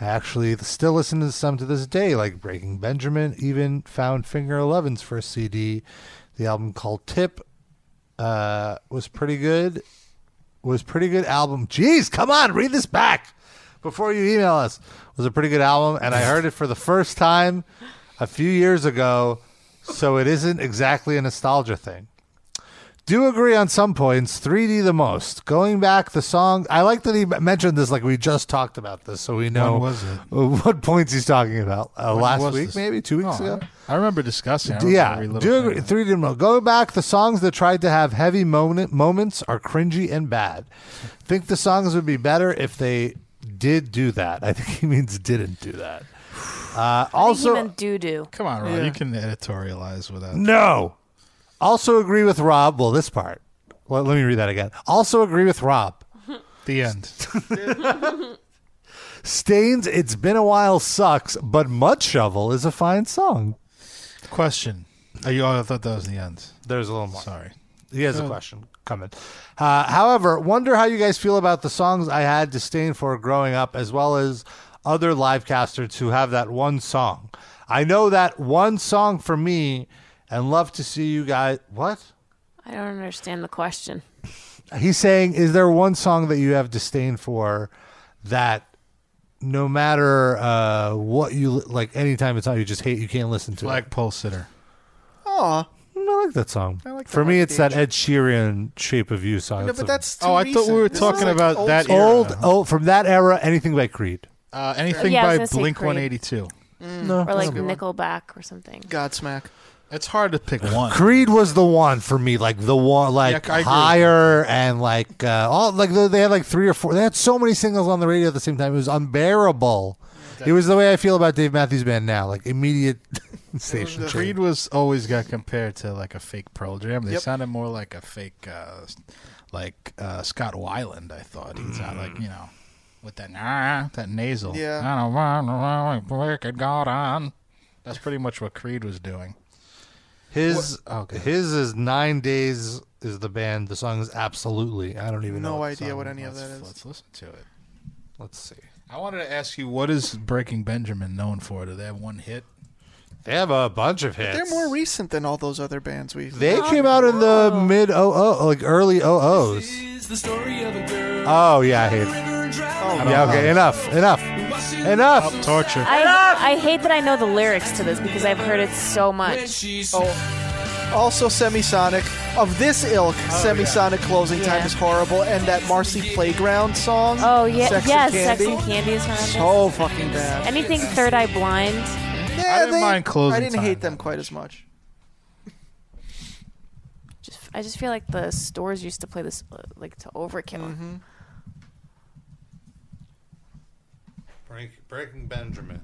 I actually still listen to some to this day, like Breaking Benjamin, even found Finger Eleven's first CD. The album called Tip uh, was pretty good. Was pretty good album. Jeez, come on, read this back before you email us. Was a pretty good album, and I heard it for the first time a few years ago, so it isn't exactly a nostalgia thing do agree on some points 3d the most going back the song i like that he m- mentioned this like we just talked about this so we know
When was it?
what points he's talking about uh,
When
last
was
week
this?
maybe two weeks
Oh,
ago
I remember discussing. I remember
yeah
every little
do
thing.
agree, 3d the most go back the songs that tried to have heavy moment, moments are cringy and bad think the songs would be better if they did do that i think he means didn't do that uh, also
doo doo.
Come on, Ron.
Yeah.
You can editorialize without.
No. Also agree with Rob. Well, this part. Well, let me read that again. Also agree with Rob.
The end.
Stains, It's Been a While sucks, but Mud Shovel is a fine song.
Question. Oh, you, oh, I thought that was the end.
There's a little more.
Sorry.
He has a
Oh.
question coming. Uh, however, wonder how you guys feel about the songs I had disdain for growing up, as well as other live casters who have that one song. I know that one song for me, and love to see you guys. What?
I don't understand the question.
He's saying, is there one song that you have disdain for that no matter uh, what you li- like, anytime it's on, you just hate, you can't listen to it?
Flagpole sitter.
Aw.
I like that song. for me, it's that Ed Sheeran "Shape of You" song.
No,
That's
but
a-
that's too
Oh, I thought we were
recent. This is
talking
like
about
old
that
school.
era.
old. Oh, from that era, anything by Creed.
Uh, anything
Yeah, I was
by
gonna say
Blink
Creed.
182.
No,
or like
that's a good
Nickelback or something.
Mm. Godsmack.
It's hard to pick one.
Creed was the one for me, like the one, like
I agree.
higher and like uh, all like the, they had like three or four. They had so many singles on the radio at the same time. It was unbearable. It was the way I feel about Dave Matthews Band now, like immediate station change.
Creed was always got compared to like a fake Pearl Jam. They sounded more like a fake, uh, s- like uh, Scott Weiland. I thought he sounded like you know, with that nah, that nasal.
Mm. Yeah.
I don't want to work it got on. That's pretty much what Creed was doing. oh,
His his is nine days is the band. The song is absolutely. I don't even know.
No
what
idea
song
what any of
let's-
that is.
Let's listen to it.
Let's see.
I wanted to ask you, what is Breaking Benjamin known for? Do they have one hit?
They have a bunch of hits.
They're more recent than all those other bands we.
They came out in the mid oh oh like early oh ohs. Oh yeah, I hate it. yeah, okay, enough, enough, enough.
torture.
I, I hate that I know the lyrics to this because I've heard it so much.
Oh, also semisonic of this ilk.
Oh,
semisonic closing time is horrible, and that Marcy Playground song.
Oh yeah,
Sex
yes,
and
Sex
Candy.
and Candy is from
So fucking bad.
Anything Third Eye Blind?
Yeah, they-
mind Closing
I didn't
Time
hate them quite as much.
I just feel like the stores used to play this uh, like to overkill.
Mm-hmm.
Break, Breaking Benjamin.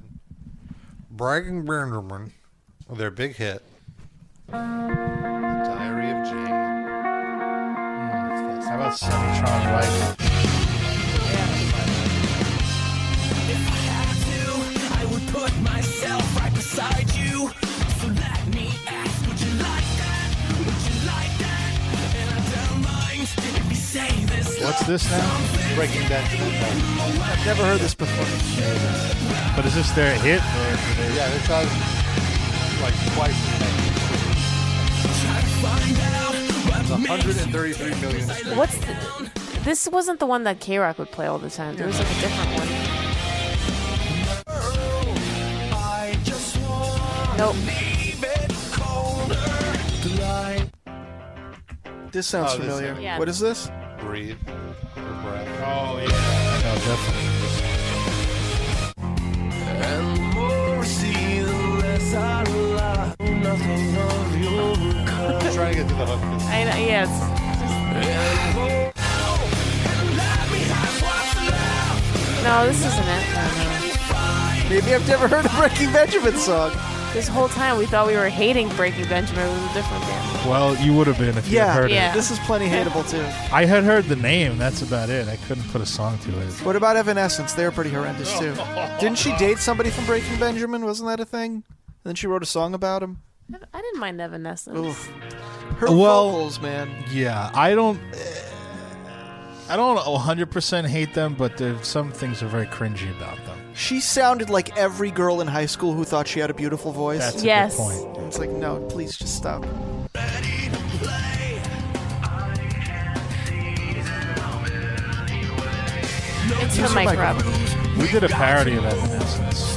Breaking Benjamin. Their big hit. Diary of Jane.
How about Semitron Rifle?
I would put myself right beside you. So let me ask, would you like that? Would you like that? And I don't mind if you say this.
What's this now? Breaking Benjamin. I've never heard this before. But is this their hit?
Yeah, this has like twice as
many.
133 million.
What's the, this? Wasn't the one that K Rock would play all the time. There was like a different one.
Oh,
Nope.
This sounds
Oh, this
familiar.
sounds- Yeah.
What is this?
Breathe.
Oh yeah. No, definitely.
Trying to get to the hook.
I know, yes. No, this isn't it.
Maybe I've never heard a Breaking Benjamin song.
This whole time we thought we were hating Breaking Benjamin. It was a different band.
Well, you would have been if you
Yeah,
had heard
Yeah.
it.
This is plenty hateable too.
I had heard the name. That's about it. I couldn't put a song to it.
What about Evanescence? They were pretty horrendous too. Didn't she date somebody from Breaking Benjamin? Wasn't that a thing? And then she wrote a song about him.
I didn't mind Evanescence.
Oof. Her
Well-
vocals, man.
Yeah, I don't. eh, I don't 100% hate them, but there's some things are very cringy about them.
She sounded like every girl in high school who thought she had a beautiful voice.
That's a good Yes. point.
It's like, no, please just stop.
It's
These
from
are
Mike
my-
Rob.
We did a parody of Evanescence.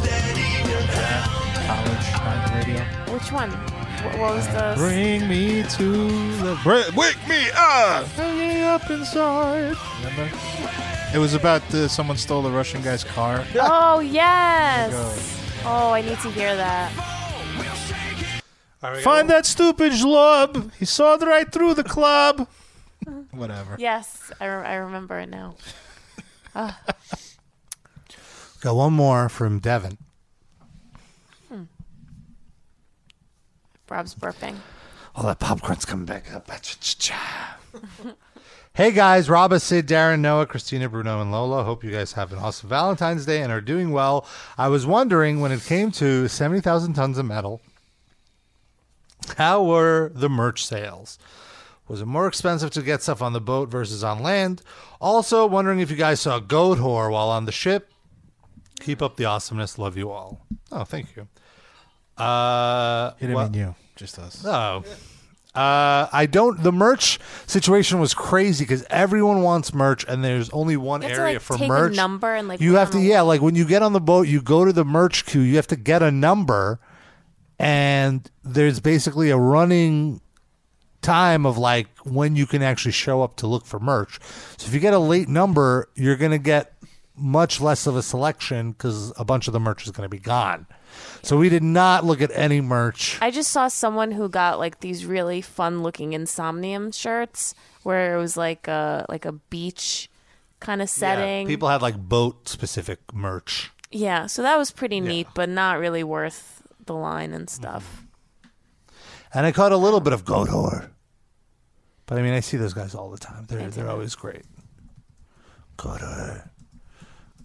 College on radio.
Which one? What, what was the?
Bring me to the br- wake me up, me up inside. Remember? It was about uh, someone stole the Russian guy's car.
Oh yes. Oh, I need to hear that.
Find that stupid schlub. He saw it right through the club. Whatever.
Yes, I, re- I remember it now. Ah.
Got one more from Devin.
Rob's burping.
All that popcorn's coming back up. Cha-cha-cha. Hey guys, Rob, Sid, Darren, Noah, Christina, Bruno, and Lola. Hope you guys have an awesome Valentine's Day and are doing well. I was wondering when it came to 70,000 tons of metal, how were the merch sales? Was it more expensive to get stuff on the boat versus on land? Also, wondering if you guys saw Goat Whore while on the ship. Keep up the awesomeness. Love you all. Oh, thank you. Uh,
He didn't
well-
mean you, just us.
no. Uh, I don't. The merch situation was crazy because everyone wants merch, and there's only one
You have to,
area
like,
for
take a
merch.
number and, like,
you
put
have
on
to, yeah, like when you get on the boat, you go to the merch queue. You have to get a number, and there's basically a running time of like when you can actually show up to look for merch. So if you get a late number, you're going to get much less of a selection because a bunch of the merch is going to be gone. So we did not look at any merch.
I just saw someone who got like these really fun looking insomnium shirts where it was like a like a beach kind of setting.
Yeah, people had like boat specific merch.
Yeah, so that was pretty neat, but not really worth the line and
Mm-hmm.
stuff.
And I caught a little bit of goat whore. But I mean I see those guys all the time. They're they're always great. Goat whore.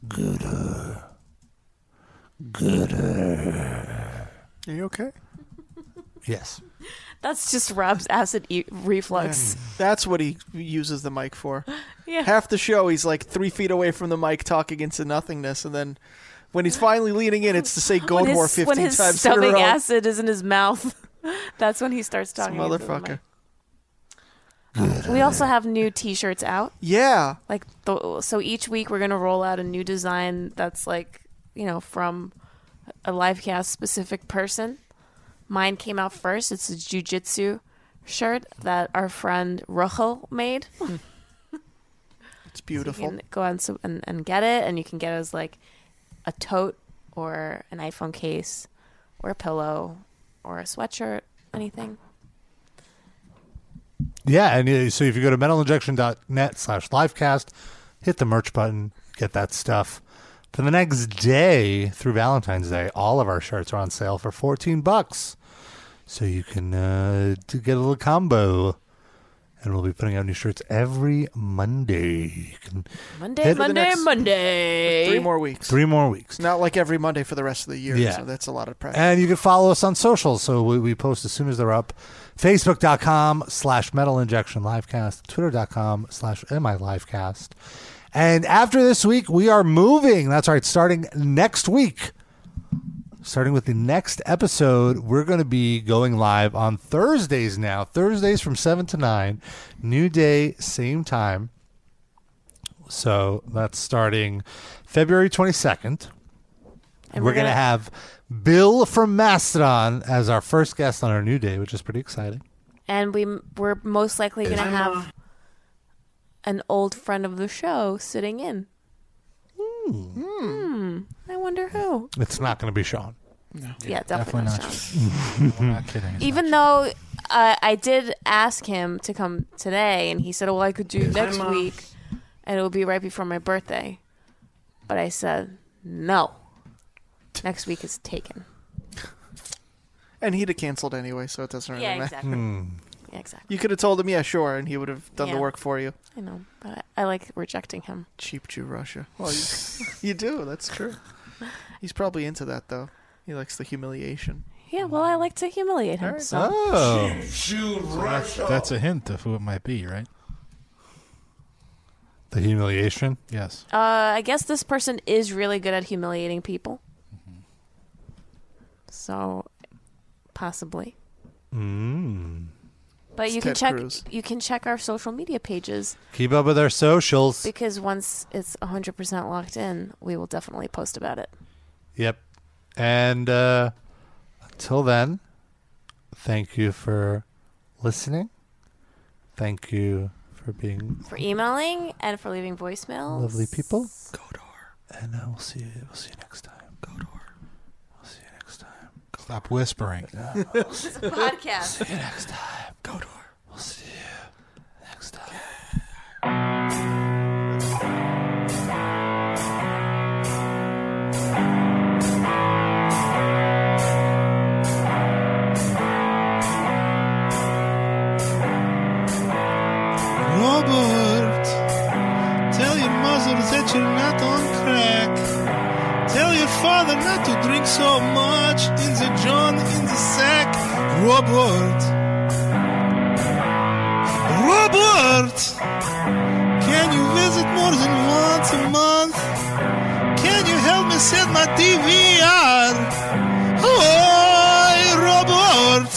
Good whore. Good whore.
Are you okay?
Yes.
That's just Rob's acid e- reflux.
That's what he uses the mic for.
Yeah.
Half the show, he's like three feet away from the mic, talking into nothingness, and then when he's finally leaning in, it's to say "Gold
when
War"
his,
fifteen
when his
times in a
stomach
row.
acid is in his mouth, that's when he starts
This
talking. into the
motherfucker.
mic. We also have new T-shirts out.
Yeah.
Like the, so, each week we're gonna roll out a new design that's like you know from a live cast specific person. Mine came out first. It's a jujitsu shirt that our friend Rochel made.
It's beautiful.
you can go on so, and, and get it, and you can get it as like a tote or an iPhone case or a pillow or a sweatshirt, anything.
Yeah, and uh, so if you go to metalinjection.net slash livecast, hit the merch button, get that stuff. For the next day through Valentine's Day, all of our shirts are on sale for 14 bucks. So you can uh, to get a little combo. And we'll be putting out new shirts every Monday. You can
Monday,
hit-
For the
Monday,
next-
Monday.
Three more weeks.
Three more weeks.
It's not like every Monday for the rest of the year,
Yeah.
so that's a lot of pressure.
And you can follow us on socials. So we, we post as soon as they're up. Facebook.com slash metal injection livecast, twitter.com slash MI livecast. And after this week, we are moving. That's right. Starting next week, starting with the next episode, we're going to be going live on Thursdays now. Thursdays from 7 to 9. New day, same time. So that's starting February 22nd.
And
we're
we're
going to
gonna-
have Bill from Mastodon as our first guest on our new day, which is pretty exciting.
And we m- we're most likely gonna
I'm,
have an old friend of the show sitting in. Hmm. I wonder who.
It's not going to be Sean.
Yeah, definitely, not.
not. We're not kidding.
Even though uh, I did ask him to come today, and he said, "Well, I could do next
I'm, uh,
week, and it will be right before my birthday," but I said no. Next week is taken.
And he'd have canceled anyway, so it doesn't really
Yeah,
matter.
exactly. Hmm. Yeah, exactly.
You could have told him, yeah, sure, and he would have done the
Yeah.
work for you.
I know, but I, I like rejecting him.
Cheap Jew Russia. Well, you, you do. That's true. He's probably into that though. He likes the humiliation.
Yeah, well, I like to humiliate him. So.
Oh.
that's, that's a hint of who it might be, right?
The humiliation?
Yes.
Uh, I guess this person is really good at humiliating people. So, possibly.
Mm.
But
It's
you can
Ted
check
Cruz.
you can check our social media pages
Keep up with our socials.
because once it's 100% locked in, we will definitely post about it.
Yep. And uh, until then, thank you for listening. Thank you for being
For e- emailing and for leaving voicemails.
lovely people. Godor. And I will see you. We'll see you next time.
Stop whispering.
this is a podcast.
See you next time. Godor. We'll see you.
Thank you.
to drink so much in the John in the sack. Robert. Robert! Can you visit more than once a month? Can you help me set my DVR? Hi, Robert!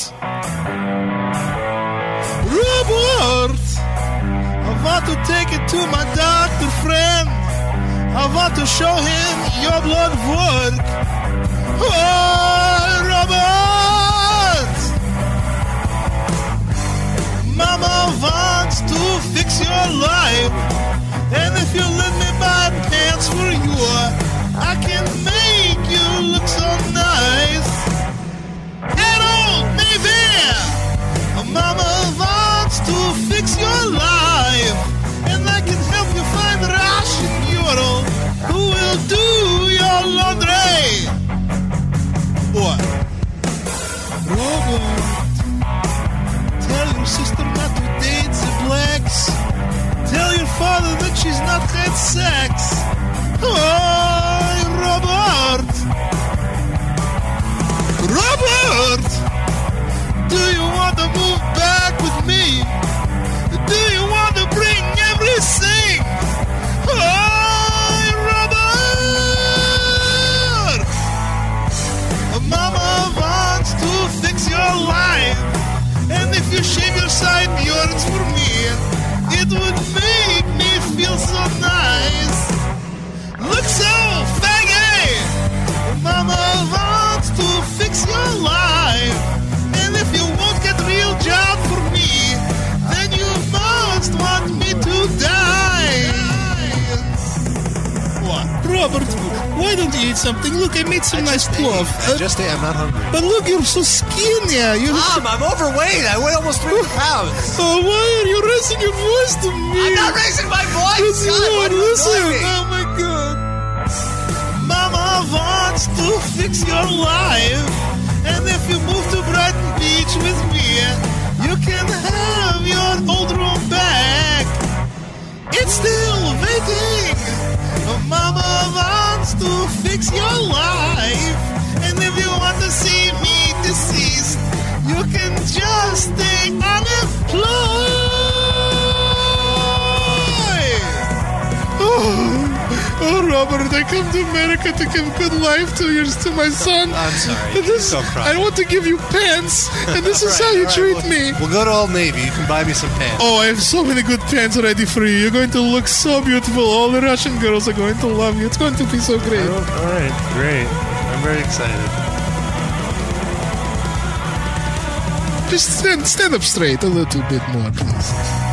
Robert! I want to take it to my doctor friend. I want to show him your blood work. Oh, Robert! Mama wants to fix your life. And if you let me buy pants for you, I can make you look so nice. At old Mayfair! Mama wants to fix your life, and I can help you find Russian Euro who will do your laundry. What? Robert, tell your sister not to date the blacks. Tell your father that she's not had sex. Oh, Robert! Robert! Do you want to move back with me? Do you want to bring everything? Hi, Robert! Mama wants to fix your life. And if you shave your side yards for me, it would make me feel so nice. Look so faggy! Mama wants to fix your life. And if you won't get real job for me, then you must want me to die. What? Robert, why don't you eat something? Look, I made some nice plov. I just ate. I'm not hungry. But look, you're so skinny. You Mom, I'm overweight. I weigh almost three pounds. Oh, why are you raising your voice to me?
I'm not raising my voice.
Good
God, why
Lord,
do you
listen.
annoy me?
Oh my god. Mama wants to fix your life. And if you move to Brighton Beach with me, you can have your old room back. It's still waiting. Mama wants to fix your life. And if you want to see me deceased, you can just stay unemployed. Oh, oh, Robert, I come to America to give good life to yours to my son. I'm sorry. And this,
Don't cry.
I want to give you pants, and this is
All
how
right,
you
all right,
treat
we'll-
me.
We'll go to Old Navy. You can buy me some pants.
Oh, I have so many good pants ready for you. You're going to look so beautiful. All the Russian girls are going to love you. It's going to be so great.
All right, great. I'm very excited.
Just stand, stand up straight a little bit more, please.